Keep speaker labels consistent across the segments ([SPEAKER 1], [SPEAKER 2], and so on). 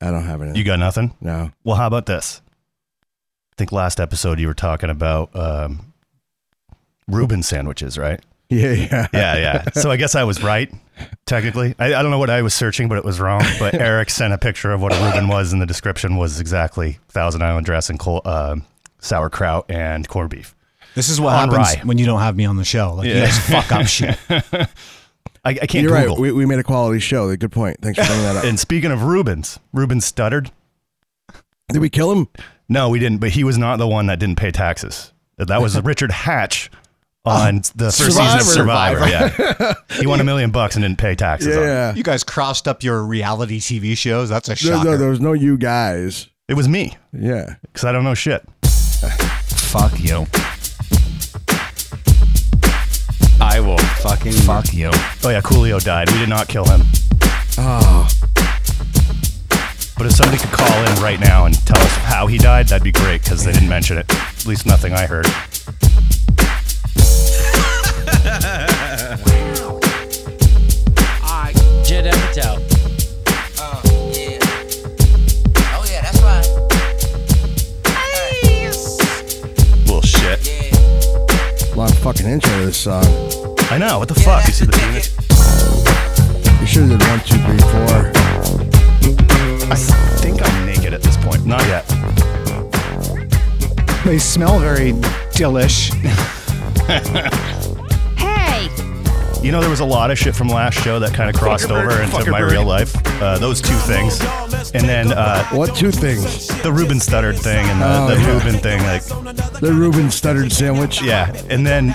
[SPEAKER 1] I don't have anything.
[SPEAKER 2] You got nothing?
[SPEAKER 1] no.
[SPEAKER 2] Well, how about this? I think last episode you were talking about um, Reuben sandwiches, right?
[SPEAKER 1] Yeah, yeah.
[SPEAKER 2] Yeah, yeah. so I guess I was right, technically. I, I don't know what I was searching, but it was wrong. But Eric sent a picture of what a Reuben was, and the description was exactly Thousand Island dressing, col- um, sauerkraut, and corned beef.
[SPEAKER 3] This is what
[SPEAKER 2] On
[SPEAKER 3] happens
[SPEAKER 2] rye.
[SPEAKER 3] when you don't have me on the show. Like you guys fuck up shit.
[SPEAKER 2] I, I can't
[SPEAKER 1] You're
[SPEAKER 2] Google.
[SPEAKER 1] right. We, we made a quality show. Good point. Thanks for bringing that up.
[SPEAKER 2] and speaking of Reubens, Reuben stuttered.
[SPEAKER 1] Did we kill him?
[SPEAKER 2] No, we didn't. But he was not the one that didn't pay taxes. That was Richard Hatch on the first season of
[SPEAKER 3] Survivor.
[SPEAKER 2] Survivor. Yeah, he won a million bucks and didn't pay taxes. on it.
[SPEAKER 1] Yeah.
[SPEAKER 3] You guys crossed up your reality TV shows. That's a
[SPEAKER 1] There,
[SPEAKER 3] shocker.
[SPEAKER 1] there, there was no you guys.
[SPEAKER 2] it was me
[SPEAKER 1] Yeah.
[SPEAKER 2] because I don't know shit.
[SPEAKER 4] Fuck you. I will fucking fuck you.
[SPEAKER 2] Oh yeah, Coolio died. We did not kill him.
[SPEAKER 1] Oh,
[SPEAKER 2] But if somebody could call in right now and tell us how he died, that'd be great because they didn't mention it. At least nothing I heard.
[SPEAKER 5] I
[SPEAKER 6] Jed Apatow.
[SPEAKER 5] uh yeah. Oh yeah, that's right.
[SPEAKER 2] Bullshit.
[SPEAKER 5] Yeah.
[SPEAKER 1] a lot of fucking intro to this song.
[SPEAKER 2] I know. What the
[SPEAKER 5] Yeah,
[SPEAKER 2] fuck? You
[SPEAKER 5] that's
[SPEAKER 2] see the
[SPEAKER 5] the ticket.
[SPEAKER 1] You should have done one, two, three, four.
[SPEAKER 2] I think I'm naked at this point. Not yet.
[SPEAKER 3] They smell very dillish.
[SPEAKER 7] Hey,
[SPEAKER 2] You know, there was a lot of shit from last show that kind of crossed over into my real life. Uh, those two things, and then uh,
[SPEAKER 1] What two things?
[SPEAKER 2] the Ruben stuttered thing and the,
[SPEAKER 1] Oh,
[SPEAKER 2] the
[SPEAKER 1] yeah.
[SPEAKER 2] Ruben thing, like
[SPEAKER 1] The Reuben stuttered sandwich.
[SPEAKER 2] yeah. And then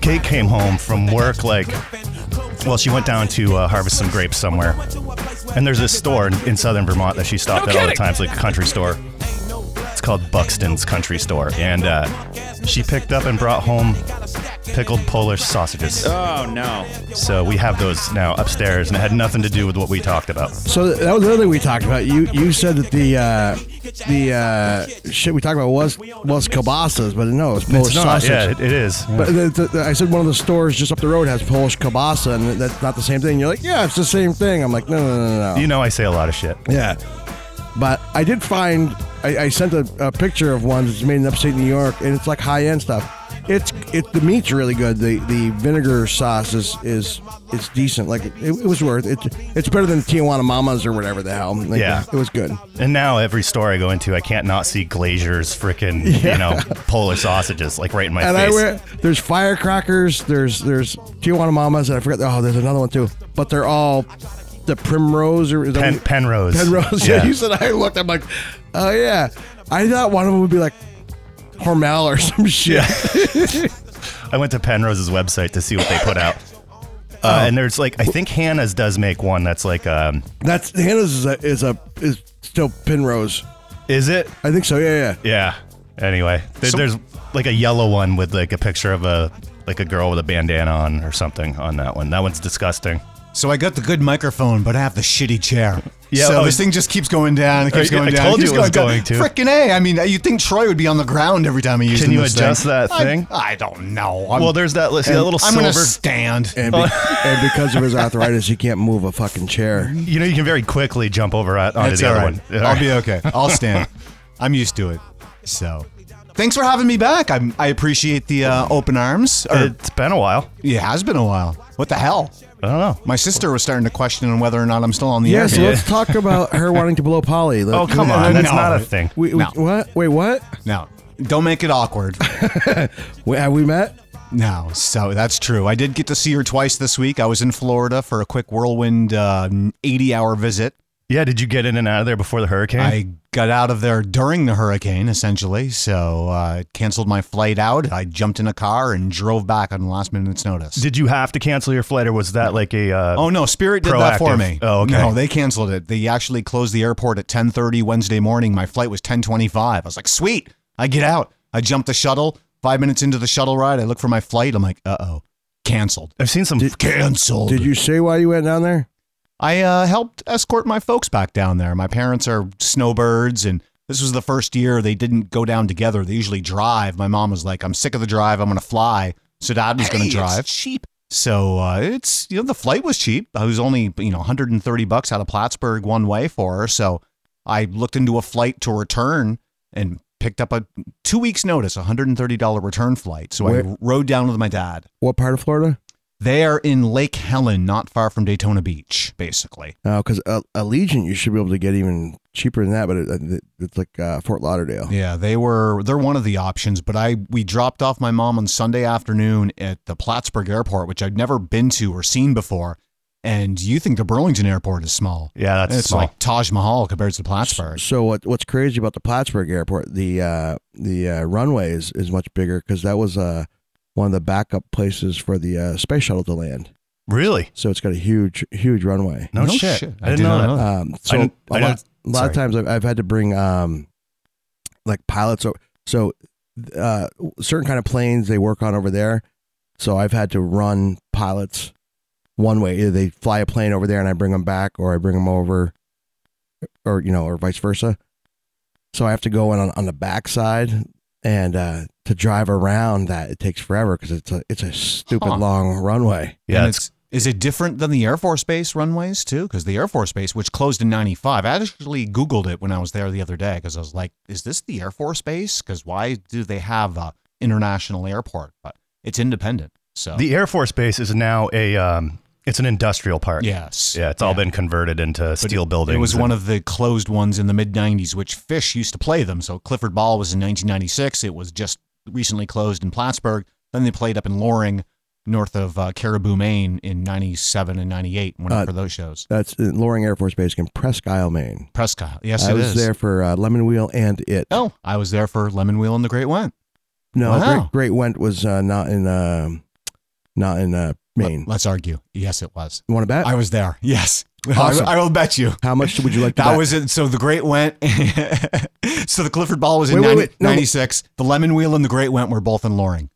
[SPEAKER 2] Kate came home from work, like well, she went down to uh, harvest some grapes somewhere, and there's this store in, in southern Vermont that she stopped at all the time. It's like a country store. It's called Buxton's Country Store, and uh, she picked up and brought home pickled Polish sausages.
[SPEAKER 4] Oh no.
[SPEAKER 2] So we have those now upstairs, and it had nothing to do with what we talked about.
[SPEAKER 1] So that was the other thing we talked about. You you said that the uh, the uh, shit we talked about was was kielbasa's, but no, it's Polish
[SPEAKER 2] It's not,
[SPEAKER 1] sausage.
[SPEAKER 2] yeah, it, it is.
[SPEAKER 1] But the, the, the- I said one of the stores just up the road has Polish kielbasa, and that's not the same thing. You're like, yeah, it's the same thing. I'm like, no, no, no, no, no.
[SPEAKER 2] you know, I say a lot of shit.
[SPEAKER 1] Yeah. But I did find I, I sent a, a picture of one that's made in upstate New York, and it's like high end stuff. It's it the meat's really good. The the vinegar sauce is is it's decent. Like it, it was worth it. It's better than Tijuana Mamas or whatever the hell. Like,
[SPEAKER 2] Yeah.
[SPEAKER 1] it was good.
[SPEAKER 2] And now every store I go into, I can't not see Glazier's freaking, you know, Polish sausages like right in my
[SPEAKER 1] And I
[SPEAKER 2] face.
[SPEAKER 1] wear there's firecrackers. There's there's Tijuana Mamas, and I forget. Oh, there's another one too. But they're all the primrose or is that
[SPEAKER 2] Pen,
[SPEAKER 1] what-
[SPEAKER 2] Penrose.
[SPEAKER 1] Penrose. Yeah. you said I looked. I'm like, oh yeah. I thought one of them would be like Hormel or some shit.
[SPEAKER 2] I went to Penrose's website to see what they put out. Uh, and there's like, I think Hannah's does make one that's like, um,
[SPEAKER 1] That's Hannah's is a, is a is still Penrose.
[SPEAKER 2] is it?
[SPEAKER 1] I think so. Yeah, yeah.
[SPEAKER 2] Yeah. Anyway, there,
[SPEAKER 3] So-
[SPEAKER 2] there's like a yellow one with like a picture of a like a girl with a bandana on or something on that one. That one's disgusting.
[SPEAKER 3] So I got the good microphone, but I have the shitty chair.
[SPEAKER 2] Yeah,
[SPEAKER 3] So
[SPEAKER 2] oh,
[SPEAKER 3] this thing just keeps going down. It keeps
[SPEAKER 2] I-
[SPEAKER 3] going
[SPEAKER 2] I
[SPEAKER 3] down.
[SPEAKER 2] told
[SPEAKER 3] keeps
[SPEAKER 2] you it was
[SPEAKER 3] down.
[SPEAKER 2] going to.
[SPEAKER 3] Frickin' a! I mean, you'd think Troy would be on the ground every time he used.
[SPEAKER 2] Can you
[SPEAKER 3] this
[SPEAKER 2] adjust
[SPEAKER 3] thing.
[SPEAKER 2] that
[SPEAKER 3] I-
[SPEAKER 2] thing?
[SPEAKER 3] I, don't know. I'm,
[SPEAKER 2] Well, there's that, li- see that little
[SPEAKER 3] I'm
[SPEAKER 2] silver.
[SPEAKER 3] gonna stand.
[SPEAKER 1] And, be,
[SPEAKER 2] Oh.
[SPEAKER 1] and because of his arthritis, he can't move a fucking chair.
[SPEAKER 2] you know, you can very quickly jump over at- onto
[SPEAKER 3] That's
[SPEAKER 2] the
[SPEAKER 3] all
[SPEAKER 2] other
[SPEAKER 3] right.
[SPEAKER 2] one.
[SPEAKER 3] I'll be okay. I'll stand. I'm used to it. So, thanks for having me back. I'm, I appreciate the uh, open arms. Or, it,
[SPEAKER 2] It's been a while.
[SPEAKER 3] has been a while. What the hell?
[SPEAKER 2] I don't know.
[SPEAKER 3] My sister was starting to question whether or not I'm still on the
[SPEAKER 1] Yeah,
[SPEAKER 3] air.
[SPEAKER 1] so let's talk about her wanting to blow Polly.
[SPEAKER 2] Oh, come on.
[SPEAKER 3] no.
[SPEAKER 2] That's not a thing.
[SPEAKER 1] We, we,
[SPEAKER 3] No.
[SPEAKER 1] What? Wait, what?
[SPEAKER 3] No, don't make it awkward.
[SPEAKER 1] Wait, have we met?
[SPEAKER 3] no, so that's true. I did get to see her twice this week. I was in Florida for a quick whirlwind 80 hour visit.
[SPEAKER 2] Yeah, did you get in and out of there before the hurricane?
[SPEAKER 3] I got out of there during the hurricane, essentially. So uh, canceled my flight out. I jumped in a car and drove back on last minute's notice.
[SPEAKER 2] did you have to cancel your flight, or was that like a? Uh,
[SPEAKER 3] Oh no, Spirit did that for
[SPEAKER 2] Proactive.
[SPEAKER 3] me.
[SPEAKER 2] Oh, okay.
[SPEAKER 3] No, they canceled it. They actually closed the airport at 10:30 Wednesday morning. My flight was 10:25. I was like, "Sweet, I get out." I jumped the shuttle. 5 minutes into the shuttle ride, I look for my flight. I'm like, "Uh-oh, canceled."
[SPEAKER 2] I've seen some.
[SPEAKER 3] Canceled.
[SPEAKER 1] Did you say why you went down there?
[SPEAKER 3] I uh, helped escort my folks back down there. My parents are snowbirds, and this was the first year they didn't go down together. They usually drive. My mom was like, "I'm sick of the drive. I'm gonna fly." So dad was gonna drive. cheap. So uh, it's you know the flight was cheap. I was only you know 130 bucks out of Plattsburgh one way for her. So I looked into a flight to return and picked up a two weeks notice, a hundred and thirty dollar return flight. So I
[SPEAKER 1] Where-
[SPEAKER 3] rode down with my dad.
[SPEAKER 1] What part of Florida?
[SPEAKER 3] They are in Lake Helen, not far from Daytona Beach, basically.
[SPEAKER 1] Because uh, Allegiant, you should be able to get even cheaper than that, but it, it, it's like uh, Fort Lauderdale.
[SPEAKER 3] Yeah, they were they're one of the options, but I we dropped off my mom on Sunday afternoon at the Plattsburgh Airport, which I'd never been to or seen before. And you think the Burlington Airport is small.
[SPEAKER 2] Yeah, that's
[SPEAKER 3] it's
[SPEAKER 2] small.
[SPEAKER 3] like Taj Mahal compared to Plattsburgh.
[SPEAKER 1] So what, what's crazy about the Plattsburgh airport? The uh, the uh, runway is, is much bigger because that was uh, one of the backup places for the uh, space shuttle to land.
[SPEAKER 2] Really?
[SPEAKER 1] So it's got a huge huge runway.
[SPEAKER 2] No,
[SPEAKER 3] No
[SPEAKER 2] shit.
[SPEAKER 3] shit.
[SPEAKER 2] I didn't know that.
[SPEAKER 3] know that.
[SPEAKER 1] Um, so a
[SPEAKER 2] didn't- I
[SPEAKER 1] lot, a lot
[SPEAKER 2] sorry.
[SPEAKER 1] of times I've, I've had to bring um, like pilots. o- So uh, certain kind of planes they work on over there. So I've had to run pilots one way. Either they fly a plane over there and I bring them back, or I bring them over, or you know, or vice versa. So I have to go in on, on the backside and uh, to drive around that it takes forever because it's a it's a stupid
[SPEAKER 3] Huh.
[SPEAKER 1] long runway.
[SPEAKER 2] Yeah,
[SPEAKER 3] And
[SPEAKER 2] it's,
[SPEAKER 3] it's is it different than the Air Force Base runways too? Because the Air Force Base, which closed in '95, I actually Googled it when I was there the other day because I was like, "Is this the Air Force Base? Because why do they have a international airport? But it's independent." So
[SPEAKER 2] the Air Force Base is now a um, it's an industrial park.
[SPEAKER 3] yes,
[SPEAKER 2] Yeah, it's all been converted into
[SPEAKER 3] But
[SPEAKER 2] steel buildings.
[SPEAKER 3] It was
[SPEAKER 2] and-
[SPEAKER 3] one of the closed ones in the mid '90s, which Fish used to play them. So Clifford Ball was in 1996. It was just recently closed in Plattsburgh. Then they played up in Loring, north of uh, Caribou, Maine, in '97 and '98. Went up
[SPEAKER 1] Uh,
[SPEAKER 3] for those shows.
[SPEAKER 1] That's in Loring Air Force Base in Presque Isle, Maine.
[SPEAKER 3] Prescott. Yes,
[SPEAKER 1] I
[SPEAKER 3] it
[SPEAKER 1] was
[SPEAKER 3] is.
[SPEAKER 1] there for uh, Lemon Wheel and It.
[SPEAKER 3] Oh, I was there for Lemon Wheel and the Great One.
[SPEAKER 1] no,
[SPEAKER 3] wow.
[SPEAKER 1] Great, Great Went was uh, not in um, not in uh, Maine.
[SPEAKER 3] Let's argue. Yes, it was.
[SPEAKER 1] Want to bet?
[SPEAKER 3] I was there. Yes.
[SPEAKER 1] Awesome.
[SPEAKER 3] I, I will bet you.
[SPEAKER 1] How much would you like to
[SPEAKER 3] That
[SPEAKER 1] bet?
[SPEAKER 3] was it. So the Great Went. so the Clifford Ball was in
[SPEAKER 1] Wait, wait,
[SPEAKER 3] 90
[SPEAKER 1] wait. No, but-
[SPEAKER 3] 96. The Lemon Wheel and the Great Went were both in Loring.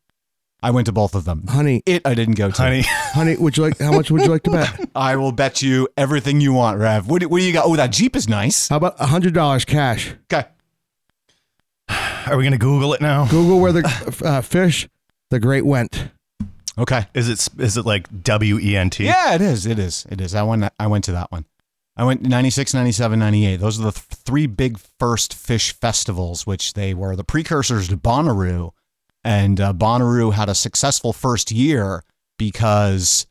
[SPEAKER 3] I went to both of them.
[SPEAKER 1] honey,
[SPEAKER 3] It I didn't go to.
[SPEAKER 2] honey.
[SPEAKER 1] honey, would you like? How much would you like to bet?
[SPEAKER 3] I will bet you everything you want, Rev. What, do- what do you got? Oh, that Jeep is nice.
[SPEAKER 1] How about hundred dollars cash?
[SPEAKER 3] Okay.
[SPEAKER 2] Are we gonna Google it now?
[SPEAKER 1] Google where the uh, fish, the Great Went.
[SPEAKER 3] Okay.
[SPEAKER 2] Is it is it like W E N T?
[SPEAKER 3] Yeah, it is. It is. It is. I went I went to that one. I went 96, 97, 98. Those are the th- three big first fish festivals which they were the precursors to Bonnaroo and uh, Bonnaroo had a successful first year because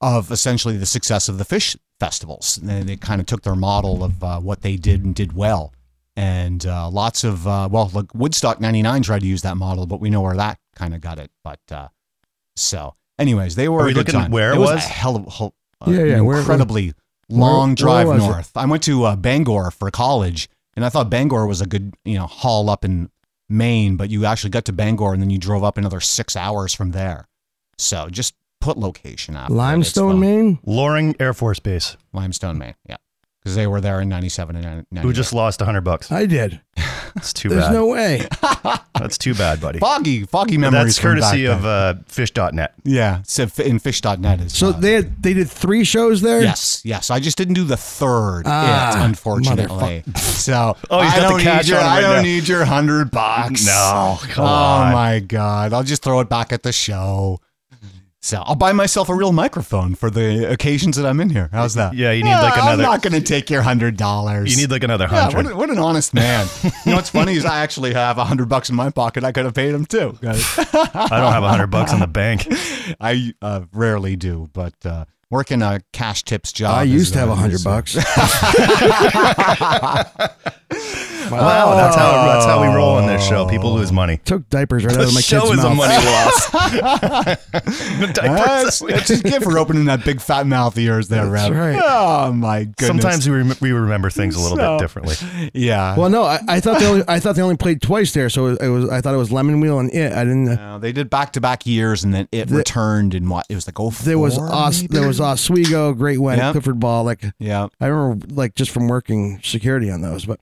[SPEAKER 3] of essentially the success of the fish festivals. And they kind of took their model of uh, what they did and did well. And uh, lots of, uh, well, look, Woodstock 99 tried to use that model, but we know where that kind of got it. But uh, so, anyways, they were
[SPEAKER 2] Are we
[SPEAKER 3] a good
[SPEAKER 2] looking
[SPEAKER 3] time.
[SPEAKER 2] where it
[SPEAKER 3] was,
[SPEAKER 2] was?
[SPEAKER 3] a hell of a whole, uh,
[SPEAKER 1] Yeah, yeah,
[SPEAKER 3] an
[SPEAKER 1] where- where-
[SPEAKER 3] incredibly
[SPEAKER 1] where-
[SPEAKER 3] long
[SPEAKER 1] where
[SPEAKER 3] drive
[SPEAKER 1] was it?
[SPEAKER 3] north. I went to uh, Bangor for college, and I thought Bangor was a good, you know, haul up in Maine, but you actually got to Bangor and then you drove up another six hours from there. So just put location after it. It's
[SPEAKER 1] Limestone,
[SPEAKER 3] fun.
[SPEAKER 1] Maine.
[SPEAKER 2] Loring Air Force Base.
[SPEAKER 3] Limestone, Maine. Yeah, because they were there in '97 and
[SPEAKER 2] Who
[SPEAKER 3] '98.
[SPEAKER 2] just lost hundred bucks?
[SPEAKER 1] I did.
[SPEAKER 2] That's too
[SPEAKER 1] There's
[SPEAKER 2] bad.
[SPEAKER 1] no way.
[SPEAKER 2] That's too bad, buddy.
[SPEAKER 3] foggy, foggy memories.
[SPEAKER 2] That's
[SPEAKER 3] from
[SPEAKER 2] courtesy
[SPEAKER 3] back
[SPEAKER 2] of
[SPEAKER 3] then.
[SPEAKER 2] uh, Fish.net.
[SPEAKER 3] yeah. So f- in Fish.net is
[SPEAKER 1] So
[SPEAKER 3] uh,
[SPEAKER 1] they had, they did three shows there.
[SPEAKER 3] Yes, yes. I just didn't do the third.
[SPEAKER 1] Ah,
[SPEAKER 3] it, unfortunately. So
[SPEAKER 2] Oh, he's
[SPEAKER 3] I
[SPEAKER 2] got the
[SPEAKER 3] don't
[SPEAKER 2] cash
[SPEAKER 3] need your,
[SPEAKER 2] on him
[SPEAKER 3] I
[SPEAKER 2] right
[SPEAKER 3] don't
[SPEAKER 2] now.
[SPEAKER 3] need your hundred bucks.
[SPEAKER 2] No, come
[SPEAKER 3] oh
[SPEAKER 2] on.
[SPEAKER 3] my god! I'll just throw it back at the show. So I'll buy myself a real microphone for the occasions that I'm in here. How's that?
[SPEAKER 2] Yeah, you need like
[SPEAKER 3] Ah,
[SPEAKER 2] another-
[SPEAKER 3] I'm not going to take your hundred dollars.
[SPEAKER 2] You need like another
[SPEAKER 3] Yeah,
[SPEAKER 2] hundred.
[SPEAKER 3] what, what an honest man. you know what's funny is I actually have a hundred bucks in my pocket. I could have paid him too.
[SPEAKER 2] I don't have hundred bucks in the bank.
[SPEAKER 3] I uh, rarely do, but uh, working a cash tips job.
[SPEAKER 1] I
[SPEAKER 3] is,
[SPEAKER 1] used to have
[SPEAKER 3] uh,
[SPEAKER 1] a hundred
[SPEAKER 3] is, uh,
[SPEAKER 1] bucks.
[SPEAKER 2] Wow, Oh, that's how that's how
[SPEAKER 3] Oh.
[SPEAKER 2] we roll on this show. People lose money.
[SPEAKER 1] Took diapers right out
[SPEAKER 2] The
[SPEAKER 1] of my
[SPEAKER 2] show
[SPEAKER 1] kid's
[SPEAKER 2] is a
[SPEAKER 1] mouth.
[SPEAKER 2] money loss. The
[SPEAKER 3] That's,
[SPEAKER 2] diapers.
[SPEAKER 3] that's just good for opening that big fat mouth of yours there,
[SPEAKER 1] That's
[SPEAKER 3] Rev.
[SPEAKER 1] right.
[SPEAKER 3] Oh my goodness.
[SPEAKER 2] Sometimes we, rem- we remember things a little
[SPEAKER 3] So-
[SPEAKER 2] bit differently.
[SPEAKER 3] yeah.
[SPEAKER 1] Well, no, I, I thought they only, I thought they only played twice there, so it was I thought it was Lemon Wheel and it. I didn't.
[SPEAKER 3] No, Uh, they did back to back years, and then it returned in what it was like. Oh,
[SPEAKER 1] There was Os- there was Oswego, Great Went,
[SPEAKER 3] Yep.
[SPEAKER 1] Clifford Ball. Like
[SPEAKER 3] Yeah.
[SPEAKER 1] I remember, like just from working security on those. But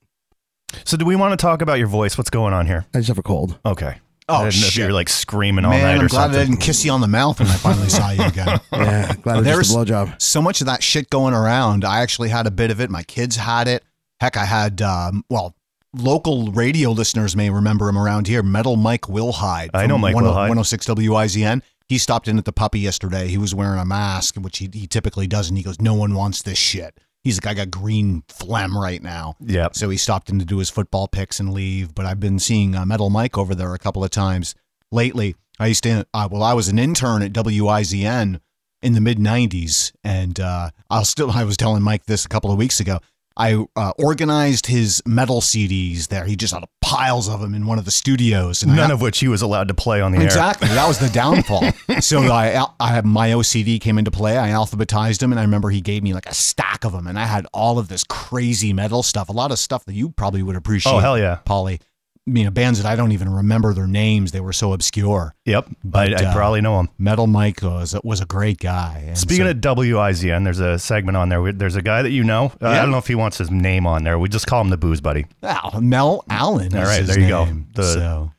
[SPEAKER 2] So, do we want to talk about your voice? What's going on here?
[SPEAKER 1] I just have a cold.
[SPEAKER 2] Okay. I
[SPEAKER 3] Oh
[SPEAKER 2] didn't know if you
[SPEAKER 3] shit.
[SPEAKER 2] were like screaming all night
[SPEAKER 3] Man, I'm
[SPEAKER 2] or
[SPEAKER 3] glad I
[SPEAKER 2] something.
[SPEAKER 3] didn't kiss you on the mouth when I finally saw you again.
[SPEAKER 1] Yeah, glad it was
[SPEAKER 3] There's-
[SPEAKER 1] just a blowjob.
[SPEAKER 3] so much of that shit going around. I actually had a bit of it. My kids had it. Heck, I had, um, well, local radio listeners may remember him around here. Metal Mike Wilhide.
[SPEAKER 2] I know
[SPEAKER 3] from oh,
[SPEAKER 2] Mike
[SPEAKER 3] 10-
[SPEAKER 2] Wilhide.
[SPEAKER 3] 106 WIZN. He stopped in at the puppy yesterday. He was wearing a mask, which he, he typically doesn't. He goes, No one wants this shit. He's like, I got green phlegm right now.
[SPEAKER 2] Yep.
[SPEAKER 3] So he stopped in to do his football picks and leave. But I've been seeing uh, Metal Mike over there a couple of times lately. I used to, uh, well, I was an intern at WIZN in the mid 90s. And uh, I'll still, I was telling Mike this a couple of weeks ago. I uh, organized his metal CDs there. He just had piles of them in one of the studios. And I
[SPEAKER 2] None of which he was allowed to play on the air.
[SPEAKER 3] Exactly. That was the downfall. so I, I, my OCD came into play. I alphabetized them, and I remember he gave me like a stack of them, and I had all of this crazy metal stuff, a lot of stuff that you probably would appreciate.
[SPEAKER 2] Oh, hell yeah.
[SPEAKER 3] Polly. You know, bands that I don't even remember their names; they were so obscure.
[SPEAKER 2] Yep.
[SPEAKER 3] But,
[SPEAKER 2] I, I
[SPEAKER 3] uh,
[SPEAKER 2] probably know him.
[SPEAKER 3] Metal Mike was, was a great guy. And
[SPEAKER 2] Speaking
[SPEAKER 3] so-
[SPEAKER 2] of WIZN, there's a segment on there. where There's a guy that you know. Uh, I
[SPEAKER 3] Yeah.
[SPEAKER 2] don't know if he wants his name on there. We just call him the Booze Buddy.
[SPEAKER 3] Wow, Mel Allen.
[SPEAKER 2] All
[SPEAKER 3] is
[SPEAKER 2] right,
[SPEAKER 3] his
[SPEAKER 2] there you go.
[SPEAKER 3] name.
[SPEAKER 2] The-
[SPEAKER 3] so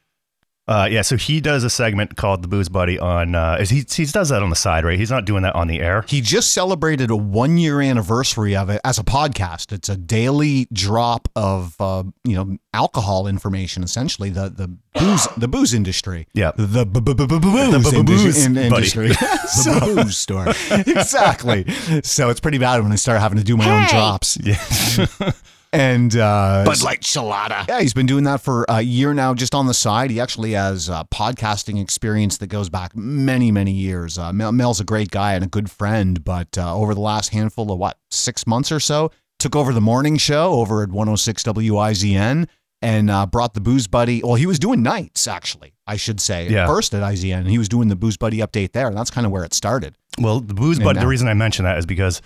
[SPEAKER 2] Uh, yeah, so he does a segment called the Booze Buddy on. Uh, is he he does that on the side, right? He's not doing that on the air.
[SPEAKER 3] he just celebrated a one year anniversary of it as a podcast. It's a daily drop of uh, you know alcohol information, essentially the the booze the booze industry.
[SPEAKER 2] Yeah.
[SPEAKER 3] the bu- bu- bu- bu- booze
[SPEAKER 2] bu- booze,
[SPEAKER 3] indus- in-
[SPEAKER 2] buddy.
[SPEAKER 3] industry. The booze store. Exactly. So it's pretty bad when I start having to do my own drops.
[SPEAKER 2] Yeah.
[SPEAKER 3] And uh,
[SPEAKER 4] Bud Light Shalada.
[SPEAKER 3] Yeah, he's been doing that for a year now, just on the side. He actually has uh, podcasting experience that goes back many, many years. Uh, Mel, Mel's a great guy and a good friend, but uh, over the last handful of what six months or so, took over the morning show over at 106 WIZN and uh, brought the Booze Buddy. Well, he was doing nights actually, I should say.
[SPEAKER 2] Yeah.
[SPEAKER 3] First at IZN, and he was doing the Booze Buddy update there, and that's kind of where it started.
[SPEAKER 2] Well, the booze buddy.
[SPEAKER 3] now-
[SPEAKER 2] The reason I mention that is because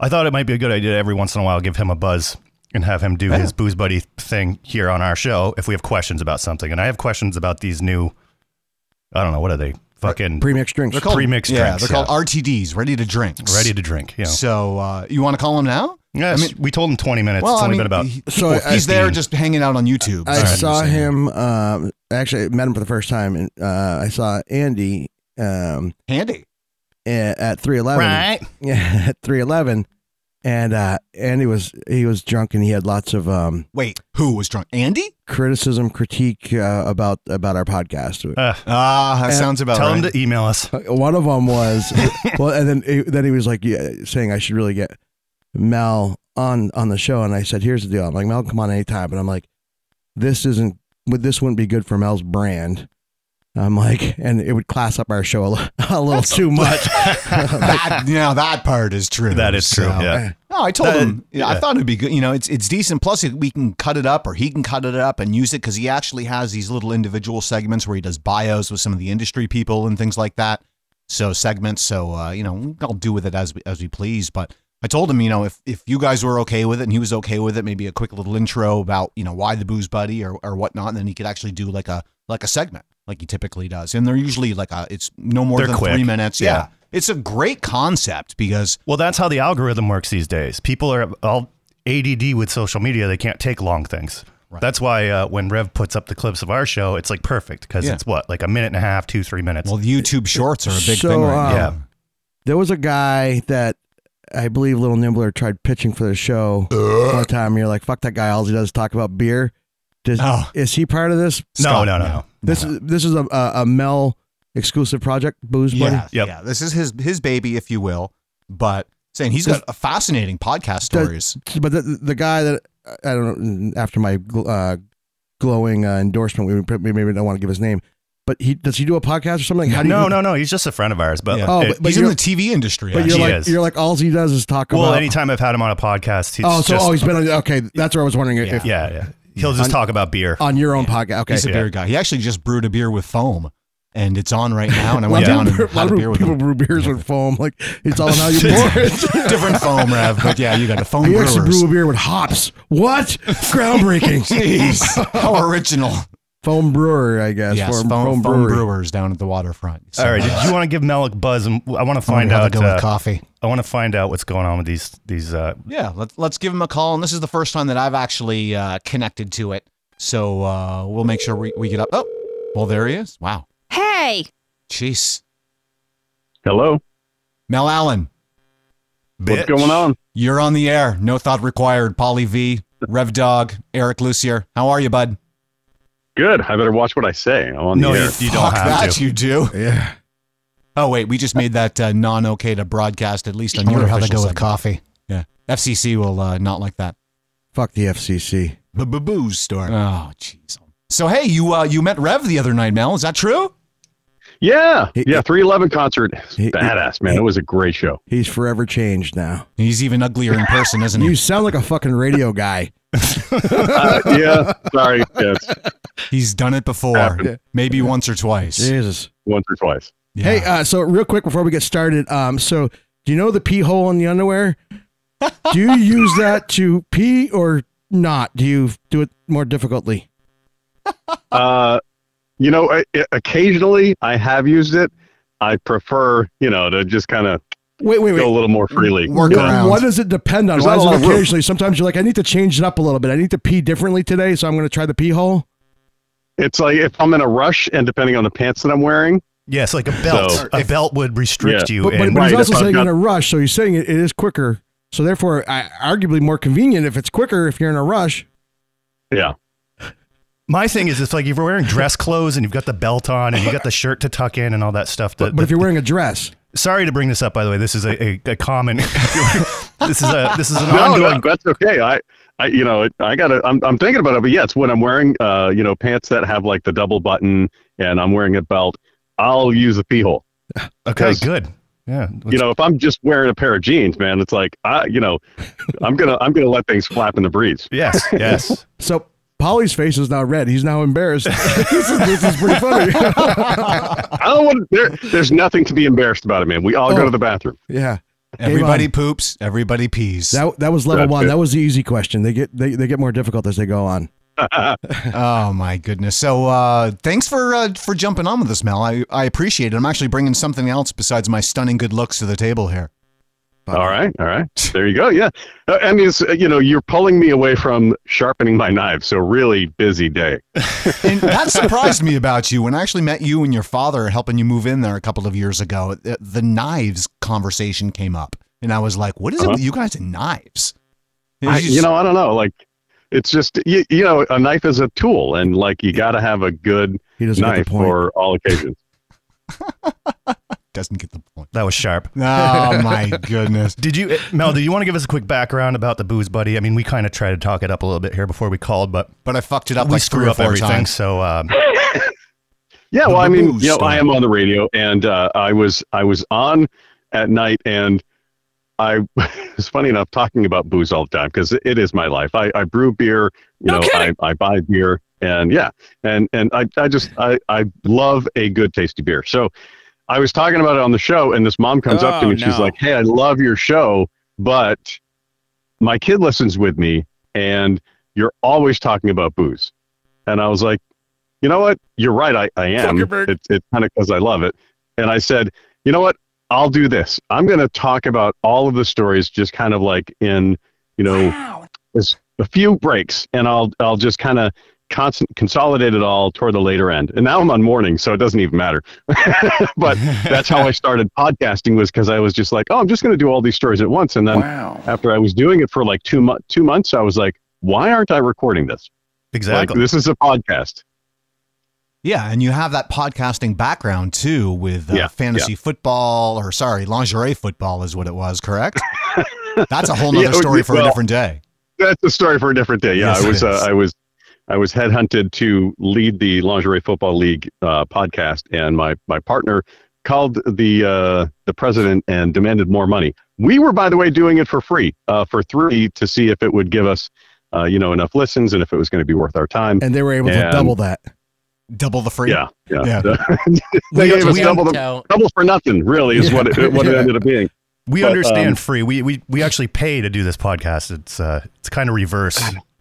[SPEAKER 2] I thought it might be a good idea to every once in a while give him a buzz and have him do his booze buddy thing here on our show if we have questions about something. And I have questions about these new. I don't know what are they fucking
[SPEAKER 1] Premixed drinks.
[SPEAKER 2] Pre-mixed
[SPEAKER 3] yeah,
[SPEAKER 2] drinks,
[SPEAKER 3] they're called RTDs, ready to drinks.
[SPEAKER 2] ready to drink. Yeah.
[SPEAKER 3] So uh, you want to call him now?
[SPEAKER 2] yes, we told him 20 minutes. it's only been about.
[SPEAKER 3] he-
[SPEAKER 1] So
[SPEAKER 3] people-
[SPEAKER 1] I-
[SPEAKER 3] he's there
[SPEAKER 2] Fifteen.
[SPEAKER 3] uh, just hanging out on YouTube.
[SPEAKER 1] I
[SPEAKER 3] so
[SPEAKER 1] saw
[SPEAKER 3] understand.
[SPEAKER 1] him. Um, actually, I met him for the first time, and uh, I saw Andy um,
[SPEAKER 3] handy.
[SPEAKER 1] a- at three eleven. Yeah, at three eleven, and uh, Andy was he was drunk, and he had lots of um,
[SPEAKER 3] Wait, who was drunk? Andy?
[SPEAKER 1] criticism, critique uh, about about our podcast.
[SPEAKER 2] Uh,
[SPEAKER 3] Ah, that
[SPEAKER 1] Uh,
[SPEAKER 3] sounds about
[SPEAKER 2] tell
[SPEAKER 3] right.
[SPEAKER 2] him to email us.
[SPEAKER 1] One of them was well, and then he- then he was like yeah, saying I should really get Mel on on the show, and I said, "Here's the deal." I'm like, "Mel, come on anytime," but I'm like, "This isn't. Would this wouldn't be good for Mel's brand?" I'm like, and it would class up our show a, li- a little too much.
[SPEAKER 3] that, you know, that part is true.
[SPEAKER 2] That is true.
[SPEAKER 3] So-
[SPEAKER 2] Yeah.
[SPEAKER 3] No, I told
[SPEAKER 2] That-
[SPEAKER 3] him. yeah,
[SPEAKER 2] yeah.
[SPEAKER 3] I thought it'd be good. You know, it's it's decent. Plus, we can cut it up, or he can cut it up and use it because he actually has these little individual segments where he does bios with some of the industry people and things like that. So segments. So uh, you know, we can all do with it as we, as we please. But I told him, you know, if if you guys were okay with it and he was okay with it, maybe a quick little intro about you know why the booze buddy or or whatnot, and then he could actually do like a like a segment like he typically does. And they're usually like a it's no more
[SPEAKER 2] They're
[SPEAKER 3] than
[SPEAKER 2] quick.
[SPEAKER 3] three minutes.
[SPEAKER 2] Yeah.
[SPEAKER 3] yeah, it's a great concept because
[SPEAKER 2] Well, that's how the algorithm works these days. People are all ADD with social media. They can't take long things. That's why uh, when Rev puts up the clips of our show, it's like perfect because
[SPEAKER 3] Yeah.
[SPEAKER 2] it's what like a minute and a half, two, three minutes.
[SPEAKER 3] Well, the YouTube shorts are a big
[SPEAKER 1] So,
[SPEAKER 3] thing right
[SPEAKER 1] um,
[SPEAKER 3] now.
[SPEAKER 2] yeah,
[SPEAKER 1] There was a guy that I believe Little Nimbler tried pitching for the show one time. and You're like, "Fuck that guy! All he does is talk about beer." Does,
[SPEAKER 3] Oh.
[SPEAKER 1] Is he part of this?
[SPEAKER 2] no, no, no, no.
[SPEAKER 1] This is this is a, a, a Mel exclusive project, Booze Buddy.
[SPEAKER 3] Yeah,
[SPEAKER 2] Yep.
[SPEAKER 3] yeah. This is his his baby, if you will. But saying he's got a fascinating podcast
[SPEAKER 1] Does-
[SPEAKER 3] stories.
[SPEAKER 1] but the the guy that I don't know after my gl- uh, glowing uh, endorsement, we pr- maybe don't want to give his name, but he does he do a podcast or something? How do
[SPEAKER 2] no,
[SPEAKER 1] you,
[SPEAKER 2] no, no. He's just a friend of ours. But
[SPEAKER 3] Yeah.
[SPEAKER 1] Oh,
[SPEAKER 2] it-
[SPEAKER 1] but, but
[SPEAKER 3] he's
[SPEAKER 1] you're
[SPEAKER 3] in the TV industry.
[SPEAKER 1] but you're
[SPEAKER 2] He
[SPEAKER 1] like
[SPEAKER 2] is.
[SPEAKER 1] you're like all he does is talk
[SPEAKER 2] well,
[SPEAKER 1] about.
[SPEAKER 2] anytime I've had him on a podcast, he's
[SPEAKER 1] oh, so
[SPEAKER 2] just
[SPEAKER 1] oh, he's been on, okay. That's where I was wondering if
[SPEAKER 2] yeah, yeah. He'll just
[SPEAKER 1] On-
[SPEAKER 2] talk about beer.
[SPEAKER 1] on your own podcast. Okay,
[SPEAKER 3] he's a beer guy. He actually just brewed a beer with foam, and it's on right now. And I
[SPEAKER 1] A lot
[SPEAKER 3] went
[SPEAKER 1] of
[SPEAKER 3] down and
[SPEAKER 1] people- a
[SPEAKER 3] had
[SPEAKER 1] lot
[SPEAKER 3] a
[SPEAKER 1] of
[SPEAKER 3] beer with
[SPEAKER 1] people
[SPEAKER 3] him.
[SPEAKER 1] brew beers with foam. Like it's all how you pour it.
[SPEAKER 3] Different foam, Rev. But yeah, you got a foam
[SPEAKER 1] He actually
[SPEAKER 3] brewers.
[SPEAKER 1] brew a beer with hops. What? Groundbreaking.
[SPEAKER 3] Jeez, how original!
[SPEAKER 1] foam brewer, I guess.
[SPEAKER 3] yes,
[SPEAKER 1] or
[SPEAKER 3] foam, foam,
[SPEAKER 1] brewery.
[SPEAKER 3] brewers down at the waterfront. So,
[SPEAKER 2] All right. Did you want to give Mel a buzz? And I want to
[SPEAKER 3] I wonder
[SPEAKER 2] find
[SPEAKER 3] how they
[SPEAKER 2] out.
[SPEAKER 3] go with
[SPEAKER 2] uh,
[SPEAKER 3] coffee.
[SPEAKER 2] I want to find out what's going on with these these. Uh,
[SPEAKER 3] Yeah, let's let's give him a call. And this is the first time that I've actually uh, connected to it, so uh, we'll make sure we, we get up. Oh, well, there he is. Wow,
[SPEAKER 6] Hey,
[SPEAKER 3] jeez,
[SPEAKER 7] Hello.
[SPEAKER 3] Mel Allen,
[SPEAKER 2] bitch.
[SPEAKER 7] What's going on?
[SPEAKER 3] you're on the air. No thought required. Polly V, Rev Dog, Eric Lucier. How are you, bud?
[SPEAKER 7] Good. I better watch what I say. I'm on
[SPEAKER 2] No,
[SPEAKER 7] the
[SPEAKER 2] you,
[SPEAKER 7] air.
[SPEAKER 2] you don't
[SPEAKER 3] Fuck
[SPEAKER 2] have
[SPEAKER 3] that,
[SPEAKER 2] to.
[SPEAKER 3] you do.
[SPEAKER 1] Yeah.
[SPEAKER 3] Oh wait, we just made that uh, non okay to broadcast at least on your official segment.
[SPEAKER 1] coffee.
[SPEAKER 3] Yeah. FCC will uh, not like that.
[SPEAKER 1] Fuck the FCC.
[SPEAKER 3] Booze store. Oh, jeez. So hey, you uh, you met Rev the other night, Mel. Is that true?
[SPEAKER 7] Yeah,
[SPEAKER 1] He-
[SPEAKER 7] yeah. Three Eleven concert,
[SPEAKER 1] He-
[SPEAKER 7] badass man. It was a great show.
[SPEAKER 1] He's forever changed now.
[SPEAKER 3] He's even uglier in person, isn't
[SPEAKER 1] You
[SPEAKER 3] he?
[SPEAKER 1] sound like a fucking radio guy.
[SPEAKER 7] Uh, yeah, sorry, yes,
[SPEAKER 3] He's done it before,
[SPEAKER 7] Happened.
[SPEAKER 3] maybe once or twice.
[SPEAKER 1] Jesus.
[SPEAKER 7] once or twice.
[SPEAKER 3] Yeah.
[SPEAKER 1] Hey, uh, so real quick before we get started, um, so do you know the pee hole in the underwear? do you use that to pee or not? Do you do it more difficultly?
[SPEAKER 7] Uh, you know, I, I- occasionally I have used it. I prefer, you know, to just kind of
[SPEAKER 1] Wait, wait,
[SPEAKER 7] go a
[SPEAKER 1] wait.
[SPEAKER 7] little more freely.
[SPEAKER 3] Work
[SPEAKER 7] Yeah.
[SPEAKER 3] around.
[SPEAKER 1] What does it depend on?
[SPEAKER 7] There's
[SPEAKER 1] Why
[SPEAKER 7] not
[SPEAKER 1] is
[SPEAKER 7] a lot
[SPEAKER 1] it
[SPEAKER 7] of room.
[SPEAKER 1] occasionally? Sometimes you're like, I need to change it up a little bit. I need to pee differently today, so I'm going to try the pee hole.
[SPEAKER 7] It's like if I'm in a rush, and depending on the pants that I'm wearing,
[SPEAKER 2] Yes, like a belt.
[SPEAKER 7] So-
[SPEAKER 2] a belt would restrict
[SPEAKER 7] Yeah.
[SPEAKER 2] you.
[SPEAKER 1] But, but,
[SPEAKER 2] and-
[SPEAKER 1] but he's
[SPEAKER 7] Right,
[SPEAKER 1] also
[SPEAKER 7] if I've
[SPEAKER 1] saying
[SPEAKER 7] got-
[SPEAKER 1] in a rush, so he's saying it, it is quicker. So therefore, I, arguably more convenient if it's quicker if you're in a rush.
[SPEAKER 7] yeah,
[SPEAKER 2] my thing is, it's like if you're wearing dress clothes and you've got the belt on and you got the shirt to tuck in and all that stuff. The,
[SPEAKER 1] But, but if you're wearing a dress,
[SPEAKER 2] sorry to bring this up, by the way. This is a, a, a common. this is a this is an
[SPEAKER 7] no, no,
[SPEAKER 2] ongoing.
[SPEAKER 7] that's okay. I, I, you know, I gotta. I'm, I'm thinking about it, but yeah, it's when I'm wearing, uh, you know, pants that have like the double button, and I'm wearing a belt. I'll use the pee hole.
[SPEAKER 2] Okay,
[SPEAKER 7] because-
[SPEAKER 2] good. Yeah,
[SPEAKER 7] you know, if I'm just wearing a pair of jeans, man, it's like I, you know, I'm gonna I'm gonna let things flap in the breeze.
[SPEAKER 2] Yes, yes.
[SPEAKER 1] so Polly's face is now red. He's now embarrassed. this, is, this is pretty funny.
[SPEAKER 7] I don't want there. There's nothing to be embarrassed about it, man. We all
[SPEAKER 1] Oh.
[SPEAKER 7] go to the bathroom.
[SPEAKER 1] yeah,
[SPEAKER 3] everybody poops, everybody pees.
[SPEAKER 1] that that was level
[SPEAKER 7] That's
[SPEAKER 1] one.
[SPEAKER 7] it.
[SPEAKER 1] That was the easy question. They get they, they get more difficult as they go on.
[SPEAKER 3] Oh my goodness! So uh, thanks for uh, for jumping on with us, Mel. I, I appreciate it. I'm actually bringing something else besides my stunning good looks to the table here.
[SPEAKER 7] All right, all right. There you go. Yeah, Uh, I mean, it's, uh, you know, you're pulling me away from sharpening my knife. So really busy day.
[SPEAKER 3] And that surprised me about you when I actually met you and your father helping you move in there a couple of years ago. The, the knives conversation came up, and I was like, "What is it
[SPEAKER 7] Uh-huh.
[SPEAKER 3] with you guys and knives?"
[SPEAKER 7] I, you know, I don't know. Like, it's just you, you know, a knife is a tool, and like you got to have a good
[SPEAKER 1] He doesn't get
[SPEAKER 7] knife
[SPEAKER 1] the point.
[SPEAKER 7] for all occasions.
[SPEAKER 3] doesn't get the point.
[SPEAKER 2] That was sharp.
[SPEAKER 3] Oh my goodness!
[SPEAKER 2] Did you, eh, Mel? Do you want to give us a quick background about the booze buddy? I mean, we kind of tried to talk it up a little bit here before we called, but
[SPEAKER 3] But I fucked it up
[SPEAKER 2] we
[SPEAKER 3] like three
[SPEAKER 2] screw
[SPEAKER 3] or
[SPEAKER 2] up
[SPEAKER 3] four
[SPEAKER 2] everything.
[SPEAKER 3] times.
[SPEAKER 2] So um,
[SPEAKER 7] Yeah, well,
[SPEAKER 3] The
[SPEAKER 7] I mean,
[SPEAKER 3] booze
[SPEAKER 7] you know, I
[SPEAKER 3] story.
[SPEAKER 7] am on the radio, and uh, I was I was on at night, and I it's funny enough talking about booze all the time because it is my life. I, I brew beer, you know, I, I buy beer, and yeah, and and I, I just I I love a good tasty beer. So I was talking about it on the show, and this mom comes up to
[SPEAKER 4] Oh,
[SPEAKER 7] me, and she's
[SPEAKER 4] no.
[SPEAKER 7] like, "Hey, I love your show, but my kid listens with me, and you're always talking about booze," and I was like you know what? You're right. I, I am.
[SPEAKER 4] Zuckerberg.
[SPEAKER 7] It's it's kind of because I love it. And I said, you know what? I'll do this. I'm going to talk about all of the stories, just kind of like in, you know, there's a few breaks, and I'll I'll just kind of constant consolidate it all toward the later end. And now I'm on morning, so it doesn't even matter. but that's how I started podcasting was because I was just like, oh, I'm just going to do all these stories at once. And then after I was doing it for like two month two months, I was like, why aren't I recording this? Like
[SPEAKER 2] exactly.
[SPEAKER 7] this is a podcast.
[SPEAKER 3] Yeah, and you have that podcasting background too with uh,
[SPEAKER 7] Yeah,
[SPEAKER 3] fantasy football, or sorry, lingerie football is what it was, correct? That's a whole
[SPEAKER 7] Yeah,
[SPEAKER 3] nother story for
[SPEAKER 7] well-
[SPEAKER 3] a different day.
[SPEAKER 7] That's a story for a different day. Yeah,
[SPEAKER 3] Yes,
[SPEAKER 7] I
[SPEAKER 3] it
[SPEAKER 7] was uh,
[SPEAKER 3] is.
[SPEAKER 7] I was I was headhunted to lead the lingerie football league uh, podcast, and my my partner called the uh, the president and demanded more money. We were, by the way, doing it for free uh, for three to see if it would give us uh, you know enough listens and if it was going to be worth our time.
[SPEAKER 1] And they were able to
[SPEAKER 7] And-
[SPEAKER 1] double that.
[SPEAKER 3] Double the free.
[SPEAKER 7] Yeah, yeah.
[SPEAKER 3] Yeah.
[SPEAKER 7] they
[SPEAKER 2] We-
[SPEAKER 7] gave us
[SPEAKER 2] we
[SPEAKER 7] double, the,
[SPEAKER 6] So,
[SPEAKER 7] double for nothing. Really, is what it, what it
[SPEAKER 1] Yeah.
[SPEAKER 7] ended up being.
[SPEAKER 2] we
[SPEAKER 7] but,
[SPEAKER 2] understand
[SPEAKER 7] um,
[SPEAKER 2] free. We, we we actually pay to do this podcast. It's uh, it's kind of reverse.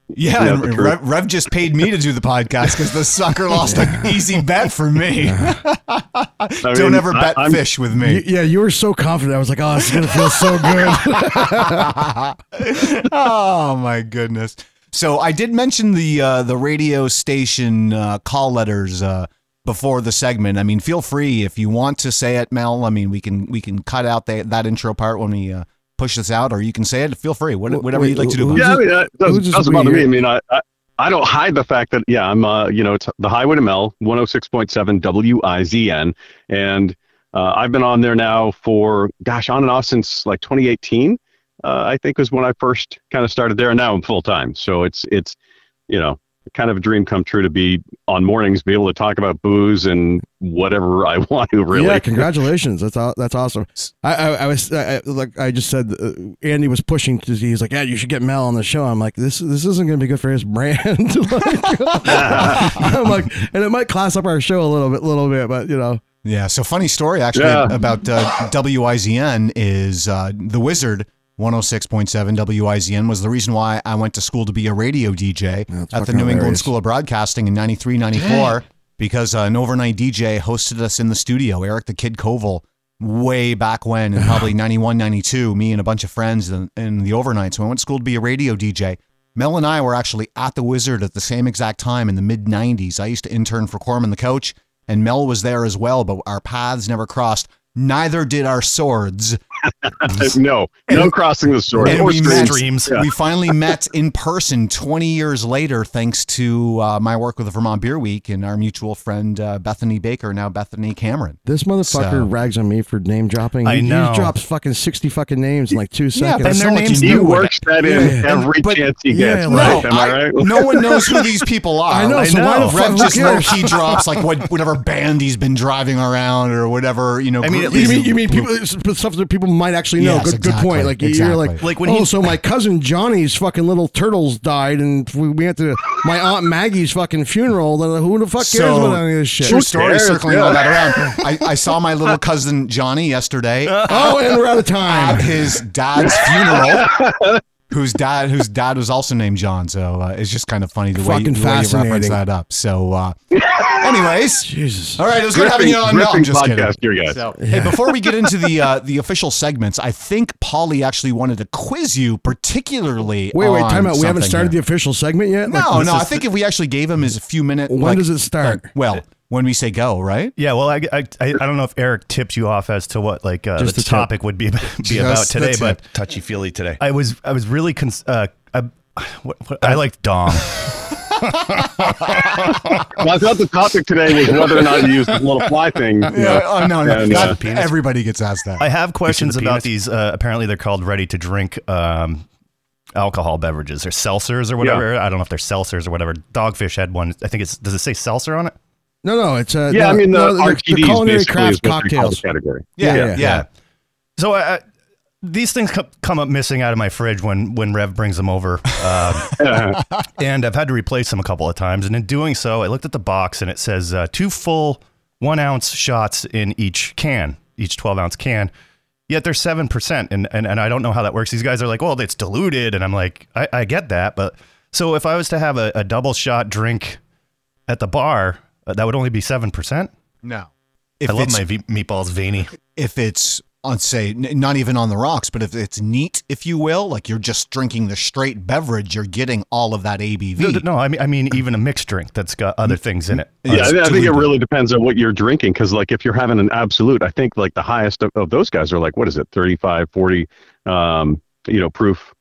[SPEAKER 3] Yeah,
[SPEAKER 7] Yeah,
[SPEAKER 3] and
[SPEAKER 7] for sure.
[SPEAKER 3] Rev, Rev just paid me to do the podcast because the sucker lost an easy bet for me. Don't
[SPEAKER 7] mean,
[SPEAKER 3] ever
[SPEAKER 7] I-
[SPEAKER 3] bet
[SPEAKER 7] I'm-
[SPEAKER 3] fish with
[SPEAKER 1] You,
[SPEAKER 3] me.
[SPEAKER 1] yeah, you were so confident. I was like, oh, this is gonna feel so good.
[SPEAKER 3] oh my goodness! So I did mention the uh, the radio station uh, call letters uh, before the segment. I mean, feel free if you want to say it, Mel. I mean, we can we can cut out that that intro part when we uh, push this out, or you can say it. Feel free, what,
[SPEAKER 1] Wh-
[SPEAKER 3] whatever
[SPEAKER 1] wait,
[SPEAKER 3] you'd like to
[SPEAKER 1] wh-
[SPEAKER 3] do.
[SPEAKER 1] who's
[SPEAKER 7] Yeah, I
[SPEAKER 1] it-
[SPEAKER 7] mean, that doesn't,
[SPEAKER 1] who's it
[SPEAKER 7] doesn't
[SPEAKER 1] we
[SPEAKER 7] bother me. I
[SPEAKER 1] hear?
[SPEAKER 7] mean, I, I I don't hide the fact that yeah, I'm uh, you know it's the Highway to Mel, 106.7 WIZN, and uh, I've been on there now for gosh on and off since like 2018, uh, I think was when I first kind of started there, and now I'm full time. So it's it's you know kind of a dream come true to be on mornings, be able to talk about booze and whatever I want to. Really,
[SPEAKER 1] Yeah, congratulations. That's aw- that's awesome. I I, I was I, I- like I just said, uh, Andy was pushing. To, he's like, yeah, you should get Mel on the show. I'm like, this this isn't going to be good for his brand. Like, I'm like, and it might class up our show a little bit, little bit, but you know,
[SPEAKER 3] Yeah. So funny story actually
[SPEAKER 7] Yeah.
[SPEAKER 3] about uh, WIZN is uh, the Wizard 106.7 WIZN was the reason why I went to school to be a radio DJ
[SPEAKER 1] Yeah, it's
[SPEAKER 3] at the
[SPEAKER 1] fucking
[SPEAKER 3] New England
[SPEAKER 1] hilarious.
[SPEAKER 3] School of Broadcasting in 93, 94 because uh, an overnight DJ hosted us in the studio, Eric the Kid Koval, way back when in probably 91, 92, me and a bunch of friends in, in the overnight. So I went to school to be a radio DJ. Mel and I were actually at the Wizard at the same exact time in the mid 90s. I used to intern for Corman the Coach, and Mel was there as well, but our paths never crossed. Neither did our swords.
[SPEAKER 7] no, no crossing the sword
[SPEAKER 3] And
[SPEAKER 7] or
[SPEAKER 3] we met-
[SPEAKER 7] streams.
[SPEAKER 2] Dreams.
[SPEAKER 3] We finally met in person 20 years later, thanks to uh, my work with the Vermont Beer Week and our mutual friend uh, Bethany Baker, now Bethany Cameron.
[SPEAKER 1] this motherfucker
[SPEAKER 3] So-
[SPEAKER 1] rags on me for name dropping.
[SPEAKER 2] I
[SPEAKER 1] He-
[SPEAKER 2] know.
[SPEAKER 1] He drops fucking sixty fucking names in like two
[SPEAKER 3] Yeah, but
[SPEAKER 1] seconds.
[SPEAKER 2] their
[SPEAKER 3] so much
[SPEAKER 2] names
[SPEAKER 7] He
[SPEAKER 3] new with
[SPEAKER 7] works that in
[SPEAKER 1] Yeah.
[SPEAKER 7] every
[SPEAKER 3] But-
[SPEAKER 7] chance he
[SPEAKER 1] yeah,
[SPEAKER 7] gets.
[SPEAKER 1] no,
[SPEAKER 7] right? Am I,
[SPEAKER 3] I-
[SPEAKER 7] right?
[SPEAKER 3] no one knows who these people are.
[SPEAKER 1] I know, so why the fuck-
[SPEAKER 3] Rev
[SPEAKER 1] who
[SPEAKER 3] just low
[SPEAKER 1] cares?
[SPEAKER 3] key drops like what whatever band he's been driving around or whatever you know.
[SPEAKER 2] I mean,
[SPEAKER 3] group
[SPEAKER 2] at least-
[SPEAKER 1] You mean
[SPEAKER 3] he's-
[SPEAKER 1] you mean people it's stuff that people might actually know?
[SPEAKER 3] Yes,
[SPEAKER 1] good,
[SPEAKER 3] exactly,
[SPEAKER 1] good point. Like
[SPEAKER 3] exactly.
[SPEAKER 1] you're like,
[SPEAKER 2] Like when
[SPEAKER 1] oh,
[SPEAKER 2] he-
[SPEAKER 1] so my cousin Johnny's fucking little turtles died, and we, we went to my aunt Maggie's fucking funeral. Then who the fuck cares
[SPEAKER 3] So-
[SPEAKER 1] about any of this shit?
[SPEAKER 3] True story,
[SPEAKER 7] cares?
[SPEAKER 3] circling
[SPEAKER 7] Yeah.
[SPEAKER 3] all that around. I, I saw my little cousin Johnny yesterday
[SPEAKER 1] oh, and we're out of
[SPEAKER 3] at
[SPEAKER 1] time.
[SPEAKER 3] his dad's funeral. Whose dad, whose dad was also named John, so uh, it's just kind of funny the way,
[SPEAKER 1] Fucking
[SPEAKER 3] the way you reference
[SPEAKER 1] fascinating.
[SPEAKER 3] that up. So, uh, anyways,
[SPEAKER 1] Jesus.
[SPEAKER 3] All right, it was good having
[SPEAKER 7] Gripping-
[SPEAKER 3] you on. No, I'm
[SPEAKER 7] gripping
[SPEAKER 3] just
[SPEAKER 7] podcast
[SPEAKER 3] kidding.
[SPEAKER 7] here, guys.
[SPEAKER 3] So, Hey, before we get into the uh, the official segments, I think Polly actually wanted to quiz you, particularly.
[SPEAKER 1] Wait, wait,
[SPEAKER 3] on
[SPEAKER 1] time out. We haven't
[SPEAKER 3] something
[SPEAKER 1] started
[SPEAKER 3] here.
[SPEAKER 1] the official segment yet.
[SPEAKER 3] No,
[SPEAKER 1] Like,
[SPEAKER 3] no. I think if we actually gave him his few minute.
[SPEAKER 1] When
[SPEAKER 3] like-
[SPEAKER 1] does it start?
[SPEAKER 3] like, well, when we say go, right?
[SPEAKER 2] Yeah, well, I, I, I I don't know if Eric tipped you off as to what like uh,
[SPEAKER 1] Just
[SPEAKER 2] the
[SPEAKER 1] the tip.
[SPEAKER 2] topic would be, be about
[SPEAKER 3] Just the
[SPEAKER 2] today, but
[SPEAKER 6] touchy feely today.
[SPEAKER 2] I was I was really cons- uh, I, what, what, I like Dom.
[SPEAKER 7] Well, I thought the topic today was whether or not you use the little fly thing.
[SPEAKER 3] Yeah. Oh no, no.
[SPEAKER 7] And, uh,
[SPEAKER 3] that- everybody gets asked that.
[SPEAKER 2] I have questions
[SPEAKER 6] the
[SPEAKER 2] about
[SPEAKER 6] penis.
[SPEAKER 2] these. Uh, apparently, they're called ready to drink um, alcohol beverages or seltzers or whatever. I don't know if they're seltzers or whatever. Dogfish had one. I think it's. Does it say seltzer on it?
[SPEAKER 1] No, no. It's uh,
[SPEAKER 7] Yeah,
[SPEAKER 1] no,
[SPEAKER 7] I mean the
[SPEAKER 1] no, they're- they're
[SPEAKER 7] RTDs
[SPEAKER 1] culinary
[SPEAKER 7] basically
[SPEAKER 1] craft
[SPEAKER 7] is what they call the
[SPEAKER 1] cocktails.
[SPEAKER 7] category.
[SPEAKER 1] Yeah, yeah,
[SPEAKER 2] So I, I, these things co- come up missing out of my fridge when when Rev brings them over, um, and I've had to replace them a couple of times. And in doing so, I looked at the box and it says uh, two full one ounce shots in each can, each twelve ounce can. Yet they're seven percent, and, and and I don't know how that works. These guys are like, well, it's diluted, and I'm like, I, I get that, but so if I was to have a, a double shot drink at the bar, uh, that would only be seven percent.
[SPEAKER 3] no. If
[SPEAKER 2] I love
[SPEAKER 3] it's
[SPEAKER 2] my ve- meatballs veiny.
[SPEAKER 3] if it's on say n- not even on the rocks, but if it's neat, if you will, like you're just drinking the straight beverage, you're getting all of that ABV.
[SPEAKER 2] No, no, I mean, I mean, even a mixed drink that's got other things in it.
[SPEAKER 7] Yeah, I,
[SPEAKER 3] It's
[SPEAKER 7] mean, I think it
[SPEAKER 3] diluted.
[SPEAKER 7] really depends on what you're drinking because, like, if you're having an absolute, I think like the highest of, of those guys are like what is it, 35, 40, um, you know, proof,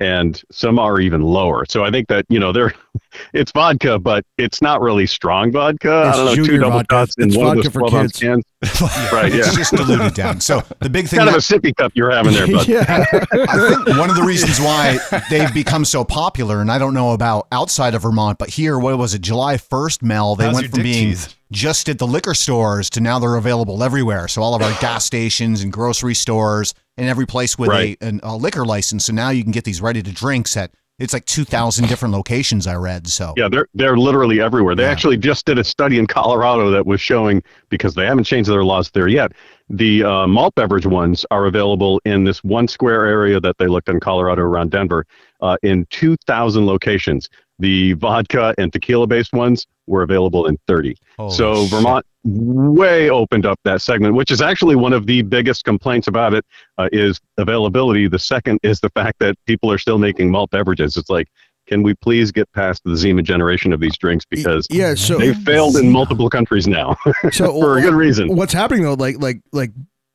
[SPEAKER 7] and some are even lower. So I think that you know they're it's vodka, but it's not really strong vodka.
[SPEAKER 1] It's
[SPEAKER 7] I don't know, two
[SPEAKER 1] junior
[SPEAKER 7] double
[SPEAKER 1] vodka.
[SPEAKER 7] shots in
[SPEAKER 1] It's
[SPEAKER 7] one of
[SPEAKER 1] vodka
[SPEAKER 7] those
[SPEAKER 1] for
[SPEAKER 7] 12 ounce
[SPEAKER 1] kids.
[SPEAKER 7] cans. right? Yeah,
[SPEAKER 3] It's just diluted down. So the big thing
[SPEAKER 7] kind
[SPEAKER 3] that-
[SPEAKER 7] of a sippy cup you're having there, bud.
[SPEAKER 1] yeah.
[SPEAKER 3] I think one of the reasons why they've become so popular, and I don't know about outside of Vermont, but here, what was it, July 1st, Mel? They
[SPEAKER 2] How's
[SPEAKER 3] went
[SPEAKER 2] your
[SPEAKER 3] from
[SPEAKER 2] dick
[SPEAKER 3] being
[SPEAKER 2] cheese?
[SPEAKER 3] just at the liquor stores to now they're available everywhere. So all of our gas stations and grocery stores and every place with
[SPEAKER 7] Right.
[SPEAKER 3] a, an, a liquor license. So now you can get these ready to drinks at it's like 2,000 different locations I read. So
[SPEAKER 7] Yeah, they're they're literally everywhere. They
[SPEAKER 3] Yeah.
[SPEAKER 7] actually just did a study in Colorado that was showing because they haven't changed their laws there yet. The uh, malt beverage ones are available in this one square area that they looked in Colorado around Denver uh, in 2,000 locations. The vodka and tequila based ones were available in 30.
[SPEAKER 3] Holy
[SPEAKER 7] so
[SPEAKER 3] shit.
[SPEAKER 7] Vermont way opened up that segment, which is actually one of the biggest complaints about it uh, is availability. The second is the fact that people are still making malt beverages. It's like, can we please get past the Zima generation of these drinks because
[SPEAKER 1] yeah. So
[SPEAKER 7] they've failed in multiple countries now
[SPEAKER 1] so
[SPEAKER 7] for a good reason.
[SPEAKER 1] what's happening though like like like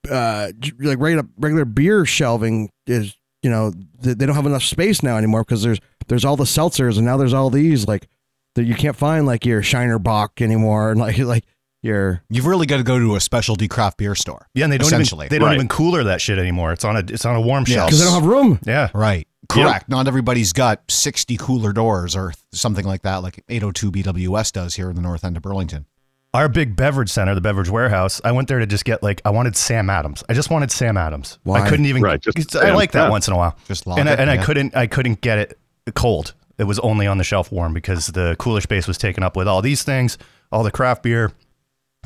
[SPEAKER 1] uh j- like regular regular beer shelving is you know th- they don't have enough space now anymore because there's there's all the seltzers and now there's all these like that you can't find like your shiner bock anymore and like like your
[SPEAKER 3] You've really got to go to a specialty craft beer store.
[SPEAKER 2] Yeah, and they don't
[SPEAKER 3] Essentially.
[SPEAKER 2] even they don't
[SPEAKER 7] Right.
[SPEAKER 2] even cooler that shit anymore. It's on a it's on a warm
[SPEAKER 3] Yeah.
[SPEAKER 2] shelf.
[SPEAKER 1] because I don't have room.
[SPEAKER 2] yeah.
[SPEAKER 3] Right. Correct. Not everybody's got 60 cooler doors or something like that, like 802 BWS does here in the north end of Burlington.
[SPEAKER 2] Our big beverage center, the beverage warehouse. I went there to just get like I wanted Sam Adams. I just wanted Sam Adams.
[SPEAKER 1] Why?
[SPEAKER 2] I couldn't even.
[SPEAKER 7] Right, just
[SPEAKER 2] 'cause I
[SPEAKER 7] Sam,
[SPEAKER 2] like that
[SPEAKER 7] yeah.
[SPEAKER 2] once in a while.
[SPEAKER 3] Just lock
[SPEAKER 2] and I,
[SPEAKER 3] it,
[SPEAKER 2] and
[SPEAKER 3] yeah.
[SPEAKER 2] I couldn't I couldn't get it cold. It was only on the shelf warm because the cooler space was taken up with all these things, all the craft beer.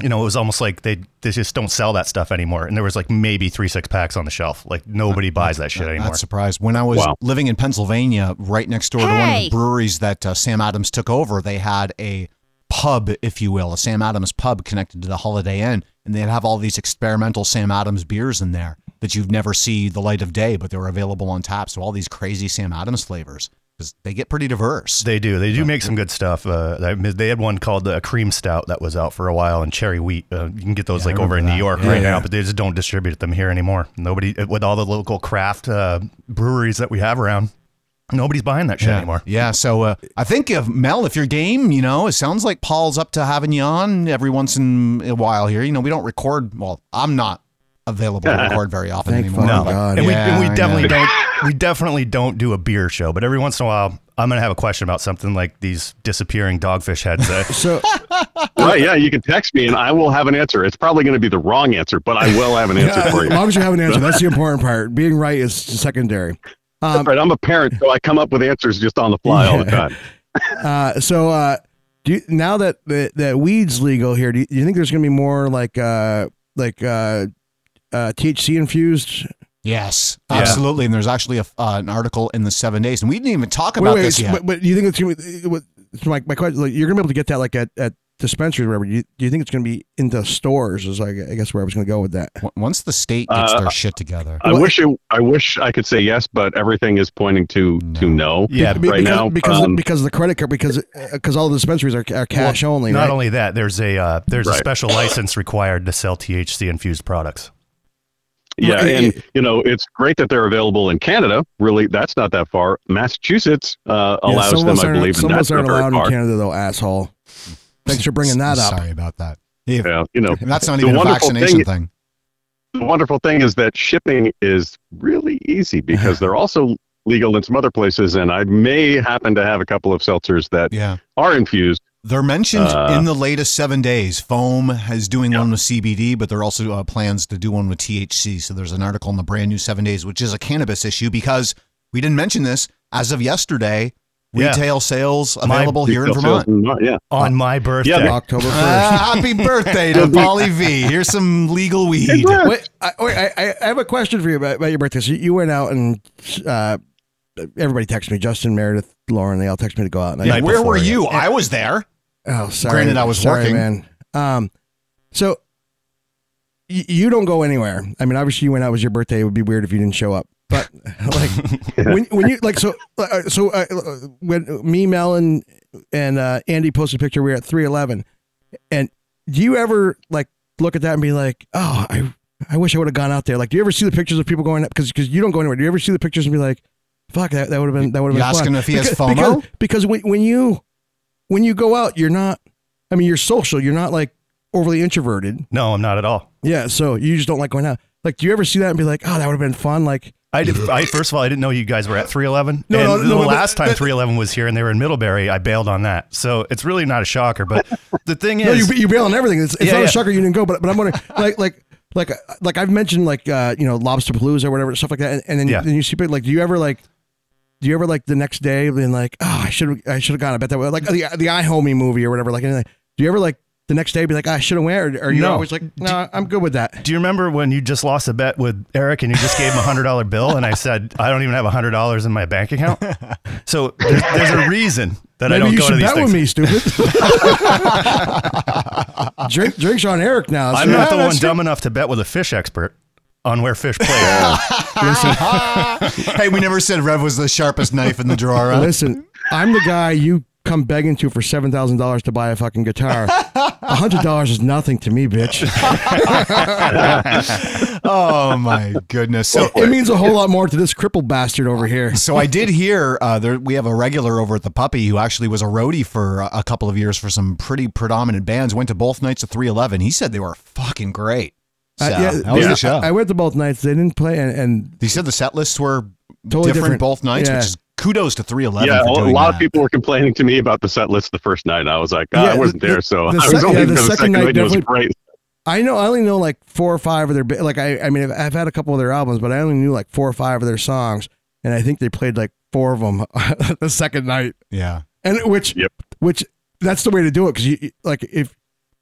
[SPEAKER 2] You know, it was almost like they they just don't sell that stuff anymore. And there was like maybe three six packs on the shelf. Like nobody buys that shit anymore.
[SPEAKER 3] Not surprised. When I was
[SPEAKER 7] Wow.
[SPEAKER 3] living in Pennsylvania, right next door to one of the
[SPEAKER 6] Hey.
[SPEAKER 3] breweries that uh, Sam Adams took over, they had a pub, if you will, a Sam Adams pub connected to the Holiday Inn, and they'd have all these experimental Sam Adams beers in there that you've never see the light of day, but they were available on tap. So all these crazy Sam Adams flavors because they get pretty diverse.
[SPEAKER 2] They do. They do make some good stuff. Uh, I mean, they had one called the cream stout that was out for a while, and cherry wheat. Uh, you can get those like over in New York right now, but they just don't distribute them here anymore. Nobody with all the local craft uh, breweries that we have around. Nobody's buying that shit
[SPEAKER 3] yeah.
[SPEAKER 2] anymore.
[SPEAKER 3] Yeah, so uh, I think if Mel, if you're game, you know, it sounds like Paul's up to having you on every once in a while here. You know, we don't record. Well, I'm not available to record very often
[SPEAKER 1] Thank
[SPEAKER 3] anymore.
[SPEAKER 1] fucking
[SPEAKER 3] but-
[SPEAKER 1] Oh God.
[SPEAKER 2] And, we, and
[SPEAKER 3] Yeah, I
[SPEAKER 2] we definitely don't. We definitely don't do a beer show, but every once in a while, I'm gonna have a question about something like these disappearing dogfish heads. That,
[SPEAKER 1] So
[SPEAKER 7] Right. Yeah. You can text me and I will have an answer. It's probably going to be the wrong answer, but I will have an answer for
[SPEAKER 1] uh, as
[SPEAKER 7] you.
[SPEAKER 1] long as you have an answer, that's the important part. Being right is secondary. Um,
[SPEAKER 7] All right. I'm a parent, so I come up with answers just on the fly all the time.
[SPEAKER 1] Uh, so uh, do you, now that, that that weed's legal here, do you, you think there's going to be more like uh, like uh, uh, THC infused?
[SPEAKER 3] Yes, absolutely. And there's actually a, uh, an article in the Seven Days, and we didn't even talk about this yet.
[SPEAKER 1] but, but you think it's going to be? it's My my question, like, you're going to be able to get that like at at dispensaries, or whatever. Do you, do you think it's going to be into stores? Is like I guess where I was going to go with that.
[SPEAKER 3] O- Once the state gets
[SPEAKER 7] Uh,
[SPEAKER 3] their shit together,
[SPEAKER 7] I wish it, I wish I could say yes, but everything is pointing to to no.
[SPEAKER 2] yeah,
[SPEAKER 1] Be-
[SPEAKER 7] right
[SPEAKER 1] because,
[SPEAKER 7] now,
[SPEAKER 1] because
[SPEAKER 7] um,
[SPEAKER 1] because of the credit card because because all the dispensaries are, are cash only.
[SPEAKER 2] not
[SPEAKER 1] right?
[SPEAKER 2] only that, there's a uh, there's a
[SPEAKER 7] Right.
[SPEAKER 2] special license required to sell THC infused products.
[SPEAKER 7] Yeah,
[SPEAKER 1] Right.
[SPEAKER 7] and you know it's great that they're available in Canada. Really, that's not that far. Massachusetts uh,
[SPEAKER 1] Yeah,
[SPEAKER 7] allows
[SPEAKER 1] some of
[SPEAKER 7] them,
[SPEAKER 1] us
[SPEAKER 7] I
[SPEAKER 1] aren't-
[SPEAKER 7] believe,
[SPEAKER 1] some
[SPEAKER 7] and
[SPEAKER 1] of
[SPEAKER 7] that's
[SPEAKER 1] us
[SPEAKER 7] not
[SPEAKER 1] aren't
[SPEAKER 7] very
[SPEAKER 1] allowed in
[SPEAKER 7] far.
[SPEAKER 1] Canada though, asshole. Thanks for bringing that up.
[SPEAKER 3] Sorry about that. Yeah,
[SPEAKER 7] Yeah, you know,
[SPEAKER 3] That's not
[SPEAKER 7] The
[SPEAKER 3] even a
[SPEAKER 7] wonderful
[SPEAKER 3] vaccination thing.
[SPEAKER 7] thing- the wonderful thing is that shipping is really easy because they're also legal in some other places. And I may happen to have a couple of seltzers that
[SPEAKER 3] Yeah,
[SPEAKER 7] are infused.
[SPEAKER 3] they're mentioned
[SPEAKER 7] Uh,
[SPEAKER 3] in the latest Seven Days. Foam is doing one with CBD, but there are also uh, plans to do one with THC. So there's an article in the brand new Seven Days, which is a cannabis issue because we didn't mention this as of yesterday.
[SPEAKER 2] Yeah.
[SPEAKER 3] Retail sales
[SPEAKER 2] My-
[SPEAKER 3] available here in
[SPEAKER 7] Seltzers
[SPEAKER 3] Vermont.
[SPEAKER 7] in Vermont, Yeah,
[SPEAKER 1] Uh,
[SPEAKER 2] On my birthday,
[SPEAKER 7] they-
[SPEAKER 1] October first.
[SPEAKER 3] Ah, happy birthday to Polly V. Here's some legal weed.
[SPEAKER 1] wait, I, wait I, I- I have a question for you about, about your birthday. So you went out and uh, everybody texted me. Justin, Meredith, Lauren, they all texted me to go out. And
[SPEAKER 3] Yeah,
[SPEAKER 1] I,
[SPEAKER 2] Night
[SPEAKER 3] where
[SPEAKER 2] before,
[SPEAKER 3] were
[SPEAKER 2] yeah.
[SPEAKER 3] you? I was there.
[SPEAKER 1] oh, sorry.
[SPEAKER 3] Granted, I was
[SPEAKER 1] Sorry,
[SPEAKER 3] working.
[SPEAKER 1] man. Um, so y- you don't go anywhere. I mean, obviously, you went out. It was your birthday. It would be weird if you didn't show up. But like when when you like so uh, so uh, when me Mel and and uh, Andy posted a picture. We were at three eleven, and do you ever like look at that and be like, oh, I I wish I would have gone out there. Like, do you ever see the pictures of people going up because because you don't go anywhere? Do you ever see the pictures and be like, fuck, that, that would have been that would have
[SPEAKER 3] You
[SPEAKER 1] been
[SPEAKER 3] ask
[SPEAKER 1] fun.
[SPEAKER 3] him if he has FOMO?
[SPEAKER 1] Because, because when, when you when you go out, you're not. I mean, you're social. You're not like overly introverted.
[SPEAKER 2] No, I'm not at all.
[SPEAKER 1] Yeah, so you just don't like going out. Like, do you ever see that and be like, oh, that would have been fun? Like,
[SPEAKER 2] I, did, I first of all, I didn't know you guys were at 311.
[SPEAKER 1] No,
[SPEAKER 2] and
[SPEAKER 1] no, no,
[SPEAKER 2] the
[SPEAKER 1] but-
[SPEAKER 2] last time
[SPEAKER 1] but-
[SPEAKER 2] 311 was here and they were in Middlebury, I bailed on that. So it's really not a shocker. But the thing
[SPEAKER 1] no,
[SPEAKER 2] is,
[SPEAKER 1] you you bail on everything. It's, it's
[SPEAKER 2] Yeah,
[SPEAKER 1] not
[SPEAKER 2] yeah.
[SPEAKER 1] a shocker you didn't go, but but I'm wondering, like like like uh, like I've mentioned like uh you know lobster palooza or whatever stuff like that, and, and then
[SPEAKER 2] Yeah.
[SPEAKER 1] then you see people like, do you ever like? Do you ever like the next day being like, oh, I should I should have gone. I bet that would like the the iHomie movie or whatever. Like, anything. do you ever like the next day be like, "Ah, I should have went? Or, or you're
[SPEAKER 2] No.
[SPEAKER 1] always like, no, I'm good with that.
[SPEAKER 2] do you remember when you just lost a bet with Eric and you just gave him a $100 bill? And I said, I don't even have $100 in my bank account. So there's, there's a reason that I
[SPEAKER 1] Maybe you
[SPEAKER 2] don't go to
[SPEAKER 1] should
[SPEAKER 2] these
[SPEAKER 1] bet
[SPEAKER 2] things.
[SPEAKER 1] with me, stupid. Drink, drinks on Eric now.
[SPEAKER 2] I'm
[SPEAKER 1] so-
[SPEAKER 2] not the one dumb enough to bet with a fish expert on where fish play.
[SPEAKER 3] hey, we never said Rev was the sharpest knife in the drawer. huh?
[SPEAKER 1] Listen, I'm the guy you come begging to for seven thousand dollars to buy a fucking guitar. A hundred dollars is nothing to me, bitch.
[SPEAKER 3] Oh my goodness. So
[SPEAKER 1] It means a whole lot more to this crippled bastard over here.
[SPEAKER 3] So I did hear uh, there we have a regular over at the Puppy who actually was a roadie for a, a couple of years for some pretty predominant bands. Went to both nights of 311. He said they were fucking great. So,
[SPEAKER 1] Uh,
[SPEAKER 3] yeah, that was
[SPEAKER 1] yeah,
[SPEAKER 3] the show.
[SPEAKER 1] I, I went to both nights. They didn't play, and, and
[SPEAKER 3] he said the set lists were
[SPEAKER 1] Totally
[SPEAKER 3] different,
[SPEAKER 1] different.
[SPEAKER 3] both nights,
[SPEAKER 1] Yeah.
[SPEAKER 3] which is kudos to 311.
[SPEAKER 7] Yeah,
[SPEAKER 3] for
[SPEAKER 7] a
[SPEAKER 3] doing
[SPEAKER 7] lot
[SPEAKER 3] that.
[SPEAKER 7] of people were complaining to me about the set list the first night. and I was like, "Ah,
[SPEAKER 1] Yeah,
[SPEAKER 7] I wasn't
[SPEAKER 1] the-
[SPEAKER 7] there, so
[SPEAKER 1] the
[SPEAKER 7] I was
[SPEAKER 1] sec-
[SPEAKER 7] only
[SPEAKER 1] yeah,
[SPEAKER 7] there
[SPEAKER 1] the
[SPEAKER 7] for the
[SPEAKER 1] second
[SPEAKER 7] second
[SPEAKER 1] night
[SPEAKER 7] night. and It was
[SPEAKER 1] definitely-
[SPEAKER 7] great.
[SPEAKER 1] I know I only know like four or five of their ba- like I I mean I've, I've had a couple of their albums, but I only knew like four or five of their songs, and I think they played like four of them the second night,
[SPEAKER 3] Yeah.
[SPEAKER 1] and which
[SPEAKER 7] Yep.
[SPEAKER 1] which that's the way to do it because you like if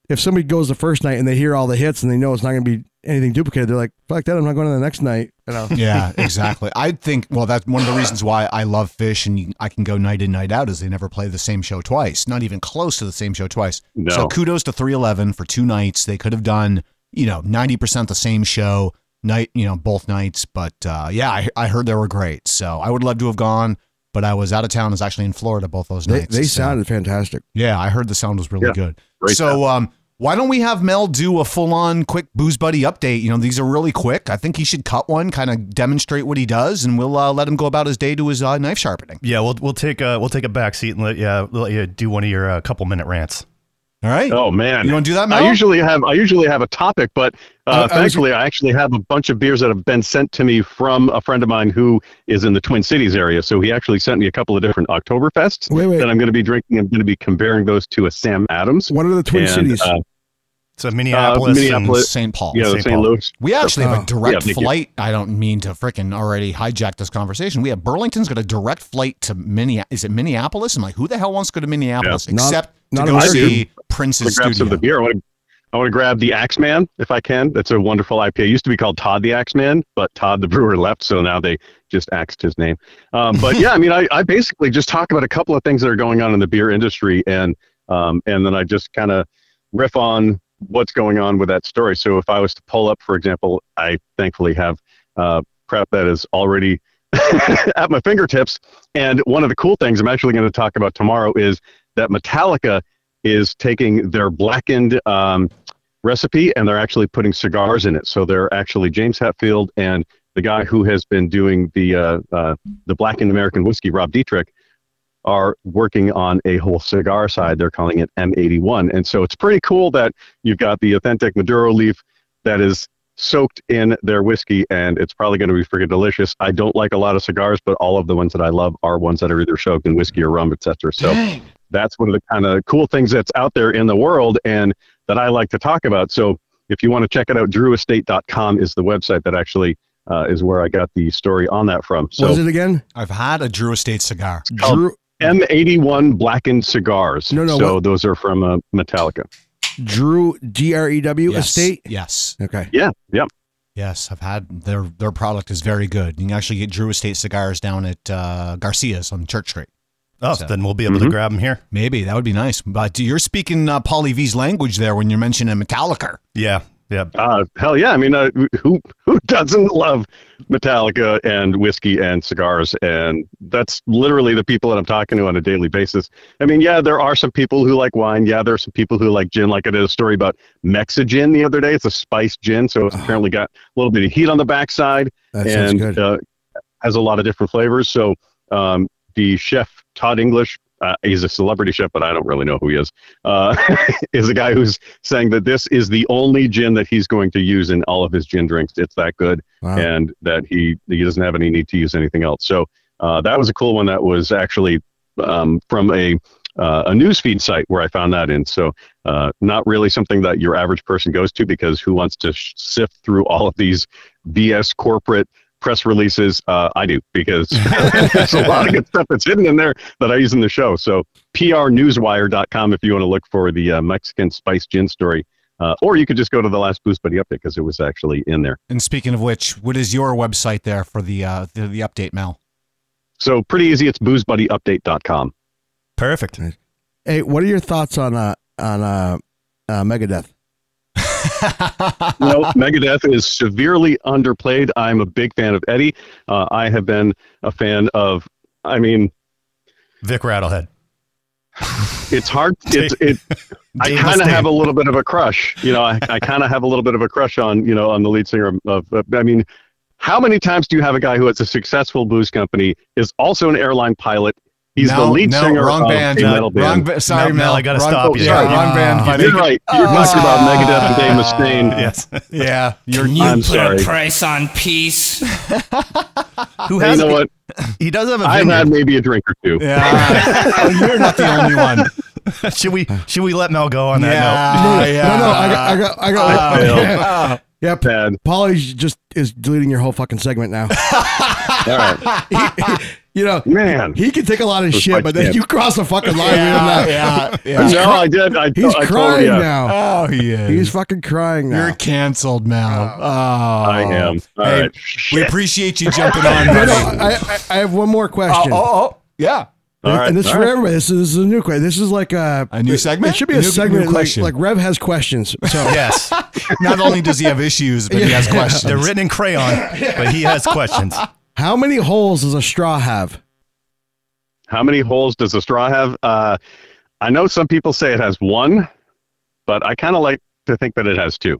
[SPEAKER 1] if somebody goes the first night and they hear all the hits and they know it's not going to be anything duplicated, they're like fuck that, I'm not going to the next night. You know?
[SPEAKER 3] Yeah, exactly. I think, well, that's one of the reasons why I love Fish and you, I can go night in, night out is they never play the same show twice, not even close to the same show twice.
[SPEAKER 7] No.
[SPEAKER 3] So kudos to 311 for two nights. They could have done, you know, 90% the same show night, you know, both nights. But uh, yeah, I, I heard they were great. So I would love to have gone, but I was out of town. I was actually in Florida both those
[SPEAKER 1] they
[SPEAKER 3] nights.
[SPEAKER 1] they
[SPEAKER 3] so-
[SPEAKER 1] sounded fantastic.
[SPEAKER 3] yeah, I heard the sound was really
[SPEAKER 7] Yeah,
[SPEAKER 3] good.
[SPEAKER 7] great
[SPEAKER 3] so, um, why don't we have Mel do a full on quick Booze Buddy update? You know, these are really quick. I think he should cut one, kind of demonstrate what he does, and we'll uh, let him go about his day to his uh, knife sharpening.
[SPEAKER 2] Yeah, we'll we'll take a we'll take a back seat and let yeah let you do one of your uh, couple minute rants.
[SPEAKER 3] All right.
[SPEAKER 7] Oh man,
[SPEAKER 3] You wanna do that, Mel?
[SPEAKER 7] I usually have I usually have a topic, but uh,
[SPEAKER 1] I- I was-
[SPEAKER 7] thankfully I actually have a bunch of beers that have been sent to me from a friend of mine who is in the Twin Cities area. So he actually sent me a couple of different Oktoberfests
[SPEAKER 1] Wait, wait.
[SPEAKER 7] that I'm going to be drinking. I'm going to be comparing those to a Sam Adams.
[SPEAKER 1] What are the Twin
[SPEAKER 7] And,
[SPEAKER 1] Cities?
[SPEAKER 7] uh,
[SPEAKER 2] So Minneapolis,
[SPEAKER 7] Minneapolis-
[SPEAKER 3] St. Paul.
[SPEAKER 7] yeah, the
[SPEAKER 2] St.
[SPEAKER 7] St.
[SPEAKER 2] Paul.
[SPEAKER 7] Louis.
[SPEAKER 3] We actually have
[SPEAKER 1] Oh.
[SPEAKER 3] a direct
[SPEAKER 7] Yeah, thank you.
[SPEAKER 3] flight. I don't mean to frickin' already hijack this conversation. We have Burlington's got a direct flight to Minneapolis. Is it Minneapolis? I'm like, who the hell wants to go to Minneapolis?
[SPEAKER 1] Yeah. Not-
[SPEAKER 3] Except
[SPEAKER 1] not
[SPEAKER 3] to go
[SPEAKER 1] American.
[SPEAKER 3] see
[SPEAKER 7] I
[SPEAKER 3] Prince's
[SPEAKER 7] grab some of
[SPEAKER 3] studio.
[SPEAKER 7] the beer. I want to, I want to grab the Axeman if I can. That's a wonderful IPA. It used to be called Todd the Axeman, but Todd the brewer left, so now they just axed his name. Um, but yeah, I mean, I, I basically just talk about a couple of things that are going on in the beer industry, and um, and then I just kind of riff on what's going on with that story. So if I was to pull up, for example, I thankfully have uh, prep that is already at my fingertips. And one of the cool things I'm actually going to talk about tomorrow is that Metallica is taking their blackened um, recipe and they're actually putting cigars in it. So they're actually James Hetfield and the guy who has been doing the uh, uh, the blackened American whiskey, Rob Dietrich, are working on a whole cigar side. They're calling it M81, and so it's pretty cool that you've got the authentic Maduro leaf that is soaked in their whiskey, and it's probably going to be freaking delicious. I don't like a lot of cigars, but all of the ones that I love are ones that are either soaked in whiskey or rum, etc. So that's one of the kind of cool things that's out there in the world and that I like to talk about. So if you want to check it out, drewestate.com is the website that actually uh, is where I got the story on that from.
[SPEAKER 1] what is
[SPEAKER 7] So
[SPEAKER 1] it again?
[SPEAKER 3] I've had a Drew Estate cigar.
[SPEAKER 7] Oh.
[SPEAKER 1] Drew,
[SPEAKER 7] M81 blackened cigars.
[SPEAKER 1] No, no,
[SPEAKER 7] so
[SPEAKER 1] what-
[SPEAKER 7] those are from uh, Metallica.
[SPEAKER 1] Drew D R E W
[SPEAKER 3] Yes.
[SPEAKER 1] Estate.
[SPEAKER 3] Yes.
[SPEAKER 1] Okay.
[SPEAKER 7] Yeah, yep.
[SPEAKER 3] Yes, I've had their their product is very good. You can actually get Drew Estate cigars down at uh, Garcia's on Church Street.
[SPEAKER 2] Oh,
[SPEAKER 3] So-
[SPEAKER 2] then we'll be able to
[SPEAKER 7] Mhm.
[SPEAKER 2] grab them here.
[SPEAKER 3] Maybe that would be nice. But you're speaking uh, Pauly V's language there when you're mentioning Metallica.
[SPEAKER 2] Yeah, yeah.
[SPEAKER 7] Uh, hell yeah. I mean, uh, who who doesn't love Metallica and whiskey and cigars? And that's literally the people that I'm talking to on a daily basis. I mean, yeah, there are some people who like wine. Yeah, there are some people who like gin. Like I did a story about Mexigin the other day. It's a spiced gin, so it's apparently got a little bit of heat on the backside
[SPEAKER 1] That sounds
[SPEAKER 7] and
[SPEAKER 1] good.
[SPEAKER 7] Uh, has a lot of different flavors. So um, the chef Todd English, uh, he's a celebrity chef, but I don't really know who he is. Uh, is a guy who's saying that this is the only gin that he's going to use in all of his gin drinks. It's that good,
[SPEAKER 1] Wow.
[SPEAKER 7] and that he he doesn't have any need to use anything else. So uh, that was a cool one. That was actually um, from a uh, a newsfeed site where I found that in. So uh, not really something that your average person goes to because who wants to sh- sift through all of these BS corporate press releases? Uh, I do because there's a lot of good stuff that's hidden in there that I use in the show. So prnewswire.com if you want to look for the uh, Mexican spice gin story. Uh, or you could just go to the last Boost Buddy update because it was actually in there.
[SPEAKER 3] And speaking of which, what is your website there for the uh, the, the update, Mel?
[SPEAKER 7] So pretty easy. It's boozebuddyupdate.com.
[SPEAKER 2] Perfect.
[SPEAKER 1] Hey, what are your thoughts on uh on uh, uh Megadeth?
[SPEAKER 7] no, Megadeth is severely underplayed. I'm a big fan of Eddie. Uh, I have been a fan of, I mean,
[SPEAKER 2] Vic Rattlehead.
[SPEAKER 7] it's hard. It's it. I
[SPEAKER 2] Dave
[SPEAKER 7] kind of
[SPEAKER 2] Mustaine.
[SPEAKER 7] have a little bit of a crush. You know, I, I kind of have a little bit of a crush on you know on the lead singer of. of I mean, how many times do you have a guy who has a successful blues company is also an airline pilot? He's
[SPEAKER 3] No,
[SPEAKER 7] the lead
[SPEAKER 3] no,
[SPEAKER 7] singer
[SPEAKER 3] wrong
[SPEAKER 7] of
[SPEAKER 3] band,
[SPEAKER 7] a
[SPEAKER 3] no,
[SPEAKER 7] metal
[SPEAKER 6] Wrong.
[SPEAKER 7] band.
[SPEAKER 6] Ba- sorry,
[SPEAKER 2] Mel,
[SPEAKER 6] Mel.
[SPEAKER 2] I gotta
[SPEAKER 6] wrong,
[SPEAKER 2] stop
[SPEAKER 7] you.
[SPEAKER 6] Sorry,
[SPEAKER 7] Yeah.
[SPEAKER 6] wrong band. buddy.
[SPEAKER 7] You're right. You're talking about Megadeth and Dave Mustaine.
[SPEAKER 2] Yes.
[SPEAKER 6] Yeah, you're
[SPEAKER 5] You
[SPEAKER 7] I'm
[SPEAKER 5] put
[SPEAKER 7] sorry.
[SPEAKER 5] a price on peace.
[SPEAKER 2] Who
[SPEAKER 7] Hey, you
[SPEAKER 2] has?
[SPEAKER 7] know what?
[SPEAKER 2] He does have a
[SPEAKER 7] I've had
[SPEAKER 2] vineyard.
[SPEAKER 7] maybe a drink or two.
[SPEAKER 3] Yeah, you're not the only one.
[SPEAKER 2] should we? Should we let Mel go on that note?
[SPEAKER 3] Yeah, yeah.
[SPEAKER 1] No, no, I got, I got, I got. yeah. Yep.
[SPEAKER 7] Bad.
[SPEAKER 1] Polly's just is deleting your whole fucking segment now.
[SPEAKER 7] All right,
[SPEAKER 1] you know,
[SPEAKER 7] man.
[SPEAKER 1] he can take a lot of
[SPEAKER 7] Looks
[SPEAKER 1] shit,
[SPEAKER 7] like
[SPEAKER 1] but then
[SPEAKER 7] shit.
[SPEAKER 1] you cross the fucking line.
[SPEAKER 3] yeah,
[SPEAKER 1] with him now.
[SPEAKER 3] yeah, yeah.
[SPEAKER 7] no, I did. I,
[SPEAKER 1] He's
[SPEAKER 7] I
[SPEAKER 1] crying
[SPEAKER 7] totally, yeah.
[SPEAKER 1] now.
[SPEAKER 3] Oh, yeah.
[SPEAKER 1] He's fucking crying now.
[SPEAKER 3] You're canceled, Mel. Oh, I
[SPEAKER 7] I am. All
[SPEAKER 3] hey,
[SPEAKER 7] right.
[SPEAKER 3] We
[SPEAKER 7] Shit.
[SPEAKER 3] appreciate you jumping on,
[SPEAKER 1] No,
[SPEAKER 3] buddy.
[SPEAKER 1] no, I, I, I have one more
[SPEAKER 3] oh,
[SPEAKER 1] question.
[SPEAKER 3] oh, oh, yeah.
[SPEAKER 7] All right.
[SPEAKER 1] and this is
[SPEAKER 7] All
[SPEAKER 1] for
[SPEAKER 7] right.
[SPEAKER 1] everybody. This is, this is a new question. This is like a,
[SPEAKER 3] A new
[SPEAKER 1] it-
[SPEAKER 3] segment?
[SPEAKER 1] It should be
[SPEAKER 3] A
[SPEAKER 1] a
[SPEAKER 3] new-
[SPEAKER 1] segment.
[SPEAKER 3] new
[SPEAKER 1] like-
[SPEAKER 3] question.
[SPEAKER 1] Like, Rev has questions. So
[SPEAKER 2] Yes.
[SPEAKER 3] Not only does he have issues, but he has questions.
[SPEAKER 2] They're written in crayon, but he has questions.
[SPEAKER 1] how many holes does a straw have?
[SPEAKER 7] How many holes does a straw have? Uh, I know some people say it has one, but I kind of like to think that it has two.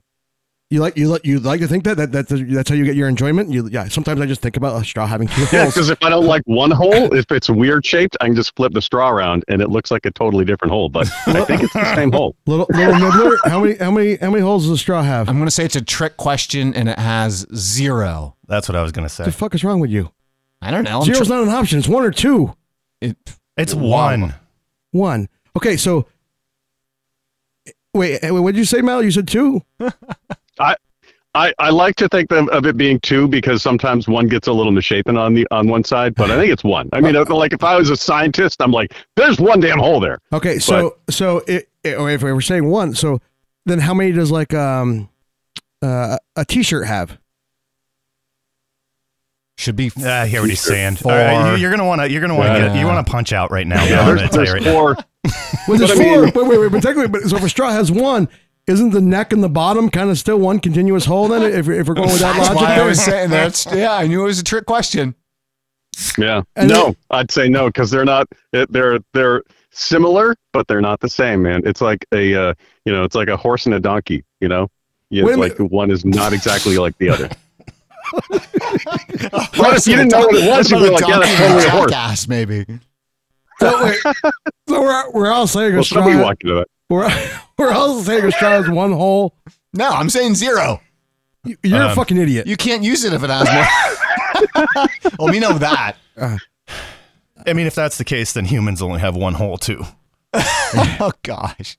[SPEAKER 1] You like you like you like to think that that that's, that's how you get your enjoyment. You yeah. Sometimes I just think about a straw having two
[SPEAKER 7] Yeah,
[SPEAKER 1] holes.
[SPEAKER 7] because if I don't like one hole, if it's weird shaped, I can just flip the straw around and it looks like a totally different hole. But I think it's the same hole.
[SPEAKER 1] little little nibbler. How many how many how many holes does a straw have?
[SPEAKER 3] I'm going to say it's a trick question and it has zero.
[SPEAKER 2] That's what I was gonna
[SPEAKER 1] What the
[SPEAKER 2] say.
[SPEAKER 1] fuck is wrong with you?
[SPEAKER 3] I don't know. I'm
[SPEAKER 1] Zero's
[SPEAKER 3] tr-
[SPEAKER 1] not an option. It's one or two.
[SPEAKER 3] it-
[SPEAKER 2] It's one.
[SPEAKER 1] One. Okay, so wait, eh, what did you say, Mel? You said two.
[SPEAKER 7] I, I like to think of, of it being two because sometimes one gets a little misshapen on the on one side, but I think it's one. I mean, uh, like if I was a scientist, I'm like, there's one damn hole there.
[SPEAKER 1] Okay, so so it, it, or if we were saying one, so then how many does like um uh, a T-shirt have?
[SPEAKER 3] should be.
[SPEAKER 2] Ah, I hear what he's saying.
[SPEAKER 3] Four.
[SPEAKER 2] All right, you, you're gonna wanna you're gonna wanna
[SPEAKER 3] Yeah.
[SPEAKER 2] get you wanna punch out right now.
[SPEAKER 7] Yeah,
[SPEAKER 2] Mel, I'm gonna
[SPEAKER 7] there's,
[SPEAKER 2] tell you
[SPEAKER 7] there's
[SPEAKER 2] right now.
[SPEAKER 7] four.
[SPEAKER 1] Well, there's
[SPEAKER 7] But I
[SPEAKER 1] four.
[SPEAKER 7] mean-
[SPEAKER 1] Wait, wait, wait. But technically, but so if a straw has one, isn't the neck and the bottom kind of still one continuous hole? Then, if, if we're going with that
[SPEAKER 3] That's
[SPEAKER 1] logic,
[SPEAKER 3] why I
[SPEAKER 1] there?
[SPEAKER 3] was saying that's yeah. I knew it was a trick question.
[SPEAKER 7] Yeah.
[SPEAKER 1] And
[SPEAKER 7] no, I'd say no because they're not. it- They're they're similar, but they're not the same, man. It's like a uh, you know, it's like a horse and a donkey. You know, yeah,
[SPEAKER 1] Wait a
[SPEAKER 7] like one is not exactly like the other.
[SPEAKER 3] What
[SPEAKER 7] if you didn't know what it was, you'd be like, yeah, that's totally a horse.
[SPEAKER 3] jackass, maybe.
[SPEAKER 1] so, wait, so we're we're all saying a
[SPEAKER 7] Well,
[SPEAKER 1] straw.
[SPEAKER 7] somebody walked into that.
[SPEAKER 1] We're we're all saying a straw has one hole.
[SPEAKER 3] No, I'm saying zero.
[SPEAKER 1] You- You're a
[SPEAKER 2] Um,
[SPEAKER 1] fucking idiot.
[SPEAKER 3] You can't use it if it has more. well, we know that.
[SPEAKER 2] I mean, if that's the case, then humans only have one hole too.
[SPEAKER 3] Oh gosh,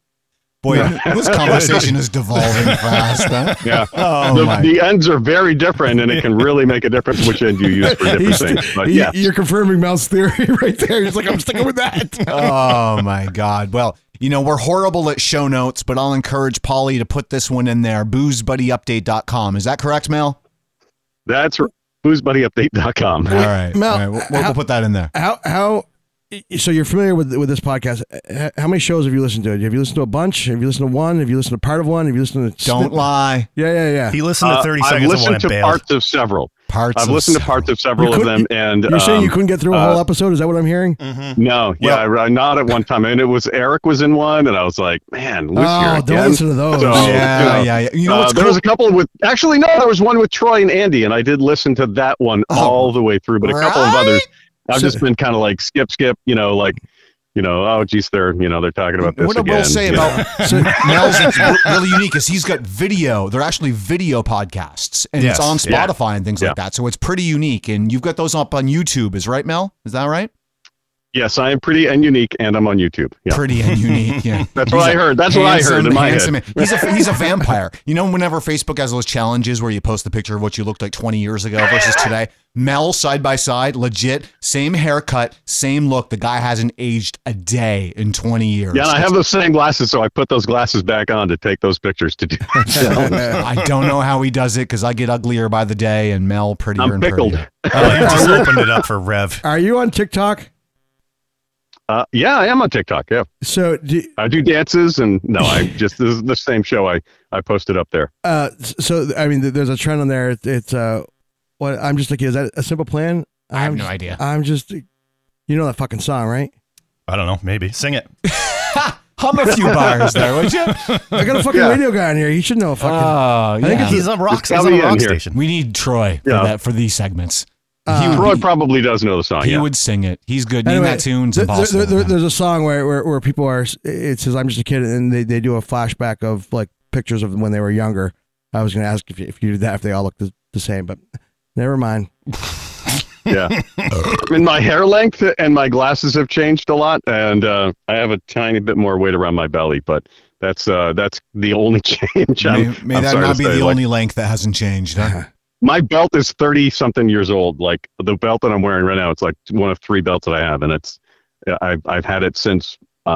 [SPEAKER 3] boy, this conversation is devolving fast. Huh?
[SPEAKER 7] Yeah.
[SPEAKER 3] Oh
[SPEAKER 7] the,
[SPEAKER 3] my.
[SPEAKER 7] the ends are very different, and it can really make a difference which end you use for different
[SPEAKER 1] He's-
[SPEAKER 7] things. But
[SPEAKER 1] he-
[SPEAKER 7] yeah,
[SPEAKER 1] You're confirming Mel's theory right there. He's like, I'm sticking with that.
[SPEAKER 3] Oh my God. Well, you know, we're horrible at show notes, but I'll encourage Polly to put this one in there. BoozeBuddyUpdate.com. Is that correct, Mel?
[SPEAKER 7] that's r- boozebuddyupdate.com.
[SPEAKER 3] All right.
[SPEAKER 1] Mel,
[SPEAKER 3] All right. We'll, we'll,
[SPEAKER 1] how-
[SPEAKER 3] we'll put that in there.
[SPEAKER 1] How how so you're familiar with with this podcast? H- How many shows have you listened to? Have you listened to a bunch? Have you listened to one? Have you listened to part of one? Have you listened to
[SPEAKER 3] Don't lie.
[SPEAKER 1] Yeah, yeah, yeah.
[SPEAKER 2] He listened to 30
[SPEAKER 7] Uh, I've
[SPEAKER 2] seconds of one
[SPEAKER 7] listened
[SPEAKER 2] and
[SPEAKER 7] to
[SPEAKER 2] bailed.
[SPEAKER 7] parts of several.
[SPEAKER 3] Parts.
[SPEAKER 7] I've
[SPEAKER 3] of
[SPEAKER 7] listened to
[SPEAKER 3] several.
[SPEAKER 7] parts of several of
[SPEAKER 1] couldn't-
[SPEAKER 7] them, and
[SPEAKER 1] You're saying you
[SPEAKER 7] um,
[SPEAKER 1] couldn't get through a whole episode? Is that what I'm hearing?
[SPEAKER 2] Mm-hmm.
[SPEAKER 7] No, yeah, I, I not at one time. And it was Eric was in one, and I was like, man, Luke here
[SPEAKER 1] Oh, don't
[SPEAKER 7] again.
[SPEAKER 1] listen to those.
[SPEAKER 7] So,
[SPEAKER 3] Yeah,
[SPEAKER 7] you know,
[SPEAKER 3] yeah, yeah. You know
[SPEAKER 7] uh,
[SPEAKER 3] what's
[SPEAKER 7] there
[SPEAKER 3] cool?
[SPEAKER 7] was a couple with actually no, there was one with Troy and Andy, and I did listen to that one
[SPEAKER 3] Oh,
[SPEAKER 7] all the way through, but a couple of others. I've just been kind of like skip, skip, you know, like, you know, oh, geez, they're you know they're talking about this
[SPEAKER 3] What I
[SPEAKER 7] again.
[SPEAKER 3] will say
[SPEAKER 7] you know.
[SPEAKER 3] about Mel's is really unique is he's got video. They're actually video podcasts, and
[SPEAKER 2] Yes.
[SPEAKER 3] it's on
[SPEAKER 7] Yeah.
[SPEAKER 3] Spotify and things
[SPEAKER 7] Yeah.
[SPEAKER 3] like that. So it's pretty unique. And you've got those up on YouTube, is right, Mel? Is that right?
[SPEAKER 7] yes, I am pretty and unique, and I'm on YouTube. Yeah,
[SPEAKER 3] Pretty and unique. Yeah.
[SPEAKER 7] that's what I heard. That's what I heard in my head.
[SPEAKER 3] handsome man. He's a he's a vampire. You know, whenever Facebook has those challenges where you post the picture of what you looked like 20 years ago versus today, Mel side by side, legit, same haircut, same look. The guy hasn't aged a day in 20 years.
[SPEAKER 7] Yeah, and I have those same glasses, so I put those glasses back on to take those pictures to do.
[SPEAKER 3] I don't know how he does it because I get uglier by the day and Mel prettier
[SPEAKER 7] I'm
[SPEAKER 3] and
[SPEAKER 7] pickled.
[SPEAKER 3] prettier.
[SPEAKER 2] Oh, you just opened it up for Rev.
[SPEAKER 1] Are you on TikTok?
[SPEAKER 7] Uh, yeah, I am on TikTok. Yeah,
[SPEAKER 1] So do,
[SPEAKER 7] I do dances, and no, I just this is the same show I I posted up there.
[SPEAKER 1] uh, so I mean, there's a trend on there. It's, it's uh, what I'm just like, is that a simple plan?
[SPEAKER 3] I have
[SPEAKER 1] I'm
[SPEAKER 3] no
[SPEAKER 1] just-
[SPEAKER 3] idea.
[SPEAKER 1] I'm just, you know that fucking song, right?
[SPEAKER 2] I don't know. Maybe sing it.
[SPEAKER 3] Hum a few bars there, would you?
[SPEAKER 1] I got a fucking
[SPEAKER 7] Yeah.
[SPEAKER 1] radio guy in here. He should know a fucking.
[SPEAKER 3] Oh, yeah.
[SPEAKER 1] I think it's
[SPEAKER 2] He's on rocks. He's
[SPEAKER 7] It's
[SPEAKER 2] on a
[SPEAKER 7] Ellie in
[SPEAKER 2] rock
[SPEAKER 7] here.
[SPEAKER 2] station.
[SPEAKER 3] we need Troy
[SPEAKER 7] Yeah.
[SPEAKER 3] for that for these segments.
[SPEAKER 1] Uh,
[SPEAKER 7] Roy probably does know the song.
[SPEAKER 3] He
[SPEAKER 7] yeah.
[SPEAKER 3] would sing it. He's good. Name that tune's
[SPEAKER 1] there-
[SPEAKER 3] impossible.
[SPEAKER 1] there- there-
[SPEAKER 3] man.
[SPEAKER 1] there's a song where, where where people are. It says, "I'm just a kid," and they, they do a flashback of like pictures of when they were younger. I was going to ask if you, if you did that if they all looked the, the same, but never mind.
[SPEAKER 7] yeah. I mean, my hair length and my glasses have changed a lot, and uh, I have a tiny bit more weight around my belly, but that's uh, that's the only change.
[SPEAKER 3] May,
[SPEAKER 7] I'm,
[SPEAKER 3] may
[SPEAKER 7] I'm
[SPEAKER 3] that
[SPEAKER 7] sorry
[SPEAKER 3] not
[SPEAKER 7] to
[SPEAKER 3] be
[SPEAKER 7] say.
[SPEAKER 3] the
[SPEAKER 7] Like,
[SPEAKER 3] only length that hasn't changed. Huh?
[SPEAKER 7] My belt is thirty something years old. Like the belt that I'm wearing right now, it's like one of three belts that I have, and it's I've I've had it since uh,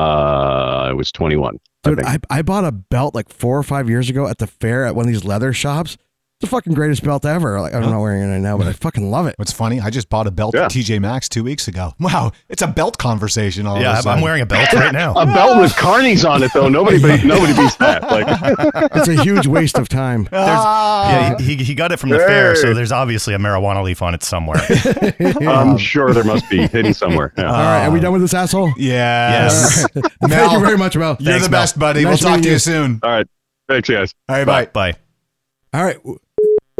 [SPEAKER 7] I was 21.
[SPEAKER 1] Dude,
[SPEAKER 7] think-
[SPEAKER 1] I, I bought a belt like four or five years ago at the fair at one of these leather shops. It's the fucking greatest belt ever. Like I'm not wearing it right now, but I fucking love it.
[SPEAKER 3] What's funny? I just bought a belt
[SPEAKER 7] Yeah.
[SPEAKER 3] at TJ Maxx two weeks ago. Wow, it's a belt conversation. All
[SPEAKER 2] Yeah,
[SPEAKER 3] of
[SPEAKER 2] I'm-
[SPEAKER 3] a
[SPEAKER 2] I'm
[SPEAKER 3] sudden.
[SPEAKER 2] wearing a belt right
[SPEAKER 7] A
[SPEAKER 2] now.
[SPEAKER 3] Ah!
[SPEAKER 7] belt with carnies on it, though. Nobody, nobody beats that. Like,
[SPEAKER 1] It's a huge waste of time.
[SPEAKER 2] Yeah, he, he got it from the fair, so
[SPEAKER 7] Hey.
[SPEAKER 2] there's obviously a marijuana leaf on it somewhere.
[SPEAKER 7] I'm sure there must be hidden somewhere. Yeah.
[SPEAKER 1] Um, All right, are we done with this asshole?
[SPEAKER 3] Yes.
[SPEAKER 1] Thank
[SPEAKER 3] Mel,
[SPEAKER 1] you very much, Mel.
[SPEAKER 3] You're
[SPEAKER 2] Thanks,
[SPEAKER 3] the
[SPEAKER 2] Mel.
[SPEAKER 3] best, buddy.
[SPEAKER 1] Nice
[SPEAKER 3] we'll talk
[SPEAKER 1] meeting
[SPEAKER 3] to
[SPEAKER 1] you.
[SPEAKER 3] you soon.
[SPEAKER 7] All right, thanks, guys.
[SPEAKER 3] All right, bye.
[SPEAKER 2] Bye.
[SPEAKER 1] All right, w-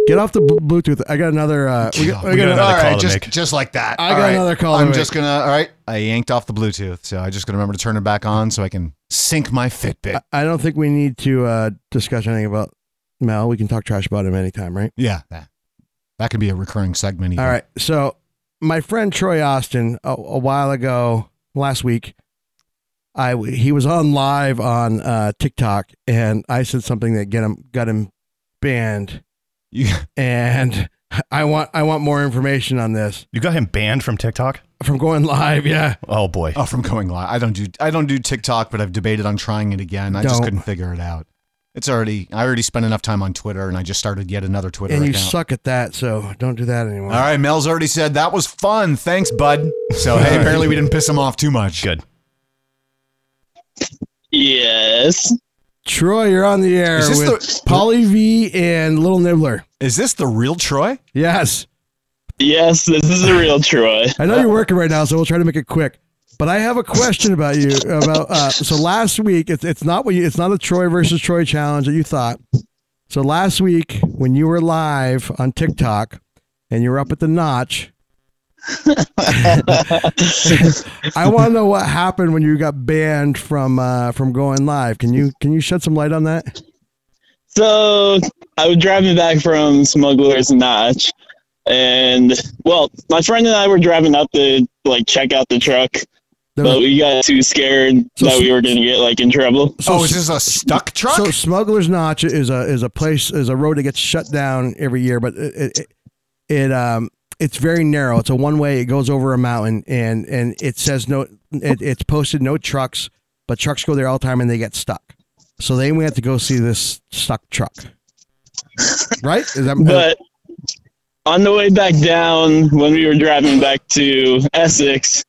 [SPEAKER 1] get off the bl- Bluetooth. I got another. Uh, we got,
[SPEAKER 3] God,
[SPEAKER 1] we got another.
[SPEAKER 2] got another
[SPEAKER 3] all
[SPEAKER 2] call to
[SPEAKER 3] right, just
[SPEAKER 2] make.
[SPEAKER 3] just like that.
[SPEAKER 1] I got
[SPEAKER 3] All right.
[SPEAKER 1] another call to
[SPEAKER 3] I'm
[SPEAKER 1] make.
[SPEAKER 3] just gonna. All right, I yanked off the Bluetooth, so I just gotta remember to turn it back on so I can sync my Fitbit.
[SPEAKER 1] I don't think we need to uh, discuss anything about Mel. We can talk trash about him anytime, right?
[SPEAKER 3] yeah, that, that could be a recurring segment. even.
[SPEAKER 1] All right. So my friend Troy Austin, a, a while ago, last week, I w- he was on live on uh, TikTok, and I said something that get him got him banned,
[SPEAKER 3] You-
[SPEAKER 1] and I want I want more information on this
[SPEAKER 2] You got him banned from TikTok?
[SPEAKER 1] from going live. Yeah,
[SPEAKER 2] Oh boy.
[SPEAKER 3] oh, from going live. I don't do I don't do TikTok, but I've debated on trying it again. I just
[SPEAKER 1] Don't.
[SPEAKER 3] couldn't figure it out. It's already I already spent enough time on Twitter, and I just started yet another Twitter
[SPEAKER 1] and you
[SPEAKER 3] account.
[SPEAKER 1] suck at that, so don't do that anymore.
[SPEAKER 3] all right, Mel's already said that was fun. Thanks, bud. So hey, apparently we didn't piss him off too much.
[SPEAKER 2] Good.
[SPEAKER 6] Yes.
[SPEAKER 1] Troy, you're on the air
[SPEAKER 3] Is this
[SPEAKER 1] with
[SPEAKER 3] the-
[SPEAKER 1] Polly V and Little Nibbler.
[SPEAKER 3] Is this the real Troy?
[SPEAKER 1] Yes.
[SPEAKER 6] Yes, this is a real Troy.
[SPEAKER 1] I know you're working right now, so we'll try to make it quick. But I have a question about you. About uh, so last week, it's it's not what you, it's not a Troy versus Troy challenge that you thought. So last week, when you were live on TikTok and you were up at the notch, I want to know what happened when you got banned from uh, from going live. Can you can you shed some light on that?
[SPEAKER 6] So I was driving back from Smuggler's Notch, and well, my friend and I were driving up to like check out the truck,
[SPEAKER 1] There
[SPEAKER 6] but
[SPEAKER 1] was-
[SPEAKER 6] we got too scared
[SPEAKER 1] So
[SPEAKER 6] that we
[SPEAKER 1] sm-
[SPEAKER 6] were gonna get like in trouble.
[SPEAKER 1] so
[SPEAKER 3] oh, is this a stuck truck?
[SPEAKER 1] So Smuggler's Notch is a is a place is a road that gets shut down every year, but it it, it, it um it's very narrow. It's a one way. It goes over a mountain, and and it says no. It, it's posted no trucks, but trucks go there all the time, and they get stuck. So they went to go see this stuck truck. Right? Is that
[SPEAKER 6] But on the way back down, when we were driving back to Essex,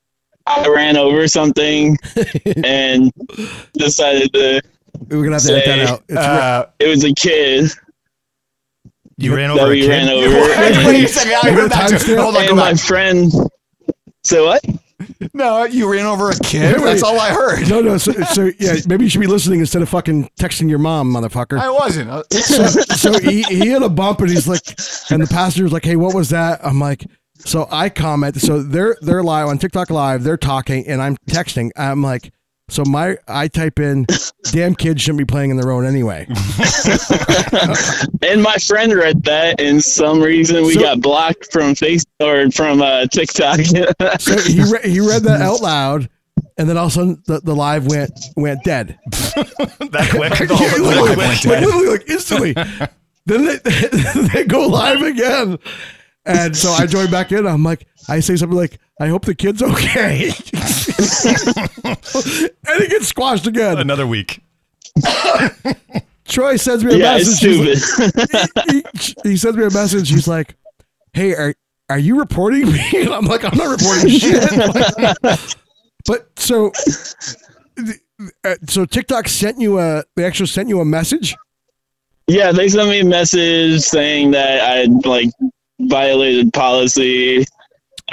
[SPEAKER 6] I ran over something and decided to.
[SPEAKER 1] we're gonna have to edit that out. It's re-
[SPEAKER 3] Uh,
[SPEAKER 6] It was a kid
[SPEAKER 2] You ran
[SPEAKER 6] that
[SPEAKER 2] over a
[SPEAKER 6] we
[SPEAKER 2] kid?
[SPEAKER 6] ran over.
[SPEAKER 3] wait, wait a second. I
[SPEAKER 1] You
[SPEAKER 3] heard
[SPEAKER 1] got
[SPEAKER 3] that
[SPEAKER 1] timestamp?
[SPEAKER 3] too. Hold on, go
[SPEAKER 6] and my
[SPEAKER 3] back.
[SPEAKER 6] friend. So what?
[SPEAKER 3] No, you ran over a kid.
[SPEAKER 1] Wait,
[SPEAKER 3] That's
[SPEAKER 1] wait.
[SPEAKER 3] all I heard.
[SPEAKER 1] no, no. So, so yeah, maybe you should be listening instead of fucking texting your mom, motherfucker.
[SPEAKER 3] I wasn't. Uh,
[SPEAKER 1] so he, he had a bump and he's like and the passenger's like hey what was that i'm like so i comment so they're they're live on tiktok live they're talking and i'm texting i'm like so my i type in damn kids shouldn't be playing in the road anyway
[SPEAKER 6] And my friend read that, and some reason we
[SPEAKER 1] So-
[SPEAKER 6] got blocked from Facebook or from uh, TikTok.
[SPEAKER 1] so he, re- he read that out loud and then all of a sudden the, the live went went dead
[SPEAKER 2] that quick?
[SPEAKER 1] Yeah, literally, like, literally, like, instantly. then they, they go live again. And so I join back in. I'm like, I say something like, I hope the kid's okay. and it gets squashed again.
[SPEAKER 2] Another week.
[SPEAKER 1] Troy sends me a
[SPEAKER 6] yeah, it's
[SPEAKER 1] message. He's
[SPEAKER 6] stupid.
[SPEAKER 1] like- he, he sends me a message. He's like, Hey, are are you reporting me? And I'm like, I'm not reporting shit. but so, uh, so TikTok sent you a, they actually sent you a message.
[SPEAKER 6] yeah, they sent me a message saying that I like violated policy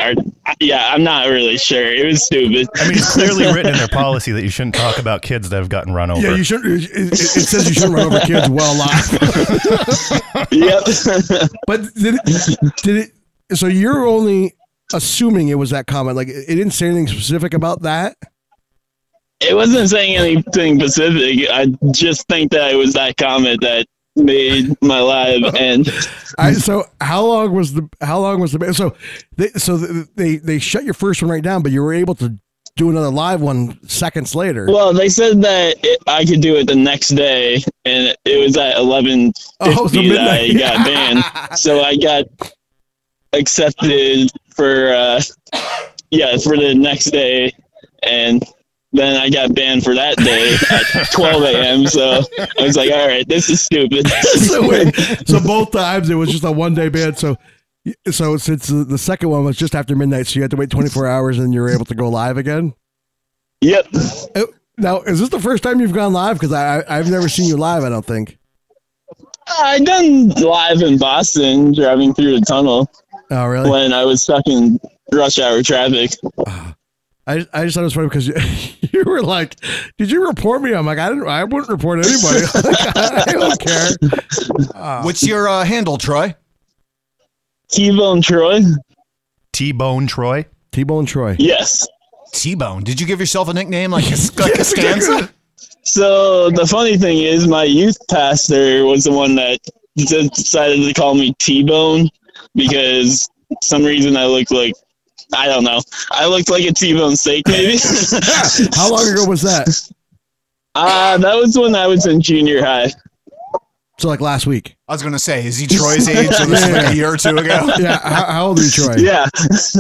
[SPEAKER 6] Or, yeah, I'm not really sure. It was stupid.
[SPEAKER 2] I mean, it's clearly written in their policy that you shouldn't talk about kids that have gotten run over.
[SPEAKER 1] Yeah, you should. It, it, it says you shouldn't run over kids while alive.
[SPEAKER 6] yep.
[SPEAKER 1] But did it, did it? So you're only assuming it was that comment. Like it it didn't say anything specific about that.
[SPEAKER 6] it wasn't saying anything specific. I just think that it was that comment that made my live and
[SPEAKER 1] I, so how long was the how long was the so they so they they shut your first one right down, but you were able to do another live one seconds later.
[SPEAKER 6] well they said that it, i could do it the next day and it was at 11
[SPEAKER 1] Oh, so
[SPEAKER 6] that i
[SPEAKER 1] midnight.
[SPEAKER 6] got banned so i got accepted for uh yeah for the next day and then i got banned for that day at 12 a.m so i was like all right this is stupid
[SPEAKER 1] so, wait, so both times it was just a one day ban. So so since the the second one was just after midnight, so you had to wait 24 hours and you were able to go live again.
[SPEAKER 6] yep
[SPEAKER 1] Uh, Now, is this the first time you've gone live? Because I, I I've never seen you live. I don't think.
[SPEAKER 6] i done live in boston driving through the tunnel
[SPEAKER 1] Oh really?
[SPEAKER 6] when i was stuck in rush hour traffic
[SPEAKER 1] I, I just thought it was funny because you, you were like, "Did you report me?" I'm like, "I didn't. I wouldn't report anybody. Like, I, don't care."
[SPEAKER 3] What's your uh, handle, Troy?
[SPEAKER 6] t-bone troy
[SPEAKER 2] T Bone Troy.
[SPEAKER 1] T-Bone Troy.
[SPEAKER 6] Yes.
[SPEAKER 3] T Bone. Did you give yourself a nickname like, like Costanza?
[SPEAKER 6] So the funny thing is, my youth pastor was the one that d- decided to call me T Bone because some reason I looked like I don't know. I looked like a T Bone steak, maybe.
[SPEAKER 1] How long ago was that?
[SPEAKER 6] uh, that was when I was in junior high.
[SPEAKER 1] So like last week.
[SPEAKER 3] I was going to say, is he Troy's age? So this is like a year or two ago.
[SPEAKER 1] Yeah. How, how old are you, Troy?
[SPEAKER 6] Yeah,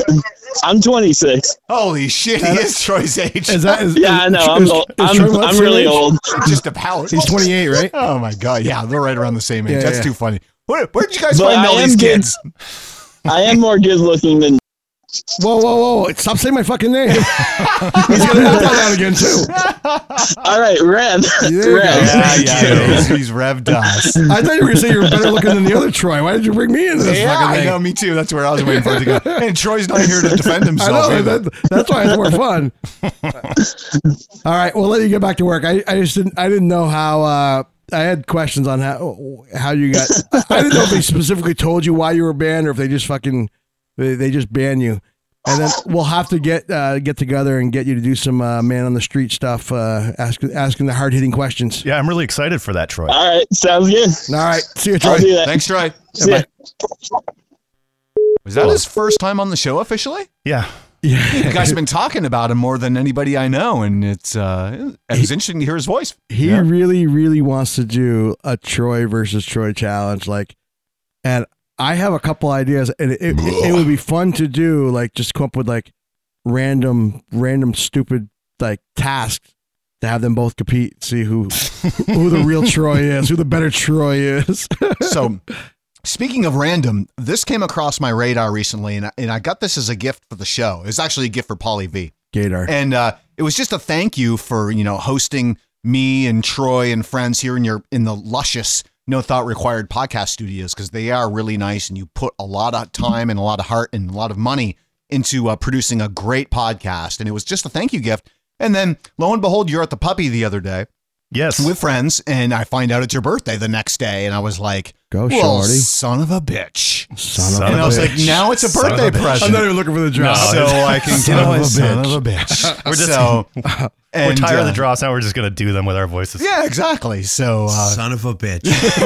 [SPEAKER 6] I'm 26.
[SPEAKER 3] Holy shit, he is Troy's age.
[SPEAKER 1] Is that? Is,
[SPEAKER 6] Yeah, I know. I'm
[SPEAKER 1] is-
[SPEAKER 6] old.
[SPEAKER 1] is
[SPEAKER 6] I'm,
[SPEAKER 1] Troy Lutz
[SPEAKER 6] I'm
[SPEAKER 1] your
[SPEAKER 6] really
[SPEAKER 1] age?
[SPEAKER 6] old.
[SPEAKER 3] Just a palate.
[SPEAKER 1] He's 28, right?
[SPEAKER 3] Oh my god, yeah, they're right around the same age.
[SPEAKER 1] Yeah,
[SPEAKER 3] That's
[SPEAKER 1] yeah.
[SPEAKER 3] too funny. Where, where did you guys
[SPEAKER 6] But
[SPEAKER 3] find
[SPEAKER 6] I
[SPEAKER 3] all
[SPEAKER 6] am
[SPEAKER 3] these
[SPEAKER 6] good.
[SPEAKER 3] kids?
[SPEAKER 6] I am more good looking than
[SPEAKER 1] Whoa, whoa, whoa! Stop saying my fucking name. He's gonna have that out again too.
[SPEAKER 6] all right, Rev.
[SPEAKER 1] you go.
[SPEAKER 6] Rev.
[SPEAKER 3] Yeah, yeah, he's, he's revved us.
[SPEAKER 1] I thought you were gonna say you were better looking than the other Troy. Why did you bring me into this
[SPEAKER 3] Yeah,
[SPEAKER 1] fucking
[SPEAKER 3] I
[SPEAKER 1] thing?
[SPEAKER 3] know, me too. That's where I was waiting for it to go. And Troy's not here to defend
[SPEAKER 1] I
[SPEAKER 3] himself.
[SPEAKER 1] know
[SPEAKER 3] either.
[SPEAKER 1] that, that's why it's more fun. All right, we'll let you get back to work. I, I just didn't I didn't know how uh, I had questions on how how you got. I didn't know if they specifically told you why you were banned or if they just fucking they, they just ban you. And then we'll have to get uh, get together and get you to do some uh, man on the street stuff, uh, ask, asking the hard hitting questions.
[SPEAKER 2] Yeah, I'm really excited for that, Troy.
[SPEAKER 3] Uh,
[SPEAKER 6] All right, sounds good.
[SPEAKER 1] All right, see you,
[SPEAKER 6] I'll
[SPEAKER 1] Troy.
[SPEAKER 6] do that.
[SPEAKER 3] Thanks, Troy.
[SPEAKER 6] See ya.
[SPEAKER 3] Was that his first time on the show officially?
[SPEAKER 2] Yeah.
[SPEAKER 3] You guys have been talking about him more than anybody I know, and it's uh, it was interesting to hear his voice.
[SPEAKER 1] He
[SPEAKER 3] Yeah.
[SPEAKER 1] really, really wants to do a Troy versus Troy challenge. Like, and I have a couple ideas, and it, it, it would be fun to do. Like, just come up with like random, random, stupid like tasks to have them both compete, see who who the real Troy is, who the better Troy is.
[SPEAKER 3] so speaking of random, this came across my radar recently, and I, and I got this as a gift for the show. It's actually a gift for Polly V,
[SPEAKER 1] Gator.
[SPEAKER 3] and uh, it was just a thank you for you know hosting me and Troy and friends here in your in the luscious No Thought Required podcast studios because they are really nice, and you put a lot of time and a lot of heart and a lot of money into uh, producing a great podcast, and it was just a thank you gift. And then lo and behold, you're at the puppy the other day
[SPEAKER 2] Yes.
[SPEAKER 3] with friends, and I find out it's your birthday the next day, and I was like,
[SPEAKER 1] Go,
[SPEAKER 3] well,
[SPEAKER 1] shorty.
[SPEAKER 3] son of a bitch!"
[SPEAKER 1] Son,
[SPEAKER 2] Son
[SPEAKER 1] of
[SPEAKER 3] and
[SPEAKER 1] a
[SPEAKER 3] I was
[SPEAKER 1] bitch.
[SPEAKER 3] like, "Now it's a
[SPEAKER 2] Son of
[SPEAKER 3] birthday
[SPEAKER 2] a
[SPEAKER 1] I'm
[SPEAKER 2] bitch.
[SPEAKER 1] not
[SPEAKER 3] present,
[SPEAKER 1] even looking for the job.
[SPEAKER 3] so I can
[SPEAKER 2] Son
[SPEAKER 3] get
[SPEAKER 2] of
[SPEAKER 3] a
[SPEAKER 2] a
[SPEAKER 3] son of a
[SPEAKER 2] bitch.
[SPEAKER 3] bitch."
[SPEAKER 2] We're just-
[SPEAKER 3] so,
[SPEAKER 2] We're
[SPEAKER 3] and,
[SPEAKER 2] tired of
[SPEAKER 3] uh,
[SPEAKER 2] the draws. Now we're just going to do them with our voices.
[SPEAKER 3] Yeah, exactly. So, uh,
[SPEAKER 8] Son of a bitch.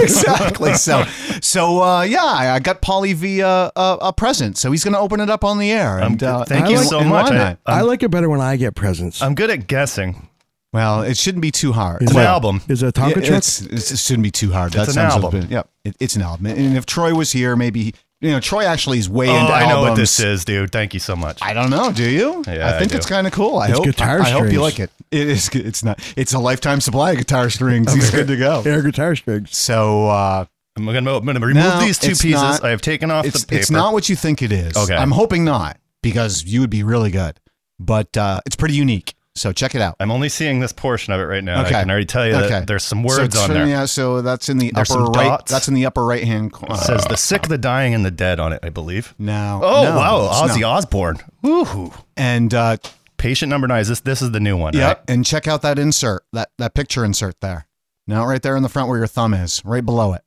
[SPEAKER 3] exactly. So, so uh, yeah, I I got Polly V uh, a, a present, so he's going to open it up on the air.
[SPEAKER 2] I'm
[SPEAKER 3] And
[SPEAKER 2] good.
[SPEAKER 3] uh,
[SPEAKER 2] Thank
[SPEAKER 1] you
[SPEAKER 3] and-
[SPEAKER 2] so
[SPEAKER 3] and
[SPEAKER 2] much.
[SPEAKER 3] why
[SPEAKER 2] I- uh,
[SPEAKER 3] not?
[SPEAKER 1] I like it better when I get presents.
[SPEAKER 2] I'm good at guessing.
[SPEAKER 3] well, it shouldn't be too hard.
[SPEAKER 2] It's
[SPEAKER 1] Yeah.
[SPEAKER 2] an album.
[SPEAKER 1] is it a
[SPEAKER 3] Yeah,
[SPEAKER 1] Tonka truck?
[SPEAKER 3] it's, it's, it shouldn't be too hard. That
[SPEAKER 2] It's an
[SPEAKER 3] sounds a
[SPEAKER 2] album.
[SPEAKER 3] bit- yeah, it- it's an album. And if Troy was here, maybe he- you know Troy actually is way
[SPEAKER 2] Oh,
[SPEAKER 3] into
[SPEAKER 2] I know
[SPEAKER 3] albums.
[SPEAKER 2] what this is, dude. Thank you so much.
[SPEAKER 3] I don't know. Do you?
[SPEAKER 2] Yeah,
[SPEAKER 3] I think
[SPEAKER 2] I
[SPEAKER 3] it's
[SPEAKER 2] do.
[SPEAKER 3] kind of cool. I
[SPEAKER 1] It's
[SPEAKER 3] hope.
[SPEAKER 1] guitar
[SPEAKER 3] I, I hope
[SPEAKER 1] strings.
[SPEAKER 3] you like it. It is. g- It's not. It's a lifetime supply of guitar strings. He's good to go.
[SPEAKER 1] Air guitar strings.
[SPEAKER 3] So uh,
[SPEAKER 2] I'm going to remove
[SPEAKER 3] No,
[SPEAKER 2] these two
[SPEAKER 3] it's
[SPEAKER 2] pieces.
[SPEAKER 3] not.
[SPEAKER 2] I have taken off
[SPEAKER 3] it's
[SPEAKER 2] the paper.
[SPEAKER 3] it's not what you think it is.
[SPEAKER 2] Okay.
[SPEAKER 3] I'm hoping not because you would be really good. But uh, it's pretty unique. So check it out.
[SPEAKER 2] I'm only seeing this portion of it right now.
[SPEAKER 3] Okay.
[SPEAKER 2] I can already tell you
[SPEAKER 3] Okay.
[SPEAKER 2] that there's some
[SPEAKER 3] so
[SPEAKER 2] words
[SPEAKER 3] it's
[SPEAKER 2] on
[SPEAKER 3] from-
[SPEAKER 2] there.
[SPEAKER 3] Yeah, so that's in the
[SPEAKER 2] There's
[SPEAKER 3] upper
[SPEAKER 2] some
[SPEAKER 3] right.
[SPEAKER 2] dots.
[SPEAKER 3] That's in the upper right hand corner.
[SPEAKER 2] It says the sick, the dying, and the dead on it, I believe.
[SPEAKER 3] no.
[SPEAKER 2] Oh
[SPEAKER 3] no,
[SPEAKER 2] wow,
[SPEAKER 3] it's
[SPEAKER 2] Ozzy
[SPEAKER 3] not.
[SPEAKER 2] Osbourne. Woohoo.
[SPEAKER 3] And uh,
[SPEAKER 2] Patient number nine. Is this this is the new one?
[SPEAKER 3] Yep. And check out that insert, that, that picture insert there. Now, right there in the front where your thumb is, right below it.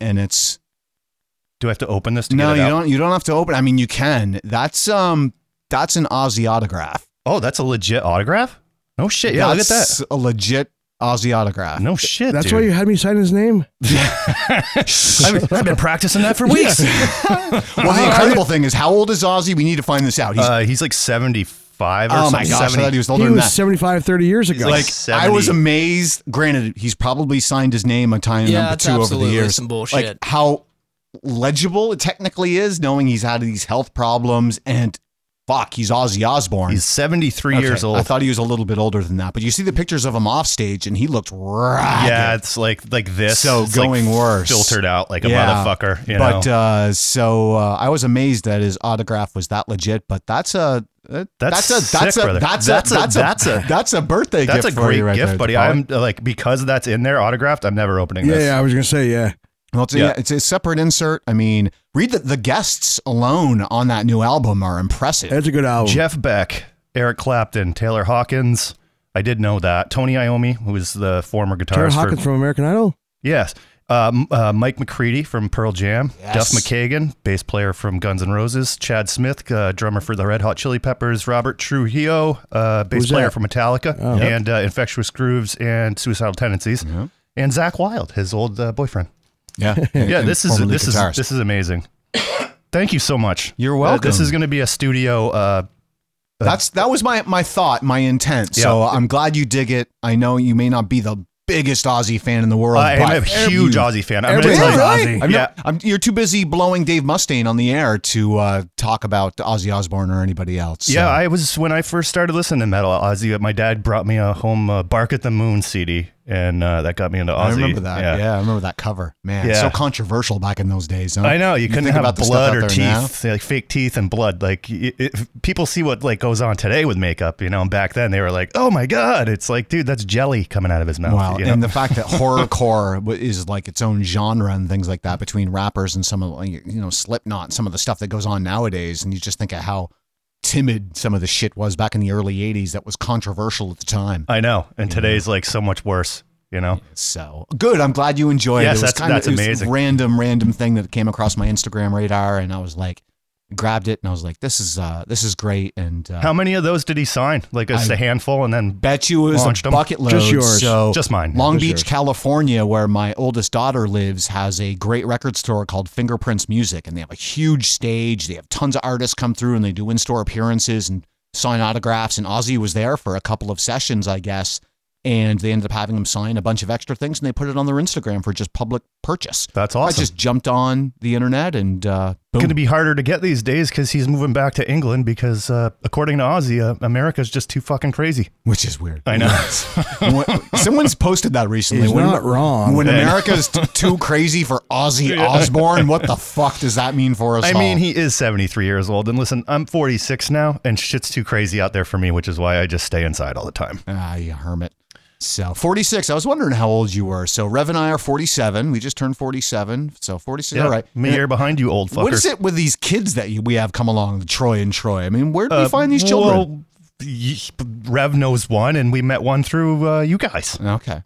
[SPEAKER 3] And it's
[SPEAKER 2] Do I have to open this to
[SPEAKER 3] no,
[SPEAKER 2] get it
[SPEAKER 3] you
[SPEAKER 2] out?
[SPEAKER 3] don't. You don't have to open. I mean, you can. That's um, that's an Aussie autograph.
[SPEAKER 2] Oh, that's a legit autograph? No shit. Yeah, look at
[SPEAKER 3] That's A legit Aussie autograph.
[SPEAKER 2] that. No shit.
[SPEAKER 1] That's
[SPEAKER 2] dude.
[SPEAKER 1] why you had me sign his name.
[SPEAKER 2] I've, I've been practicing that for weeks.
[SPEAKER 3] Well, the incredible thing is, how old is Ozzy? We need to find this out. He's,
[SPEAKER 2] Uh, he's like 75 or
[SPEAKER 3] oh
[SPEAKER 2] something.
[SPEAKER 3] my gosh, I
[SPEAKER 2] 70.
[SPEAKER 3] thought he was older
[SPEAKER 1] He
[SPEAKER 3] than
[SPEAKER 1] was
[SPEAKER 3] that.
[SPEAKER 1] 75, 30 years ago.
[SPEAKER 2] like-
[SPEAKER 3] like I
[SPEAKER 2] 70.
[SPEAKER 3] was amazed. Granted, he's probably signed his name on tie
[SPEAKER 8] Yeah,
[SPEAKER 3] number
[SPEAKER 8] it's
[SPEAKER 3] two over the
[SPEAKER 8] absolutely
[SPEAKER 3] years.
[SPEAKER 8] some
[SPEAKER 3] Like
[SPEAKER 8] bullshit.
[SPEAKER 3] how legible it technically is, knowing he's had these health problems and fuck, he's Ozzy Osbourne.
[SPEAKER 2] He's 73
[SPEAKER 3] Okay,
[SPEAKER 2] years
[SPEAKER 3] I
[SPEAKER 2] old.
[SPEAKER 3] thought he was a little bit older than that, but you see the pictures of him off stage, and he looked ragged.
[SPEAKER 2] Yeah, it's like like this.
[SPEAKER 3] So
[SPEAKER 2] It's like
[SPEAKER 3] going worse.
[SPEAKER 2] Filtered out like a
[SPEAKER 3] Yeah.
[SPEAKER 2] motherfucker. You
[SPEAKER 3] but
[SPEAKER 2] know?
[SPEAKER 3] uh, so uh, I was amazed that his autograph was that legit. But that's a uh,
[SPEAKER 2] That's
[SPEAKER 3] that's, a that's
[SPEAKER 2] sick,
[SPEAKER 3] a
[SPEAKER 2] brother.
[SPEAKER 3] that's,
[SPEAKER 2] That's
[SPEAKER 3] a,
[SPEAKER 2] a-
[SPEAKER 3] that's a
[SPEAKER 2] that's a-
[SPEAKER 3] that's a birthday
[SPEAKER 2] that's a
[SPEAKER 3] gift. for
[SPEAKER 2] great
[SPEAKER 3] you right
[SPEAKER 2] gift,
[SPEAKER 3] there,
[SPEAKER 2] buddy.
[SPEAKER 3] Jabari.
[SPEAKER 2] I'm uh, like because that's in there autographed. I'm never opening
[SPEAKER 1] yeah,
[SPEAKER 2] this.
[SPEAKER 1] yeah, I was gonna say yeah.
[SPEAKER 3] Well, it's,
[SPEAKER 2] Yeah.
[SPEAKER 3] yeah, it's a separate insert. I mean, read the, the guests alone on that new album are impressive.
[SPEAKER 1] That's a good album.
[SPEAKER 2] Jeff Beck, Eric Clapton, Taylor Hawkins. I did know that. Tony Iommi, who is the former
[SPEAKER 1] Tara
[SPEAKER 2] guitarist for
[SPEAKER 1] Hawkins from American Idol.
[SPEAKER 2] Yes. Uh, M- uh, Mike McCready from Pearl Jam,
[SPEAKER 3] Yes.
[SPEAKER 2] Duff McKagan, bass player from Guns N' Roses, Chad Smith, uh, drummer for the Red Hot Chili Peppers, Robert Trujillo, uh, bass
[SPEAKER 1] Who's
[SPEAKER 2] player
[SPEAKER 1] that? Oh.
[SPEAKER 2] from Metallica, and uh, Infectious Grooves and Suicidal Tendencies, and Zach Wild, his old uh, boyfriend.
[SPEAKER 3] Yeah,
[SPEAKER 2] Yeah, this is
[SPEAKER 3] Formerly
[SPEAKER 2] this is
[SPEAKER 3] guitarist.
[SPEAKER 2] this is amazing. Thank you so much.
[SPEAKER 3] You're
[SPEAKER 2] Uh, this
[SPEAKER 3] welcome.
[SPEAKER 2] is going to be a studio. Uh,
[SPEAKER 3] that's that was my my thought, my intent. So I'm glad you dig it. I know you may not be the biggest Aussie fan in the world.
[SPEAKER 2] I am
[SPEAKER 3] but
[SPEAKER 2] a huge
[SPEAKER 3] you-
[SPEAKER 2] Ozzy fan. I'm going to
[SPEAKER 1] Everybody's
[SPEAKER 2] tell you,
[SPEAKER 1] really?
[SPEAKER 2] Ozzy.
[SPEAKER 3] I'm
[SPEAKER 2] yeah,
[SPEAKER 3] not- I'm- you're too busy blowing Dave Mustaine on the air to uh, talk about Ozzy Osbourne or anybody else.
[SPEAKER 2] Yeah,
[SPEAKER 3] So-
[SPEAKER 2] I was when I first started listening to metal Ozzy. uh, My dad brought me a home uh, "Bark at the Moon" CD, and uh, that got me into Ozzy.
[SPEAKER 3] I remember that. Yeah. I remember that cover. Man,
[SPEAKER 2] Yeah.
[SPEAKER 3] so controversial back in those days. Huh?
[SPEAKER 2] I know you, couldn't
[SPEAKER 3] think
[SPEAKER 2] have
[SPEAKER 3] about the stuff
[SPEAKER 2] blood
[SPEAKER 3] out
[SPEAKER 2] or
[SPEAKER 3] there now.
[SPEAKER 2] teeth, like fake teeth and blood. Like y it, people see what like goes on today with makeup, you know. And back then they were like, "Oh my god!" It's like, dude, that's jelly coming out of his mouth.
[SPEAKER 3] Wow,
[SPEAKER 2] you know?
[SPEAKER 3] and the fact that horrorcore w- is like its own genre and things like that between rappers and some of like, you know Slipknot, and some of the stuff that goes on nowadays, and you just think of how timid some of the shit was back in the early '80s that was controversial at the time.
[SPEAKER 2] I know. And today's like so much worse, you know.
[SPEAKER 3] So good, I'm glad you enjoyed
[SPEAKER 2] Yes,
[SPEAKER 3] it. it
[SPEAKER 2] that's- that's
[SPEAKER 3] it was
[SPEAKER 2] amazing.
[SPEAKER 3] Random, random thing that came across my Instagram radar, and I was like, grabbed it, and I was like, this is uh, this is great, and uh,
[SPEAKER 2] How many of those did he sign? Like just a handful, and then
[SPEAKER 3] bet you it was
[SPEAKER 2] Launched
[SPEAKER 3] a
[SPEAKER 2] 'em.
[SPEAKER 3] bucket load.
[SPEAKER 1] Just yours.
[SPEAKER 3] So
[SPEAKER 2] just mine.
[SPEAKER 3] Long Beach, California, where my oldest daughter lives, has a great record store called Fingerprints Music, and they have a huge stage. They have tons of artists come through, and they do in-store appearances and sign autographs. And Ozzy was there for a couple of sessions, I guess, and they ended up having him sign a bunch of extra things, and they put it on their Instagram for just public purchase.
[SPEAKER 2] That's
[SPEAKER 3] I
[SPEAKER 2] awesome.
[SPEAKER 3] just jumped on the internet and uh, boom.
[SPEAKER 2] going to be harder to get these days because he's moving back to England because, uh, according to Ozzy, uh, America's just too fucking crazy.
[SPEAKER 3] which is weird.
[SPEAKER 2] I know.
[SPEAKER 3] What- Someone's posted that recently.
[SPEAKER 1] He's not wrong.
[SPEAKER 3] When America's t- too crazy for Ozzy Osbourne, what the fuck does that mean for us
[SPEAKER 2] I
[SPEAKER 3] all?
[SPEAKER 2] mean, he is 73 years old. And listen, I'm 46 now, and shit's too crazy out there for me, which is why I just stay inside all the time.
[SPEAKER 3] ah, you hermit. So 46. I was wondering how old you were. So Rev and I are 47. We just turned 47. So 46. all right.
[SPEAKER 2] Me year behind you, old fucker.
[SPEAKER 3] What is it with these kids that you, we have come along, Troy and Troy? I mean, where do
[SPEAKER 2] Uh,
[SPEAKER 3] we find these children?
[SPEAKER 2] Well, y- Rev knows one, and we met one through uh, you guys.
[SPEAKER 3] Okay.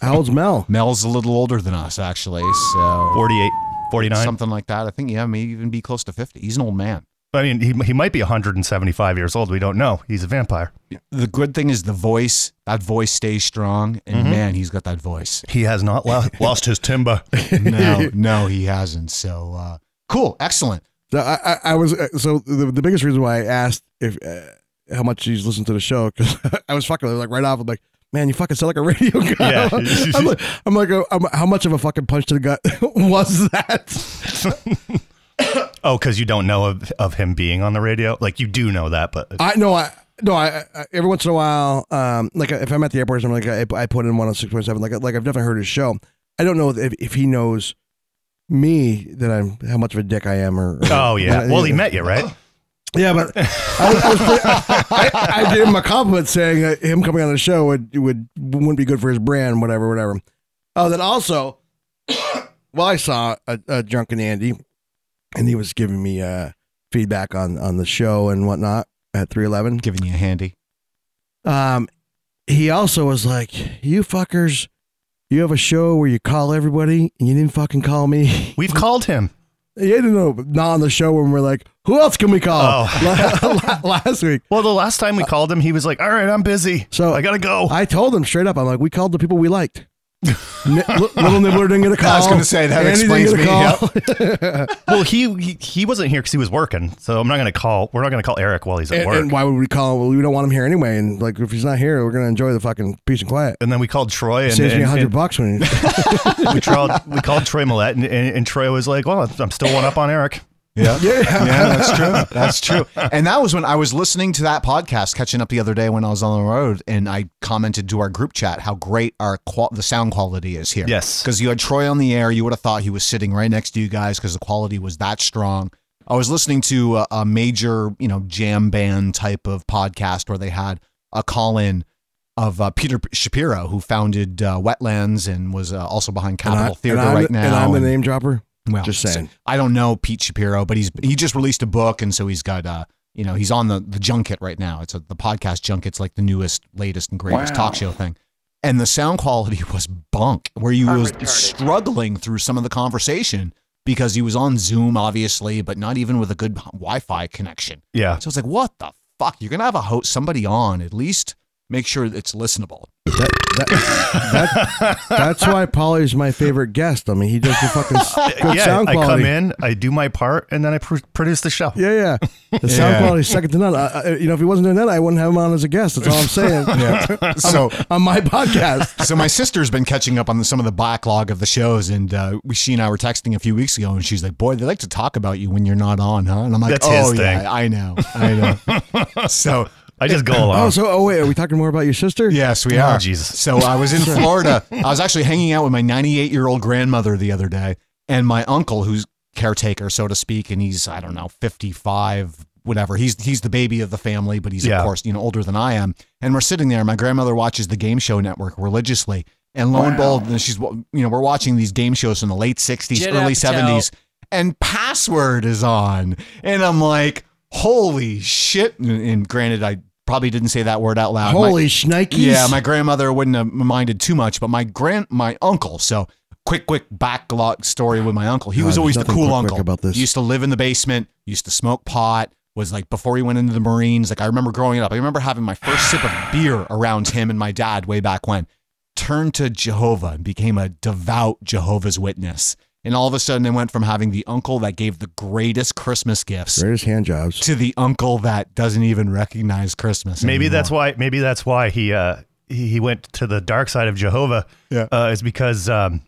[SPEAKER 1] How old's Mel?
[SPEAKER 3] Mel's a little older than us, actually. So
[SPEAKER 2] 48, 49.
[SPEAKER 3] something like that. I think, yeah, maybe even be close to 50. He's an old man.
[SPEAKER 2] I mean, he, he might be 175 years old. We don't know. He's a vampire.
[SPEAKER 3] The good thing is the voice. That voice stays strong. And
[SPEAKER 2] Mm-hmm.
[SPEAKER 3] man, he's got that voice.
[SPEAKER 2] He has not lo- lost his timber.
[SPEAKER 3] no, no, he hasn't. So uh, cool, excellent.
[SPEAKER 1] So I, I, I was uh, so the, the biggest reason why I asked if uh, how much he's listened to the show because I was fucking like right off I'm like man you fucking sound like a radio guy
[SPEAKER 2] Yeah.
[SPEAKER 1] I'm like I'm like uh, I'm- how much of a fucking punch to the gut was that
[SPEAKER 2] Oh, because you don't know of, of him being on the radio? Like, you do know that, but
[SPEAKER 1] I no I no I, I every once in a while um like if I'm at the airport I'm like I, I put in one on six point seven like like I've definitely heard his show I don't know if, if he knows me that I'm how much of a dick I am or, or
[SPEAKER 2] Oh yeah.
[SPEAKER 1] Uh,
[SPEAKER 2] Well, he met you, right?
[SPEAKER 1] Yeah, but I, was- I was pretty- I- I gave him a compliment saying that him coming on the show would would wouldn't be good for his brand, whatever, whatever. Oh, then also, well, I saw a, a drunken Andy, and he was giving me uh, feedback on on the show and whatnot at three eleven.
[SPEAKER 3] Giving you a handy.
[SPEAKER 1] Um, he also was like, "You fuckers, you have a show where you call everybody, and you didn't fucking call me."
[SPEAKER 2] We've called him.
[SPEAKER 1] Yeah, no, no, but not on the show when we're like, who else can we call?
[SPEAKER 3] Oh.
[SPEAKER 1] Last week.
[SPEAKER 2] Well, the last time we called him, he was like, "All right, I'm busy,
[SPEAKER 1] So-
[SPEAKER 2] so I gotta go."
[SPEAKER 1] I told them straight up, I'm like, we called the people we liked. N- Li- Little Nibbler didn't get a call.
[SPEAKER 3] I was gonna say, that
[SPEAKER 1] Andy didn't
[SPEAKER 3] explains
[SPEAKER 1] get a
[SPEAKER 3] me,
[SPEAKER 1] call.
[SPEAKER 2] well, he, he he wasn't here because he was working, so I'm not gonna call. We're not gonna call Eric while he's at
[SPEAKER 1] and,
[SPEAKER 2] work.
[SPEAKER 1] and why would we call him? Well, we don't want him here anyway. And like, if he's not here, we're going to enjoy the fucking peace and quiet.
[SPEAKER 2] And then we called Troy and,
[SPEAKER 1] Saves me
[SPEAKER 2] and,
[SPEAKER 1] a hundred
[SPEAKER 2] and
[SPEAKER 1] bucks when
[SPEAKER 2] we, called, we called Troy Millette, and, and, and Troy was like, "Well, I'm still one up on Eric."
[SPEAKER 3] Yeah.
[SPEAKER 1] yeah.
[SPEAKER 3] yeah, that's true. That's true. And that was when I was listening to that podcast, catching up the other day when I was on the road, and I commented to our group chat how great our qual- the sound quality is here.
[SPEAKER 2] Yes.
[SPEAKER 3] because you had Troy on the air, you would have thought he was sitting right next to you guys because the quality was that strong. I was listening to a, a major, you know, jam band type of podcast where they had a call in of uh, Peter Shapiro, who founded uh, Wetlands and was uh, also behind Capital Theater
[SPEAKER 1] I'm,
[SPEAKER 3] right
[SPEAKER 1] the-
[SPEAKER 3] now. Oh,
[SPEAKER 1] and I'm the
[SPEAKER 3] and-
[SPEAKER 1] name dropper.
[SPEAKER 3] well,
[SPEAKER 1] Just saying.
[SPEAKER 3] so- I don't know Pete Shapiro, but he's he just released a book, and so he's got uh, you know, he's on the the junket right now. It's a, the podcast junket's like the newest, latest, and greatest talk show thing. And the sound quality was bunk, where you was struggling through some of the conversation because he was on Zoom, obviously, but not even with a good Wi-Fi connection.
[SPEAKER 2] Yeah,
[SPEAKER 3] So it's like, what the fuck? You're gonna have a host, somebody on, at least make sure it's listenable.
[SPEAKER 1] That's why Polly's my favorite guest. I mean, he does the fucking s- good
[SPEAKER 2] yeah.
[SPEAKER 1] sound
[SPEAKER 2] I
[SPEAKER 1] quality.
[SPEAKER 2] come in, I do my part, and then I pr- produce the show.
[SPEAKER 1] Yeah, yeah. The sound quality is second to none. I, I, you know, if he wasn't doing that, I wouldn't have him on as a guest. That's all I'm saying.
[SPEAKER 3] So
[SPEAKER 1] on my podcast.
[SPEAKER 3] so my sister's been catching up on some of the backlog of the shows, and uh, we, she and I were texting a few weeks ago, and she's like, "Boy, they like to talk about you when you're not on, huh?" And I'm like,
[SPEAKER 2] That's
[SPEAKER 3] "Oh
[SPEAKER 2] his thing."
[SPEAKER 3] yeah, I know, I know." so
[SPEAKER 2] I just go along.
[SPEAKER 1] Oh, so oh wait, are we talking more about your sister?
[SPEAKER 3] yes, we
[SPEAKER 2] Oh,
[SPEAKER 3] are.
[SPEAKER 2] Jesus.
[SPEAKER 3] So I was in Florida. I was actually hanging out with my 98 year old grandmother the other day, and my uncle, who's caretaker, so to speak, and he's I don't know, 55. Whatever he's he's the baby of the family, but he's
[SPEAKER 2] Yeah.
[SPEAKER 3] of course you know older than I am. And we're sitting there. and My grandmother watches the game show network religiously, and lo and behold, and she's you know we're watching these game shows from the late '60s,
[SPEAKER 8] Judd
[SPEAKER 3] early
[SPEAKER 8] Apatow.
[SPEAKER 3] '70s, and Password is on, and I'm like, holy shit! And, and granted, I probably didn't say that word out loud. My-
[SPEAKER 1] Holy shnikes.
[SPEAKER 3] yeah, my grandmother wouldn't have minded too much, but my grand, my uncle. So quick, quick backlog story with my uncle. He
[SPEAKER 1] God,
[SPEAKER 3] was always the
[SPEAKER 1] there's
[SPEAKER 3] cool
[SPEAKER 1] nothing quick,
[SPEAKER 3] uncle.
[SPEAKER 1] quick about this.
[SPEAKER 3] Used to live in the basement. Used to smoke pot. Was like before he went into the Marines. Like I remember growing up. I remember having my first sip of beer around him and my dad way back when. Turned to Jehovah and became a devout Jehovah's Witness. And all of a sudden, I went from having the uncle that gave the greatest Christmas gifts
[SPEAKER 1] greatest hand jobs.
[SPEAKER 3] to the uncle that doesn't even recognize Christmas.
[SPEAKER 2] Maybe
[SPEAKER 3] anymore.
[SPEAKER 2] that's why. Maybe that's why he uh, he, he went to the dark side of Jehovah.
[SPEAKER 3] Yeah.
[SPEAKER 2] uh, is because um,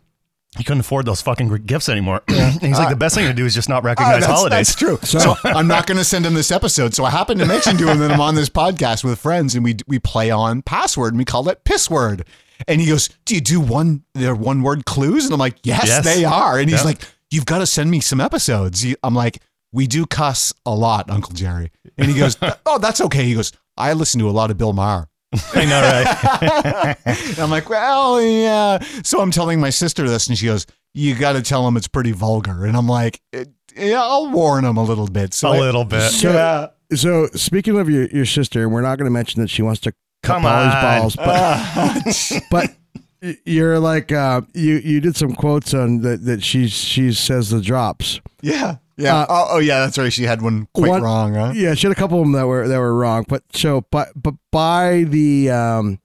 [SPEAKER 2] he couldn't afford those fucking gifts anymore. And he's like, the best thing to do is just not
[SPEAKER 3] Ah,
[SPEAKER 2] recognize
[SPEAKER 3] that's,
[SPEAKER 2] holidays.
[SPEAKER 3] That's true. So, I'm not going to send him this episode. So I happened to mention to him that I'm on this podcast with friends, and we we play on password, and we call it piss word. And he goes, "Do you do one? They're one word clues?" And I'm like, "Yes,
[SPEAKER 2] Yes.
[SPEAKER 3] they are." And he's
[SPEAKER 2] Yeah.
[SPEAKER 3] like, "You've got to send me some episodes." You- I'm like, "We do cuss a lot, Uncle Jerry." And he goes, "Oh, that's okay." He goes, "I listen to a lot of Bill Maher."
[SPEAKER 2] I know, right?
[SPEAKER 3] And I'm like, well, yeah. So I'm telling my sister this, and she goes, "You got to tell him it's pretty vulgar." And I'm like, "Eh, "Yeah, I'll warn him a little bit." So
[SPEAKER 2] A
[SPEAKER 3] I-
[SPEAKER 2] little bit.
[SPEAKER 1] So, so speaking of your, your sister, we're not going to mention that she wants to cut
[SPEAKER 2] Come
[SPEAKER 1] Polly's
[SPEAKER 2] on.
[SPEAKER 1] balls, but
[SPEAKER 3] Ah.
[SPEAKER 1] but y- you're like uh, you you did some quotes on that that she she says the drops.
[SPEAKER 3] Yeah, yeah.
[SPEAKER 1] Uh,
[SPEAKER 3] oh, oh, yeah. That's right. She had one quite
[SPEAKER 1] What-
[SPEAKER 3] wrong, huh?
[SPEAKER 1] Yeah, she had a couple of them that were that were wrong, but so but but by the um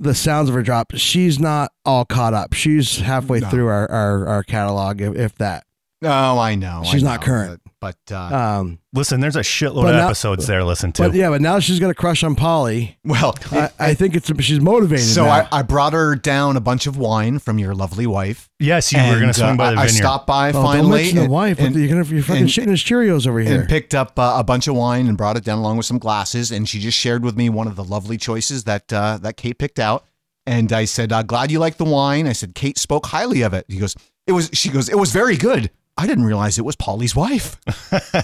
[SPEAKER 1] the sounds of her drop, she's not all caught up. She's halfway
[SPEAKER 3] No.
[SPEAKER 1] through our, our our catalog, if, if that.
[SPEAKER 3] No, Oh, I know. I
[SPEAKER 1] She's not
[SPEAKER 3] know,
[SPEAKER 1] current.
[SPEAKER 3] but, but uh,
[SPEAKER 1] Um,
[SPEAKER 2] Listen, there's a shitload
[SPEAKER 1] But
[SPEAKER 2] of
[SPEAKER 1] now-
[SPEAKER 2] episodes there. to Listen to.
[SPEAKER 1] But yeah, but now she's got a crush on Polly.
[SPEAKER 3] well,
[SPEAKER 1] I, I think it's she's motivated.
[SPEAKER 3] so
[SPEAKER 1] now.
[SPEAKER 3] I, I brought her down a bunch of wine from your lovely wife.
[SPEAKER 2] yes, you
[SPEAKER 3] and,
[SPEAKER 2] were going to
[SPEAKER 3] uh,
[SPEAKER 2] swing by the
[SPEAKER 3] I, I
[SPEAKER 2] vineyard.
[SPEAKER 3] stopped by
[SPEAKER 1] oh, don't
[SPEAKER 3] finally.
[SPEAKER 1] mention the
[SPEAKER 3] and-
[SPEAKER 1] wife.
[SPEAKER 3] and-
[SPEAKER 1] you're gonna you're fucking
[SPEAKER 3] and-
[SPEAKER 1] shitting his Cheerios over here.
[SPEAKER 3] and picked up uh, a bunch of wine and brought it down along with some glasses. And she just shared with me one of the lovely choices that uh, that Kate picked out. And I said, uh, "Glad you like the wine." I said, "Kate spoke highly of it." He goes, "It was." She goes, "It was very good." I didn't realize it was Polly's wife.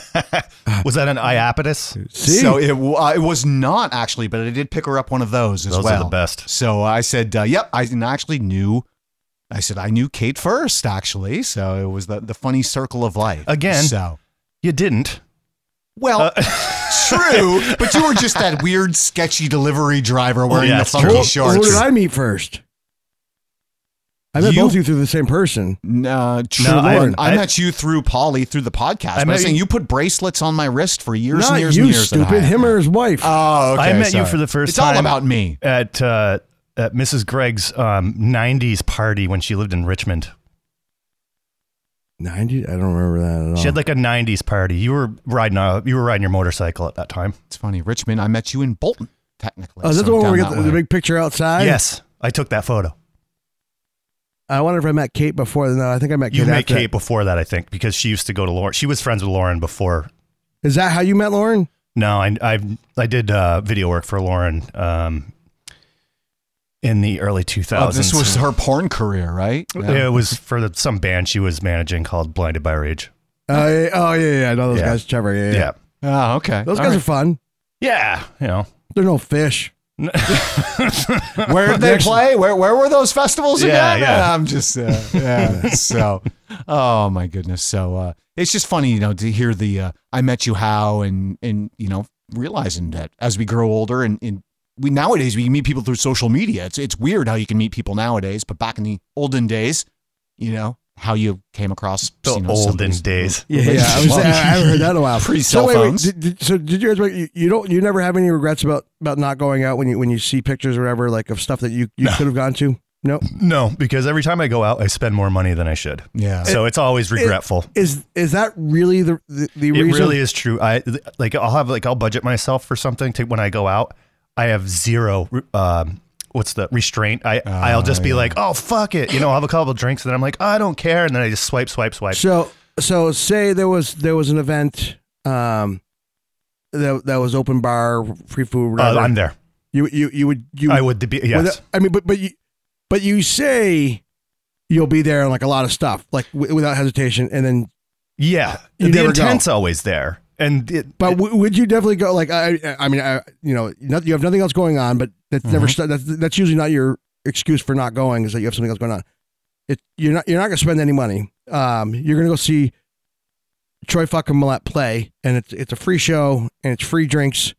[SPEAKER 2] Was that an iapetus?
[SPEAKER 1] See,
[SPEAKER 3] So it, w- uh, it was not actually, but I did pick her up one of those as
[SPEAKER 2] Those
[SPEAKER 3] well.
[SPEAKER 2] are the best.
[SPEAKER 3] So I said, uh, "Yep." I didn't actually knew. I said I knew Kate first, actually. So it was the the funny circle of life
[SPEAKER 2] Again. Uh,
[SPEAKER 3] So
[SPEAKER 2] You didn't.
[SPEAKER 3] well, true, but you were just that weird, sketchy delivery driver wearing
[SPEAKER 2] yeah,
[SPEAKER 3] the
[SPEAKER 2] it's Oh, true.
[SPEAKER 3] funky
[SPEAKER 2] Who- who
[SPEAKER 3] shorts.
[SPEAKER 1] who did I meet first? I met
[SPEAKER 3] You-
[SPEAKER 1] both of you through the same person.
[SPEAKER 3] No, true.
[SPEAKER 2] No, I-
[SPEAKER 3] Lord. I,
[SPEAKER 2] I-
[SPEAKER 3] met you through Polly through the podcast.
[SPEAKER 2] I
[SPEAKER 3] I
[SPEAKER 2] met
[SPEAKER 3] am saying
[SPEAKER 2] you-
[SPEAKER 3] you put bracelets on my wrist for years
[SPEAKER 1] Not
[SPEAKER 3] and years
[SPEAKER 1] you,
[SPEAKER 3] and years. that I
[SPEAKER 1] stupid.
[SPEAKER 3] had.
[SPEAKER 1] Him or his wife.
[SPEAKER 3] Oh, okay.
[SPEAKER 2] I met you
[SPEAKER 3] sorry.
[SPEAKER 2] for the first
[SPEAKER 3] it's all
[SPEAKER 2] time.
[SPEAKER 3] about me.
[SPEAKER 2] at uh, at Mrs. Greg's um, '90s party when she lived in Richmond.
[SPEAKER 1] Ninety? I don't remember that at all.
[SPEAKER 2] She had
[SPEAKER 3] Oh.
[SPEAKER 2] like a '90s party. You were riding a, you were riding your motorcycle at that time.
[SPEAKER 3] It's funny, Richmond. I met you in Bolton, technically.
[SPEAKER 1] oh, is that
[SPEAKER 3] so
[SPEAKER 1] the one where we
[SPEAKER 3] down
[SPEAKER 1] got
[SPEAKER 3] that
[SPEAKER 1] the, the
[SPEAKER 3] way.
[SPEAKER 1] big picture outside?
[SPEAKER 2] yes, I took that photo.
[SPEAKER 1] I wonder if I met Kate before. No, I think I met Kate.
[SPEAKER 2] You met
[SPEAKER 1] after
[SPEAKER 2] Kate before that, I think, because she used to go to Lauren. She was friends with Lauren before.
[SPEAKER 1] That. Is that how you met Lauren?
[SPEAKER 2] No, I I, I did uh, video work for Lauren um, in the early 2000s.
[SPEAKER 3] Oh, this was her porn career, right?
[SPEAKER 2] It was for the, some band she was managing called Blinded by Rage.
[SPEAKER 1] Uh, yeah, oh yeah, yeah, I know those
[SPEAKER 2] Yeah.
[SPEAKER 1] guys. Trevor, yeah, yeah.
[SPEAKER 2] Yeah.
[SPEAKER 3] Oh, okay.
[SPEAKER 1] Those
[SPEAKER 3] All
[SPEAKER 1] guys are
[SPEAKER 3] right.
[SPEAKER 1] fun.
[SPEAKER 2] Yeah. You know.
[SPEAKER 1] They're no fish.
[SPEAKER 3] Where did they play? Where where were those festivals
[SPEAKER 2] Yeah,
[SPEAKER 3] again?
[SPEAKER 2] yeah.
[SPEAKER 3] I'm just uh, yeah. so, oh my goodness. So uh, it's just funny, you know, to hear the uh, "I met you how" and and you know realizing that as we grow older and, and we nowadays we meet people through social media. It's it's weird how you can meet people nowadays, but back in the olden days, you know how you came across
[SPEAKER 2] The
[SPEAKER 3] you know,
[SPEAKER 2] olden
[SPEAKER 3] somebody's-
[SPEAKER 2] days.
[SPEAKER 1] Yeah, yeah. I, was, I haven't heard that in a while.
[SPEAKER 3] Pre-
[SPEAKER 1] so
[SPEAKER 3] cell
[SPEAKER 1] wait, wait.
[SPEAKER 3] phones.
[SPEAKER 1] Did, did, so did you guys? You, you don't. You never have any regrets about about not going out when you when you see pictures or whatever like of stuff that you you could have gone to. No.
[SPEAKER 2] No, because every time I go out, I spend more money than I should.
[SPEAKER 3] Yeah.
[SPEAKER 2] So it's always regretful.
[SPEAKER 1] Is is that really the the, the
[SPEAKER 2] It
[SPEAKER 1] reason?
[SPEAKER 2] really is true. I th- like I'll have like I'll budget myself for something to, when I go out. I have zero um what's the restraint. I
[SPEAKER 1] Ah,
[SPEAKER 2] I'll just be like, "Oh fuck it." You know, I'll have a couple of drinks and then I'm like, "I don't care." And then I just swipe swipe swipe.
[SPEAKER 1] So so say there was there was an event um that that was open bar free food
[SPEAKER 2] Uh,
[SPEAKER 1] whatever.
[SPEAKER 2] I'm there.
[SPEAKER 1] you you you would you
[SPEAKER 2] I would be yes.
[SPEAKER 1] without- I mean but but you but you say you'll be there on like a lot of stuff like w- without hesitation and then
[SPEAKER 2] yeah.
[SPEAKER 1] You
[SPEAKER 2] the
[SPEAKER 1] never go.
[SPEAKER 2] intent's always there. And it,
[SPEAKER 1] but w- would you definitely go like I I- I mean I you know not, you have nothing else going on but that's
[SPEAKER 2] Mm-hmm.
[SPEAKER 1] never st- that's that's usually not your excuse for not going is that you have something else going on. It you're not you're not gonna spend any money. Um, you're gonna go see Troy fucking Millette play, and it's it's a free show and it's free drinks,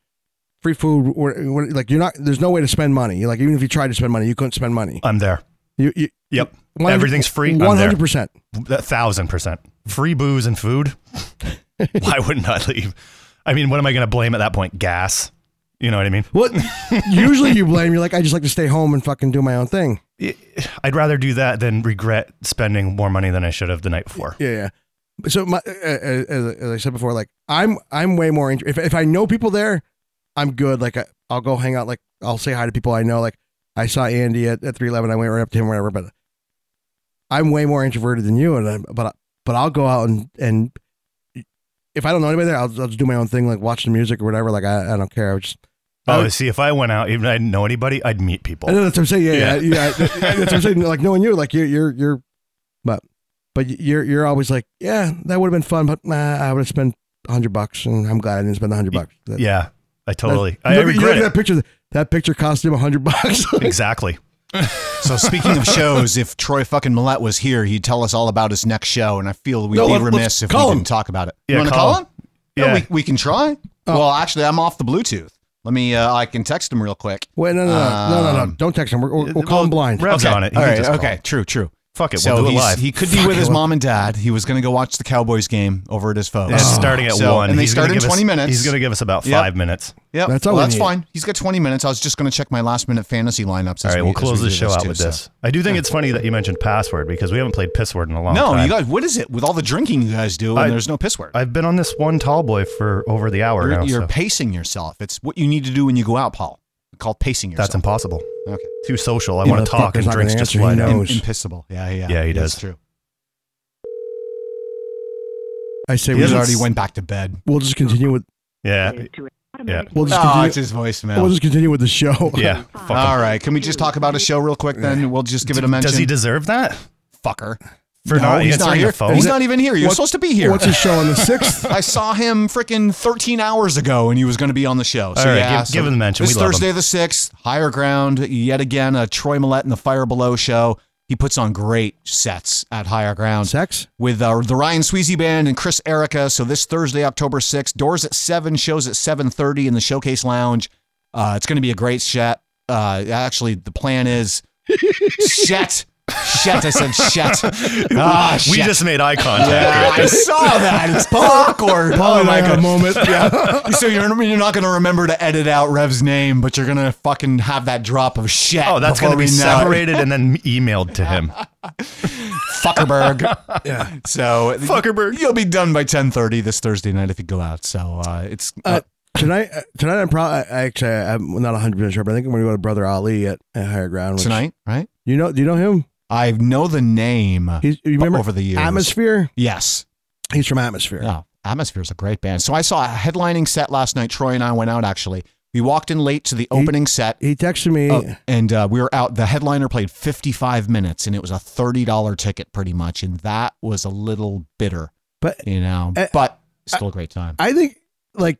[SPEAKER 1] free food. Or, or- like you're not there's no way to spend money. Like even if you tried to spend money, you couldn't spend money.
[SPEAKER 2] I'm there.
[SPEAKER 1] You, you
[SPEAKER 2] Yep. Everything's free. I'm there.
[SPEAKER 1] One hundred percent.
[SPEAKER 2] A thousand percent. Free booze and food. Why wouldn't I leave? I mean, what am I going to blame at that point? Gas. You know what I mean?
[SPEAKER 1] What usually you blame? You're like I just like to stay home and fucking do my own thing.
[SPEAKER 2] I'd rather do that than regret spending more money than I should have the night before.
[SPEAKER 1] Yeah, yeah. But So my, uh, uh, as, as I said before, like I'm I'm way more int- if if I know people there, I'm good. Like I, I'll go hang out. Like I'll say hi to people I know. Like I saw Andy at, at 311. I went right up to him, whatever. But I'm way more introverted than you. And I, but but I'll go out and and if I don't know anybody there, I'll, I'll just do my own thing, like watch the music or whatever. Like I, I don't care. I would just
[SPEAKER 2] Oh,
[SPEAKER 1] I would-
[SPEAKER 2] see, if I went out, even if I didn't know anybody, I'd meet people.
[SPEAKER 1] I know that's what I'm saying. Yeah, yeah,
[SPEAKER 2] Yeah.
[SPEAKER 1] yeah. that's what I'm saying. Like knowing you, like you're, you're, you're, but, but you're, you're always like, yeah, that would have been fun, but nah, I would have spent a hundred bucks, and I'm glad I didn't spend a hundred bucks. That-
[SPEAKER 2] yeah, I
[SPEAKER 1] that-
[SPEAKER 2] totally.
[SPEAKER 1] look
[SPEAKER 2] I
[SPEAKER 1] at- you
[SPEAKER 2] regret
[SPEAKER 1] look at
[SPEAKER 2] it.
[SPEAKER 1] that picture. That picture cost him a hundred bucks.
[SPEAKER 2] Exactly.
[SPEAKER 3] So speaking of shows, if Troy fucking Millette was here, he'd tell us all about his next show, and I feel we'd
[SPEAKER 1] No,
[SPEAKER 3] be
[SPEAKER 1] let- let's
[SPEAKER 3] remiss if we
[SPEAKER 1] call him.
[SPEAKER 3] didn't talk about it.
[SPEAKER 2] Yeah,
[SPEAKER 3] you want to
[SPEAKER 2] call
[SPEAKER 3] call
[SPEAKER 2] him.
[SPEAKER 3] him? Yeah,
[SPEAKER 2] Yeah. Oh.
[SPEAKER 3] we, we can try. Well, actually, I'm off the Bluetooth. Let me. Uh, I can text him real quick.
[SPEAKER 1] Wait, no, no, no, no, no, no,
[SPEAKER 3] Um,
[SPEAKER 1] don't text him. We're, we'll, we'll call him blind.
[SPEAKER 2] Rev's
[SPEAKER 3] okay.
[SPEAKER 2] on it. He
[SPEAKER 3] All
[SPEAKER 2] can
[SPEAKER 3] right.
[SPEAKER 2] just call.
[SPEAKER 3] Okay. True. True.
[SPEAKER 2] Fuck it.
[SPEAKER 3] so
[SPEAKER 2] we'll do it
[SPEAKER 3] he's-
[SPEAKER 2] live.
[SPEAKER 3] he could be with his mom and dad. He was going to go watch the Cowboys game over at his folks.
[SPEAKER 2] It's starting at
[SPEAKER 3] Oh. So-
[SPEAKER 2] one.
[SPEAKER 3] and they
[SPEAKER 2] He's
[SPEAKER 3] start
[SPEAKER 2] gonna
[SPEAKER 3] in
[SPEAKER 2] give us-
[SPEAKER 3] 20 minutes.
[SPEAKER 2] He's going to give us about
[SPEAKER 3] Yep.
[SPEAKER 2] five minutes.
[SPEAKER 3] Yep.
[SPEAKER 1] That's all
[SPEAKER 3] well,
[SPEAKER 1] we
[SPEAKER 3] that's
[SPEAKER 1] need.
[SPEAKER 3] fine. He's got 20 minutes. I was just going to check my last minute fantasy lineups.
[SPEAKER 2] All right,
[SPEAKER 3] as we-
[SPEAKER 2] we'll
[SPEAKER 3] as
[SPEAKER 2] close
[SPEAKER 3] we
[SPEAKER 2] the
[SPEAKER 3] do
[SPEAKER 2] show out
[SPEAKER 3] too,
[SPEAKER 2] with
[SPEAKER 3] so.
[SPEAKER 2] this. I do think it's funny that you mentioned password because we haven't played piss word in a long
[SPEAKER 3] No,
[SPEAKER 2] time.
[SPEAKER 3] you guys. What is it with all the drinking you guys do? And
[SPEAKER 2] I-
[SPEAKER 3] there's no piss word.
[SPEAKER 2] I've been on this one tall boy for over the hour
[SPEAKER 3] You're,
[SPEAKER 2] now.
[SPEAKER 3] you're
[SPEAKER 2] so
[SPEAKER 3] pacing yourself. It's what you need to do when you go out, Paul. Called pacing yourself.
[SPEAKER 2] that's impossible.
[SPEAKER 3] Okay.
[SPEAKER 2] Too social. I want to talk
[SPEAKER 1] Motherfucker's
[SPEAKER 2] and
[SPEAKER 1] not
[SPEAKER 2] drinks
[SPEAKER 1] gonna
[SPEAKER 2] just
[SPEAKER 1] answer,
[SPEAKER 2] fly
[SPEAKER 1] he
[SPEAKER 2] down.
[SPEAKER 1] knows.
[SPEAKER 3] Impossible. Yeah, yeah.
[SPEAKER 2] Yeah, he
[SPEAKER 3] That's
[SPEAKER 2] does.
[SPEAKER 3] true.
[SPEAKER 1] I say
[SPEAKER 3] He
[SPEAKER 1] we
[SPEAKER 2] Yeah,
[SPEAKER 1] just,
[SPEAKER 2] that's-
[SPEAKER 3] already went back to bed.
[SPEAKER 1] we'll just continue with
[SPEAKER 2] Yeah, yeah,
[SPEAKER 1] we'll just
[SPEAKER 3] Oh,
[SPEAKER 1] continue,
[SPEAKER 3] it's his voicemail.
[SPEAKER 1] we'll just continue with the show.
[SPEAKER 2] yeah. Fuck him.
[SPEAKER 3] all right. Can we just talk about a show real quick then? We'll just give it a mention.
[SPEAKER 2] Does he deserve that?
[SPEAKER 3] Fucker.
[SPEAKER 2] for
[SPEAKER 3] No,
[SPEAKER 2] not
[SPEAKER 3] he's not
[SPEAKER 2] answering
[SPEAKER 3] here.
[SPEAKER 2] the phone.
[SPEAKER 3] He's not even here. You're
[SPEAKER 1] What-
[SPEAKER 3] supposed to be here.
[SPEAKER 1] What's his show on the sixth?
[SPEAKER 3] I saw him freaking 13 hours ago, and he was going to be on the show. So
[SPEAKER 2] All right,
[SPEAKER 3] yeah,
[SPEAKER 2] give-
[SPEAKER 3] so
[SPEAKER 2] give him the mention.
[SPEAKER 3] This
[SPEAKER 2] We love
[SPEAKER 3] Thursday the sixth, higher ground yet again. A Troy Millette and the Fire Below show. He puts on great sets at higher ground
[SPEAKER 1] Sex?
[SPEAKER 3] with uh, the Ryan Sweezy Band and Chris Erica. So this Thursday, October 6th, doors at 7, shows at 7.30 in the Showcase Lounge. Uh, it's going to be a great set. Uh, actually, the plan is... Shet. Shet, I said shet. Ah,
[SPEAKER 2] we
[SPEAKER 3] shet.
[SPEAKER 2] just made eye contact.
[SPEAKER 3] Yeah, I saw that. It's awkward.
[SPEAKER 1] Oh,
[SPEAKER 3] oh,
[SPEAKER 1] I
[SPEAKER 3] my
[SPEAKER 1] had a
[SPEAKER 3] God.
[SPEAKER 1] moment. Yeah.
[SPEAKER 3] So you're, you're not going to remember to edit out Rev's name, but you're going to fucking have that drop of shit.
[SPEAKER 2] Oh, that's going to
[SPEAKER 3] before
[SPEAKER 2] be
[SPEAKER 3] we know it.
[SPEAKER 2] separated and then emailed to him.
[SPEAKER 3] Fuckerberg.
[SPEAKER 1] yeah.
[SPEAKER 3] So
[SPEAKER 2] Fuckerberg.
[SPEAKER 3] You'll be done by 10:30 this Thursday night if you go out. So uh, it's
[SPEAKER 1] Uh, tonight, uh, tonight I'm probably actually I'm not 100 percent sure, but I think I'm going to go to Brother Ali at, at Higher Ground which-
[SPEAKER 3] tonight, right?
[SPEAKER 1] You know, do you know him?
[SPEAKER 3] I know the name
[SPEAKER 1] He's you remember
[SPEAKER 3] over the years.
[SPEAKER 1] Atmosphere?
[SPEAKER 3] Yes.
[SPEAKER 1] He's from Atmosphere.
[SPEAKER 3] Oh, Yeah. Atmosphere's a great band. So I saw a headlining set last night. Troy and I went out actually. We walked in late to the opening set.
[SPEAKER 1] He texted me.
[SPEAKER 3] Oh, and uh, we were out. The headliner played 55 minutes, and it was a $30 ticket, pretty much. And that was a little bitter,
[SPEAKER 1] But-
[SPEAKER 3] you know,
[SPEAKER 1] Uh,
[SPEAKER 3] but still a great time.
[SPEAKER 1] I think like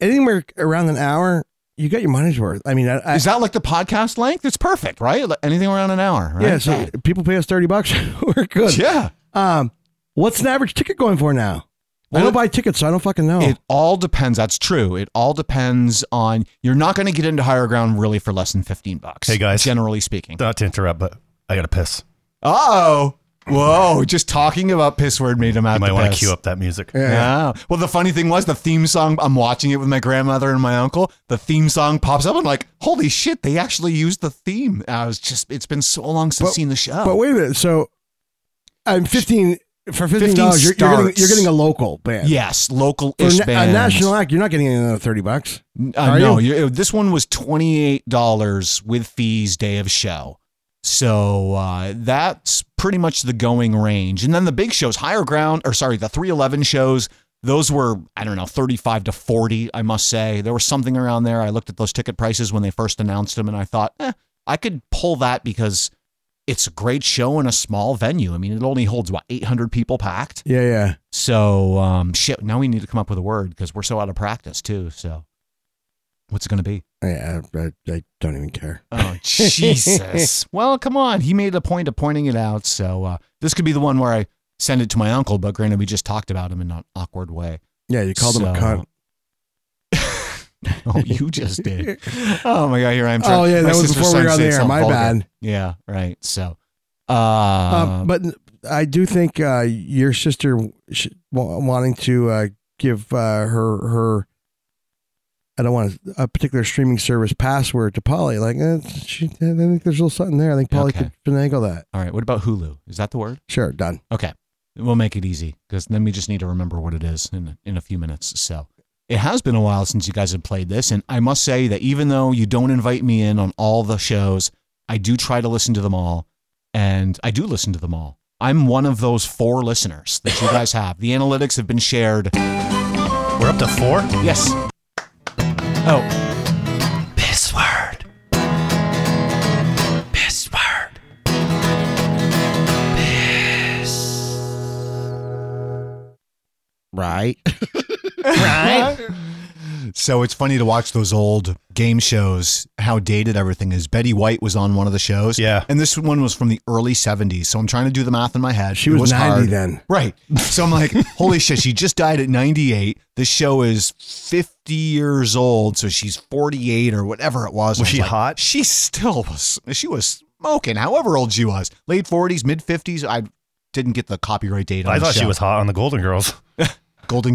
[SPEAKER 1] anywhere around an hour, you get your money's worth. I mean, I, I,
[SPEAKER 3] Is that like the podcast length? It's perfect, right? Like Anything around an hour, right?
[SPEAKER 1] yeah. So people pay us 30 bucks. We're good.
[SPEAKER 3] Yeah.
[SPEAKER 1] Um, what's an average ticket going for now? I
[SPEAKER 3] Well,
[SPEAKER 1] don't buy tickets, so I don't fucking know.
[SPEAKER 3] It all depends. That's true. It all depends on. You're not going to get into higher ground really for less than 15 bucks.
[SPEAKER 2] Hey, guys.
[SPEAKER 3] Generally speaking.
[SPEAKER 2] Not to interrupt, but I got to piss.
[SPEAKER 3] Oh, whoa! Just talking about piss word made him out.
[SPEAKER 2] You might
[SPEAKER 3] the
[SPEAKER 2] want to
[SPEAKER 3] piss.
[SPEAKER 2] cue up that music.
[SPEAKER 3] Yeah. Well, the funny thing was the theme song. I'm watching it with my grandmother and my uncle. The theme song pops up. I'm like, holy shit! They actually used the theme. I was just. It's been so long since
[SPEAKER 1] But-
[SPEAKER 3] I've seen the show.
[SPEAKER 1] But wait a minute. So I'm 15 for 15 dollars. You're, you're getting
[SPEAKER 3] starts.
[SPEAKER 1] you're getting a local band.
[SPEAKER 3] yes, local
[SPEAKER 1] For
[SPEAKER 3] ish
[SPEAKER 1] na-
[SPEAKER 3] band.
[SPEAKER 1] a national act, you're not getting another 30 bucks.
[SPEAKER 3] Uh,
[SPEAKER 1] Are
[SPEAKER 3] no, you? this one was twenty eight dollars with fees, day of show. So uh, that's pretty much the going range. And then the big shows, higher ground, or sorry, the three eleven shows. Those were I don't know thirty five to forty. I must say there was something around there. I looked at those ticket prices when they first announced them, and I thought, eh, I could pull that because it's a great show in a small venue. I mean, it only holds what eight hundred people packed.
[SPEAKER 1] Yeah, yeah.
[SPEAKER 3] So um, shit. Now we need to come up with a word because we're so out of practice too. So what's it gonna be?
[SPEAKER 1] Yeah, I, I, I don't even care.
[SPEAKER 3] Oh Jesus! well, come on. He made a point of pointing it out. So uh, this could be the one where I send it to my uncle. But granted, we just talked about him in an awkward way.
[SPEAKER 1] Yeah, you called them a
[SPEAKER 3] So-
[SPEAKER 1] cunt.
[SPEAKER 3] Oh, you just did. Oh my God! Here I am. trying-
[SPEAKER 1] Oh, yeah,
[SPEAKER 3] my
[SPEAKER 1] that was
[SPEAKER 3] sister's
[SPEAKER 1] before we
[SPEAKER 3] trying to
[SPEAKER 1] were on
[SPEAKER 3] say
[SPEAKER 1] the air.
[SPEAKER 3] something
[SPEAKER 1] My
[SPEAKER 3] vulgar.
[SPEAKER 1] bad.
[SPEAKER 3] Yeah. Right. So. Uh,
[SPEAKER 1] Um, but I do think uh, your sister sh- wa- wanting to uh, give uh, her her I don't want a particular streaming service password to Polly. Like, eh, she, I think there's a little something there. I think Polly
[SPEAKER 3] Okay.
[SPEAKER 1] could finagle that.
[SPEAKER 3] all right. What about Hulu? Is that the word?
[SPEAKER 1] Sure, done.
[SPEAKER 3] Okay. We'll make it easy because then we just need to remember what it is in, in a few minutes. So it has been a while since you guys have played this. And I must say that even though you don't invite me in on all the shows, I do try to listen to them all. And I do listen to them all. I'm one of those four listeners that you guys have. The analytics have been shared.
[SPEAKER 2] We're up to four.
[SPEAKER 3] Yes. Oh,
[SPEAKER 4] Piss word. Piss word.
[SPEAKER 1] Right.
[SPEAKER 3] So it's funny to watch those old game shows, how dated everything is. Betty White was on one of the shows.
[SPEAKER 2] Yeah.
[SPEAKER 3] And this one was from the early 70s. So I'm trying to do the math in my head.
[SPEAKER 1] She
[SPEAKER 3] It
[SPEAKER 1] was, 90
[SPEAKER 3] hard.
[SPEAKER 1] then.
[SPEAKER 3] Right. So I'm like, holy shit, she just died at 98. This show is 50 years old. So she's 48 or whatever it was.
[SPEAKER 2] Was
[SPEAKER 3] I
[SPEAKER 2] she
[SPEAKER 3] like,
[SPEAKER 2] hot?
[SPEAKER 3] She still was, she was smoking, however old she was. Late 40s, mid 50s. I didn't get the copyright date on
[SPEAKER 2] I
[SPEAKER 3] the
[SPEAKER 2] thought she
[SPEAKER 3] show.
[SPEAKER 2] was hot on the Golden Girls.
[SPEAKER 3] Golden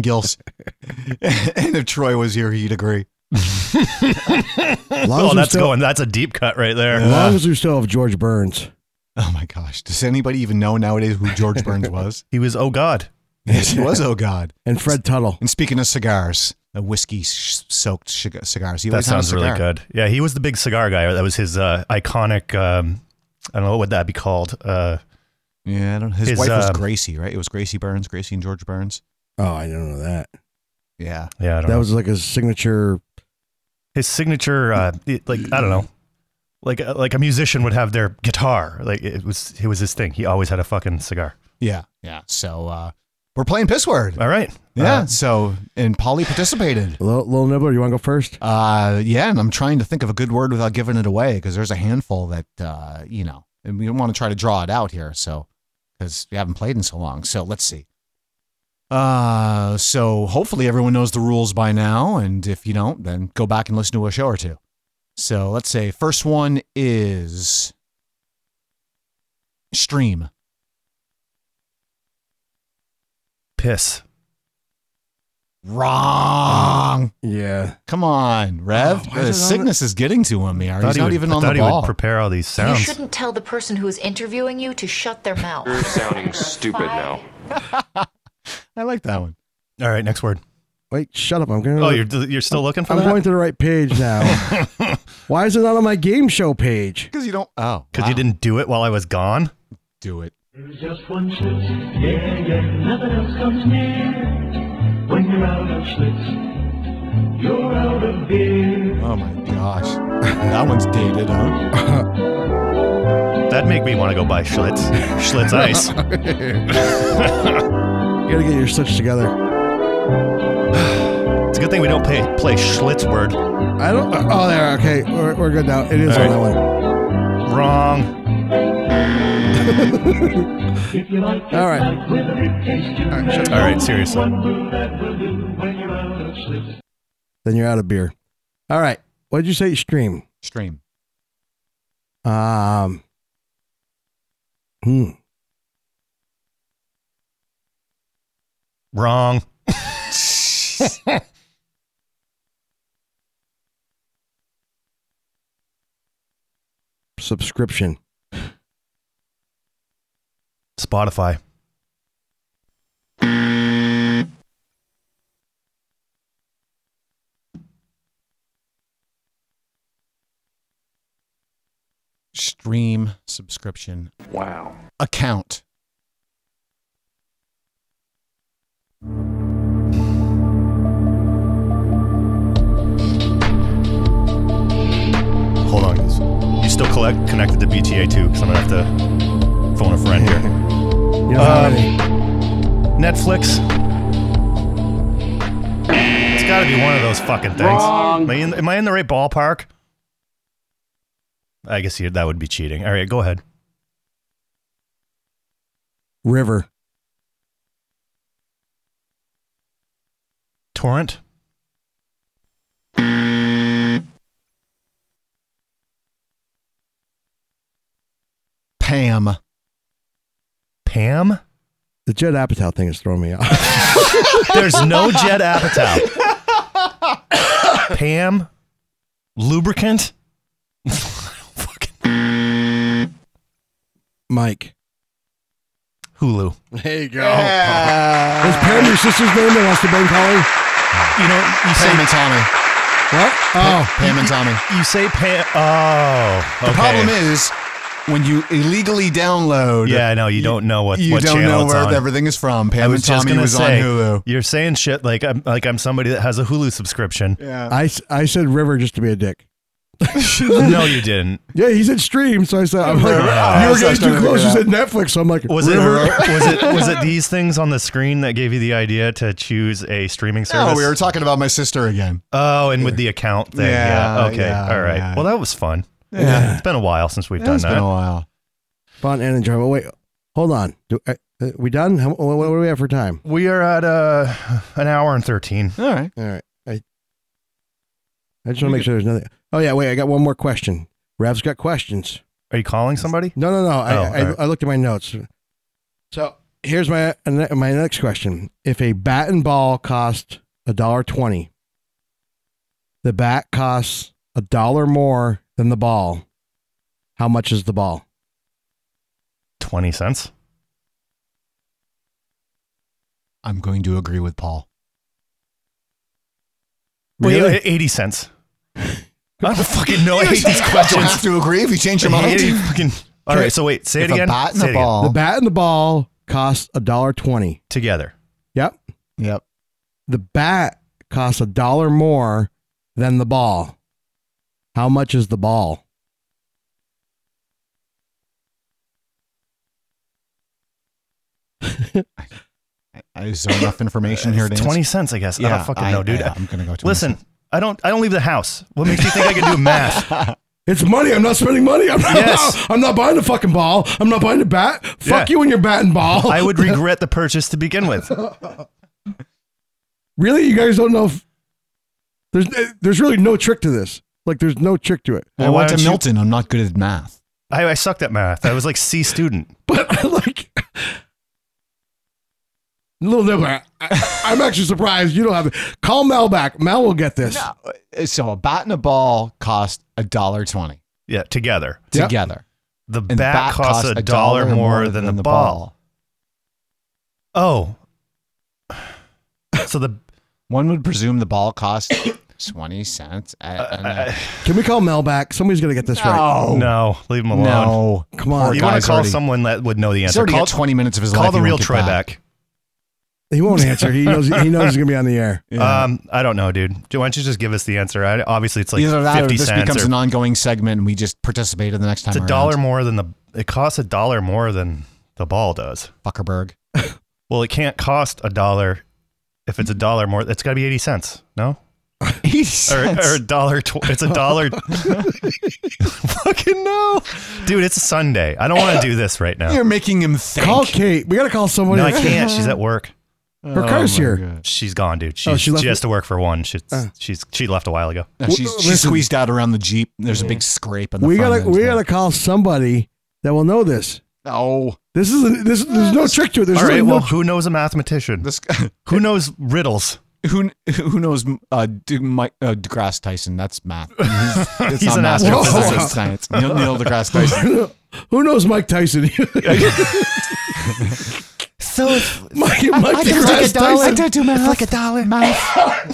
[SPEAKER 3] Gills. and if Troy was here, he'd agree.
[SPEAKER 1] As long as
[SPEAKER 2] Oh,
[SPEAKER 1] we
[SPEAKER 2] that's
[SPEAKER 1] still,
[SPEAKER 2] going. That's a deep cut right there.
[SPEAKER 1] As long as we still have George Burns.
[SPEAKER 3] Oh my gosh. Does anybody even know nowadays who George Burns was?
[SPEAKER 2] He was. Oh God.
[SPEAKER 3] yes, he was, oh God.
[SPEAKER 1] And Fred Tuttle.
[SPEAKER 3] And speaking of cigars, a whiskey sh- soaked cigar- cigars. He
[SPEAKER 2] That
[SPEAKER 3] always had a
[SPEAKER 2] sounds really
[SPEAKER 3] cigar.
[SPEAKER 2] good. Yeah, he was the big cigar guy. That was his uh, iconic. Um, I don't know what would that be called. Uh,
[SPEAKER 3] Yeah, I don't His,
[SPEAKER 2] His,
[SPEAKER 3] wife was
[SPEAKER 2] um,
[SPEAKER 3] Gracie, right? It was Gracie Burns, Gracie and George Burns.
[SPEAKER 1] Oh, I don't know that.
[SPEAKER 3] Yeah.
[SPEAKER 2] yeah, I don't
[SPEAKER 1] That
[SPEAKER 2] know.
[SPEAKER 1] was like his signature.
[SPEAKER 2] his signature. Uh, it- like I don't know. uh, Like like a musician would have their guitar. Like it was it was his thing. He always had a fucking cigar.
[SPEAKER 3] Yeah. Yeah. So uh, we're playing Piss Word.
[SPEAKER 2] All right.
[SPEAKER 3] Yeah. so, and Polly participated.
[SPEAKER 1] Little, little nibbler, you want to go first?
[SPEAKER 3] Uh, yeah. And I'm trying to think of a good word without giving it away because there's a handful that, uh, you know, and we don't want to try to draw it out here. So, because we haven't played in so long. So let's see. Uh, so hopefully everyone knows the rules by now. And if you don't, then go back and listen to a show or two. So let's say first one is stream.
[SPEAKER 2] Piss.
[SPEAKER 3] Wrong.
[SPEAKER 1] Yeah.
[SPEAKER 3] Come on,
[SPEAKER 1] Oh,
[SPEAKER 3] Rev.
[SPEAKER 1] why is
[SPEAKER 3] the
[SPEAKER 1] it on
[SPEAKER 3] sickness is getting to him here. He's
[SPEAKER 2] he
[SPEAKER 3] not
[SPEAKER 2] would,
[SPEAKER 3] even
[SPEAKER 2] I
[SPEAKER 3] on
[SPEAKER 2] thought
[SPEAKER 3] the
[SPEAKER 2] he
[SPEAKER 3] ball.
[SPEAKER 2] would prepare all these
[SPEAKER 8] You
[SPEAKER 2] sounds.
[SPEAKER 8] shouldn't tell the person who is interviewing you to shut their mouth.
[SPEAKER 9] You're sounding stupid now.
[SPEAKER 3] I like that one.
[SPEAKER 2] All right, next word.
[SPEAKER 1] Wait, shut up. I'm going to.
[SPEAKER 2] Oh, you're you're still looking for
[SPEAKER 1] I'm
[SPEAKER 2] that?
[SPEAKER 1] going to the right page now. Why is it not on my game show page?
[SPEAKER 3] Because you don't. Oh,
[SPEAKER 2] Because
[SPEAKER 3] wow.
[SPEAKER 2] you didn't do it while I was gone.
[SPEAKER 3] do it.
[SPEAKER 10] Just one Schlitz, yeah, yeah, nothing else comes near. When you're out of Schlitz, you're out of beer.
[SPEAKER 3] Oh my gosh, that one's dated, huh?
[SPEAKER 2] That'd make me want to go buy Schlitz. Schlitz ice.
[SPEAKER 1] You got to get your stitch together.
[SPEAKER 2] It's a good thing we don't play play Schlitz word.
[SPEAKER 1] I don't. Oh, there. Okay. We're, we're good now. It is
[SPEAKER 2] All
[SPEAKER 1] on
[SPEAKER 2] right.
[SPEAKER 1] that one.
[SPEAKER 2] Wrong.
[SPEAKER 10] If you like
[SPEAKER 1] All right.
[SPEAKER 10] it with a big taste, you
[SPEAKER 1] All right,
[SPEAKER 10] may
[SPEAKER 1] shut
[SPEAKER 2] All right, seriously.
[SPEAKER 10] one brew that will do when you're out of Schlitz.
[SPEAKER 1] Then you're out of beer. All right. What'd you say? Stream.
[SPEAKER 3] Stream.
[SPEAKER 1] Um. Hmm.
[SPEAKER 2] Wrong.
[SPEAKER 1] Subscription.
[SPEAKER 2] Spotify.
[SPEAKER 3] Stream subscription
[SPEAKER 9] Wow.
[SPEAKER 3] account.
[SPEAKER 2] Hold on. guys. You still collect connected to BTA too? Because I'm gonna have to phone a friend here.
[SPEAKER 1] You know how
[SPEAKER 2] Um,
[SPEAKER 1] many?
[SPEAKER 2] Netflix. It's got to be one of those fucking things. Am I in, am I in the right ballpark? I guess you, that would be cheating. All right, go ahead.
[SPEAKER 1] River.
[SPEAKER 2] Torrent.
[SPEAKER 3] Pam.
[SPEAKER 2] Pam.
[SPEAKER 1] The Jed Apatow thing is throwing me off.
[SPEAKER 2] There's no Jed Apatow. Pam, lubricant. Fucking
[SPEAKER 1] Mike.
[SPEAKER 2] Hulu.
[SPEAKER 1] There you go. Is Pam your sister's name that wants to bang Polly?
[SPEAKER 2] You know, you
[SPEAKER 3] Pam
[SPEAKER 2] say
[SPEAKER 3] and Tommy.
[SPEAKER 1] What? Oh,
[SPEAKER 3] Pam and Tommy.
[SPEAKER 2] you say Pam. Oh,
[SPEAKER 3] The
[SPEAKER 2] okay.
[SPEAKER 3] problem is when you illegally download.
[SPEAKER 2] yeah, I know you don't know what
[SPEAKER 3] you
[SPEAKER 2] what
[SPEAKER 3] don't
[SPEAKER 2] channel
[SPEAKER 3] know
[SPEAKER 2] it's
[SPEAKER 3] where
[SPEAKER 2] on.
[SPEAKER 3] everything is from.
[SPEAKER 2] I
[SPEAKER 3] Pam
[SPEAKER 2] was
[SPEAKER 3] and
[SPEAKER 2] just
[SPEAKER 3] Tommy
[SPEAKER 2] gonna
[SPEAKER 3] was
[SPEAKER 2] say
[SPEAKER 3] on Hulu.
[SPEAKER 2] you're saying shit like I'm like I'm somebody that has a Hulu subscription.
[SPEAKER 3] Yeah.
[SPEAKER 1] Oh, I, s- I said river just to be a dick.
[SPEAKER 2] no, you didn't.
[SPEAKER 1] Yeah, he said stream, so I said I'm like,
[SPEAKER 2] Yeah.
[SPEAKER 1] you were
[SPEAKER 3] I was
[SPEAKER 1] guys too
[SPEAKER 3] trying to
[SPEAKER 1] close. You
[SPEAKER 3] figure
[SPEAKER 1] said Netflix, so I'm like,
[SPEAKER 2] Was it
[SPEAKER 1] river.
[SPEAKER 2] was it was it these things on the screen that gave you the idea to choose a streaming service?
[SPEAKER 3] No, we were talking about my sister again.
[SPEAKER 2] Oh, and with the account thing. Yeah.
[SPEAKER 3] Yeah,
[SPEAKER 2] Okay.
[SPEAKER 3] yeah,
[SPEAKER 2] All right.
[SPEAKER 3] yeah.
[SPEAKER 2] Well, that was fun.
[SPEAKER 3] Yeah.
[SPEAKER 2] It's been a while since we've
[SPEAKER 3] It's
[SPEAKER 2] done
[SPEAKER 3] been a
[SPEAKER 2] that.
[SPEAKER 3] while.
[SPEAKER 1] Fun and enjoyable. Wait, hold on. Do I, uh, we done? How, what, what do we have for time?
[SPEAKER 2] We are at uh, an hour and 13.
[SPEAKER 3] All right.
[SPEAKER 1] All right. I, I just want to make sure there's nothing. Oh yeah, wait. I got one more question. Rev's got questions.
[SPEAKER 2] Are you calling somebody?
[SPEAKER 1] No, no, no. I,
[SPEAKER 2] Oh,
[SPEAKER 1] I,
[SPEAKER 2] all right.
[SPEAKER 1] I looked at my notes. So here's my my next question: If a bat and ball cost a dollar twenty, the bat costs a dollar more than the ball. How much is the ball?
[SPEAKER 2] 20 cents.
[SPEAKER 3] I'm going to agree with Paul.
[SPEAKER 1] Really?
[SPEAKER 2] Wait, 80 cents. I don't fucking know. I hate these
[SPEAKER 3] You
[SPEAKER 2] questions.
[SPEAKER 3] have to agree if you change your
[SPEAKER 2] I
[SPEAKER 3] mind.
[SPEAKER 2] hate you fucking... All right. So wait, say
[SPEAKER 3] if
[SPEAKER 2] it again.
[SPEAKER 3] a bat and
[SPEAKER 2] Say
[SPEAKER 3] a
[SPEAKER 2] it again.
[SPEAKER 3] ball.
[SPEAKER 1] The bat and the ball cost a dollar twenty.
[SPEAKER 2] Together.
[SPEAKER 1] Yep.
[SPEAKER 3] Yep.
[SPEAKER 1] The bat costs a dollar more than the ball. How much is the ball?
[SPEAKER 3] Is there enough information here to answer?
[SPEAKER 2] Twenty cents, I guess. I
[SPEAKER 3] Yeah,
[SPEAKER 2] don't fucking
[SPEAKER 3] I-
[SPEAKER 2] know, dude.
[SPEAKER 3] yeah, I'm gonna go to
[SPEAKER 2] Listen, I don't. I don't leave the house. What makes you think I can do math?
[SPEAKER 1] It's money. I'm not spending money. I'm not,
[SPEAKER 2] Yes.
[SPEAKER 1] I'm not buying the fucking ball. I'm not buying the bat. Fuck
[SPEAKER 2] Yeah.
[SPEAKER 1] you and your bat and ball.
[SPEAKER 2] I would regret the purchase to begin with.
[SPEAKER 1] really, you guys don't know. If, there's there's really no trick to this. Like there's no trick to it.
[SPEAKER 3] I
[SPEAKER 2] why
[SPEAKER 3] went to
[SPEAKER 2] don't you-
[SPEAKER 3] Milton. I'm not good at math.
[SPEAKER 2] I, I sucked at math. I was like C student.
[SPEAKER 1] But like, little nibbler, I, I'm actually surprised you don't have it. Call Mel back. Mel will get this.
[SPEAKER 3] So a bat and a ball cost a dollar twenty
[SPEAKER 2] Yeah, together.
[SPEAKER 1] Yep.
[SPEAKER 3] together.
[SPEAKER 2] The
[SPEAKER 3] And
[SPEAKER 2] bat, costs a dollar more, than, the, ball. Oh. So the
[SPEAKER 3] One would presume the ball costs twenty cents. I- I
[SPEAKER 2] Uh,
[SPEAKER 3] don't know.
[SPEAKER 1] Can we call Mel back? Somebody's gonna get this right.
[SPEAKER 3] Oh. no,
[SPEAKER 2] no, leave him alone.
[SPEAKER 3] no.
[SPEAKER 1] Come on,
[SPEAKER 2] You want
[SPEAKER 3] guy's
[SPEAKER 2] to call
[SPEAKER 3] already-
[SPEAKER 2] someone that would know the
[SPEAKER 3] He's
[SPEAKER 2] answer?
[SPEAKER 3] already
[SPEAKER 2] Call,
[SPEAKER 3] got twenty minutes of his
[SPEAKER 2] call
[SPEAKER 3] life.
[SPEAKER 2] the
[SPEAKER 3] he
[SPEAKER 2] real
[SPEAKER 3] won't get
[SPEAKER 2] Troy
[SPEAKER 3] back.
[SPEAKER 2] back.
[SPEAKER 1] he won't answer. He knows. He knows he's gonna be on the air. Uh,
[SPEAKER 3] Yeah.
[SPEAKER 2] Um, I don't know, dude. Why don't you just give us the answer? I, obviously, it's like
[SPEAKER 3] Either that, or
[SPEAKER 2] fifty
[SPEAKER 3] this
[SPEAKER 2] cents.
[SPEAKER 3] becomes
[SPEAKER 2] or-
[SPEAKER 3] an ongoing segment, and we just participate in the next time.
[SPEAKER 2] it's a
[SPEAKER 3] around.
[SPEAKER 2] dollar more than the. It costs a dollar more than the ball does.
[SPEAKER 3] Fuckerberg.
[SPEAKER 2] Well, it can't cost a dollar if it's a dollar more. It's got to be eighty cents. No,
[SPEAKER 3] Eighty
[SPEAKER 2] or,
[SPEAKER 3] cents.
[SPEAKER 2] or a dollar. Tw- it's a dollar. Fucking no, dude. It's a Sunday. I don't want to do this right now.
[SPEAKER 3] You're making him think.
[SPEAKER 1] Call Kate. We gotta call somebody.
[SPEAKER 2] No, I can't. She's at work.
[SPEAKER 1] Her car's
[SPEAKER 3] Oh, my
[SPEAKER 1] here.
[SPEAKER 3] God.
[SPEAKER 2] She's gone, dude. She's,
[SPEAKER 1] Oh,
[SPEAKER 2] she,
[SPEAKER 1] she left
[SPEAKER 2] has
[SPEAKER 1] it?
[SPEAKER 2] to work for one. She's,
[SPEAKER 3] Uh.
[SPEAKER 2] she's she left a while ago.
[SPEAKER 3] No,
[SPEAKER 1] W-
[SPEAKER 3] she's, she's
[SPEAKER 1] listen.
[SPEAKER 3] squeezed out around the jeep. There's a big scrape on the
[SPEAKER 1] We
[SPEAKER 3] front
[SPEAKER 1] gotta.
[SPEAKER 3] end.
[SPEAKER 1] We gotta call somebody that will know this.
[SPEAKER 3] Oh,
[SPEAKER 1] This is. A, this. There's no trick to it. There's
[SPEAKER 2] All
[SPEAKER 1] really
[SPEAKER 2] right.
[SPEAKER 1] no.
[SPEAKER 2] Well, who knows a mathematician?
[SPEAKER 3] this
[SPEAKER 2] Who knows riddles?
[SPEAKER 3] who who knows? Uh, De, Mike, uh, DeGrasse Tyson. That's math. It's
[SPEAKER 2] He's
[SPEAKER 3] not
[SPEAKER 2] an
[SPEAKER 3] math, it's
[SPEAKER 1] astrophysicist.
[SPEAKER 3] physics, science. Neil, Neil deGrasse Tyson.
[SPEAKER 1] who knows Mike Tyson?
[SPEAKER 2] So if,
[SPEAKER 1] Mike, Mike DeGrasse Tyson.
[SPEAKER 3] do math. Like a dollar math.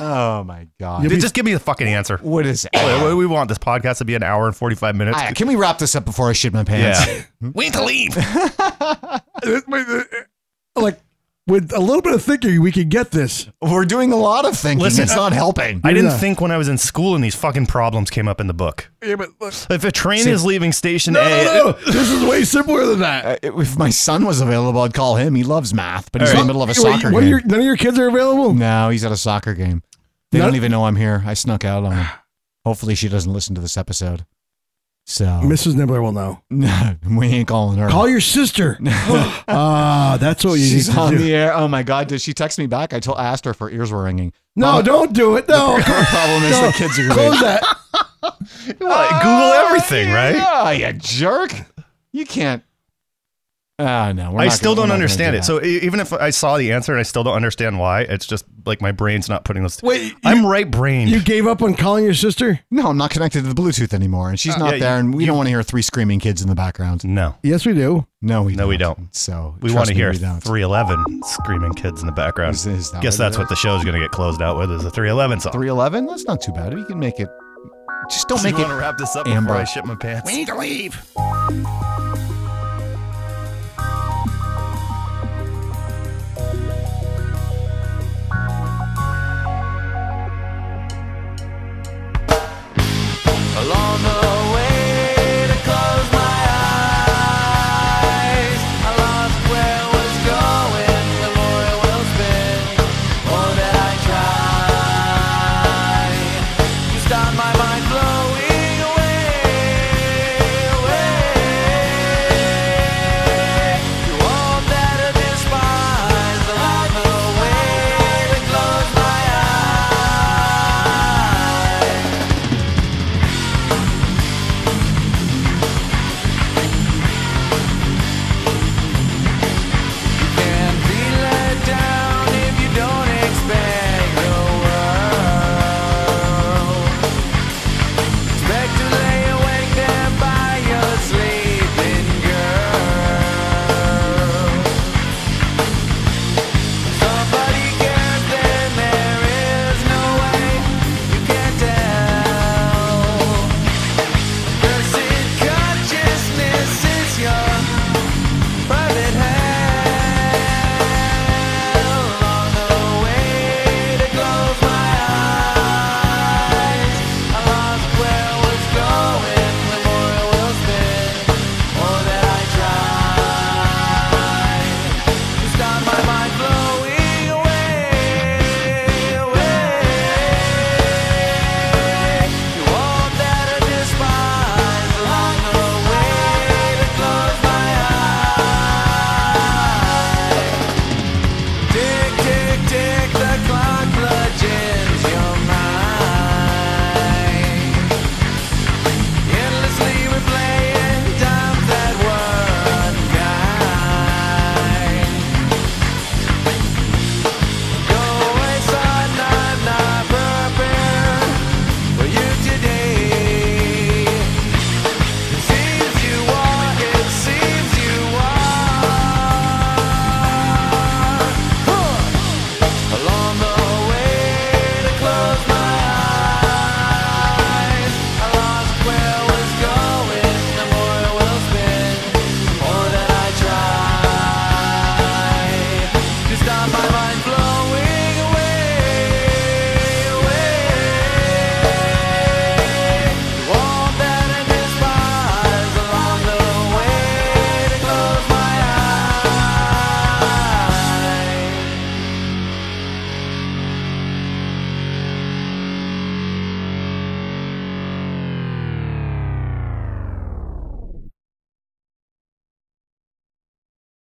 [SPEAKER 3] oh my god.
[SPEAKER 2] dude, just give me the fucking answer.
[SPEAKER 3] What is
[SPEAKER 2] Wait,
[SPEAKER 3] that?
[SPEAKER 2] wait, we want this podcast to be an hour and forty five minutes.
[SPEAKER 3] Ah, can we wrap this up before I shit my pants?
[SPEAKER 2] yeah. we need to leave.
[SPEAKER 1] Like with a little bit of thinking, we could get this.
[SPEAKER 3] We're doing a lot of thinking.
[SPEAKER 2] Listen,
[SPEAKER 3] it's not helping.
[SPEAKER 2] I didn't
[SPEAKER 1] Yeah.
[SPEAKER 2] think when I was in school and these fucking problems came up in the book.
[SPEAKER 1] Yeah, but look.
[SPEAKER 2] If a train is leaving station
[SPEAKER 1] No,
[SPEAKER 2] A,
[SPEAKER 1] no, no. This is way simpler than that.
[SPEAKER 3] Uh, if my son was available, I'd call him. He loves math, but he's
[SPEAKER 2] All
[SPEAKER 3] in
[SPEAKER 2] right.
[SPEAKER 3] the middle of a
[SPEAKER 1] Wait,
[SPEAKER 3] soccer
[SPEAKER 1] what,
[SPEAKER 3] game.
[SPEAKER 1] your- none of your kids are available.
[SPEAKER 3] No, he's at a soccer game. They
[SPEAKER 1] None-
[SPEAKER 3] don't even know I'm here. I snuck out on him. Hopefully, she doesn't listen to this episode. So
[SPEAKER 1] Mrs. Nibbler will know.
[SPEAKER 3] no, we ain't calling her.
[SPEAKER 1] Call your sister. Ah, that's what you
[SPEAKER 3] She's
[SPEAKER 1] need to
[SPEAKER 3] on
[SPEAKER 1] do.
[SPEAKER 3] the air. Oh my god, did she text me back? I told I asked her if her ears were ringing.
[SPEAKER 1] no, don't do it. No,
[SPEAKER 3] Her problem is the kids are
[SPEAKER 1] close
[SPEAKER 3] going.
[SPEAKER 1] that.
[SPEAKER 2] what, Google everything, right?
[SPEAKER 3] Oh, you jerk! You can't. Ah, no. We're
[SPEAKER 2] I
[SPEAKER 3] not
[SPEAKER 2] still don't
[SPEAKER 3] gonna- we're not gonna
[SPEAKER 2] understand
[SPEAKER 3] do
[SPEAKER 2] it.
[SPEAKER 3] that.
[SPEAKER 2] So e- even if I saw the answer and I still don't understand why, it's just like my brain's not putting those.
[SPEAKER 1] Wait, you-
[SPEAKER 2] I'm right brained.
[SPEAKER 1] You gave up on calling your sister?
[SPEAKER 3] no, I'm not connected to the Bluetooth anymore, and she's not
[SPEAKER 2] Ah, yeah,
[SPEAKER 3] there, and we
[SPEAKER 2] you-
[SPEAKER 3] don't want to hear three screaming kids in the background.
[SPEAKER 2] no,
[SPEAKER 1] Yes, we do.
[SPEAKER 3] No, we
[SPEAKER 2] No,
[SPEAKER 3] don't.
[SPEAKER 2] we don't.
[SPEAKER 3] So
[SPEAKER 2] we
[SPEAKER 3] trust
[SPEAKER 2] want to
[SPEAKER 3] me,
[SPEAKER 2] hear
[SPEAKER 3] we don't.
[SPEAKER 2] 311 screaming kids in the background.
[SPEAKER 3] Is- is that
[SPEAKER 2] Guess
[SPEAKER 3] what it
[SPEAKER 2] that's
[SPEAKER 3] is?
[SPEAKER 2] what the show's going to get closed out with is a 311 song.
[SPEAKER 3] 311? That's not too bad. You can make it. Just don't
[SPEAKER 2] Do
[SPEAKER 3] make
[SPEAKER 2] you want
[SPEAKER 3] it.
[SPEAKER 2] to wrap this up
[SPEAKER 3] amber.
[SPEAKER 2] before I shit my pants?
[SPEAKER 4] to leave.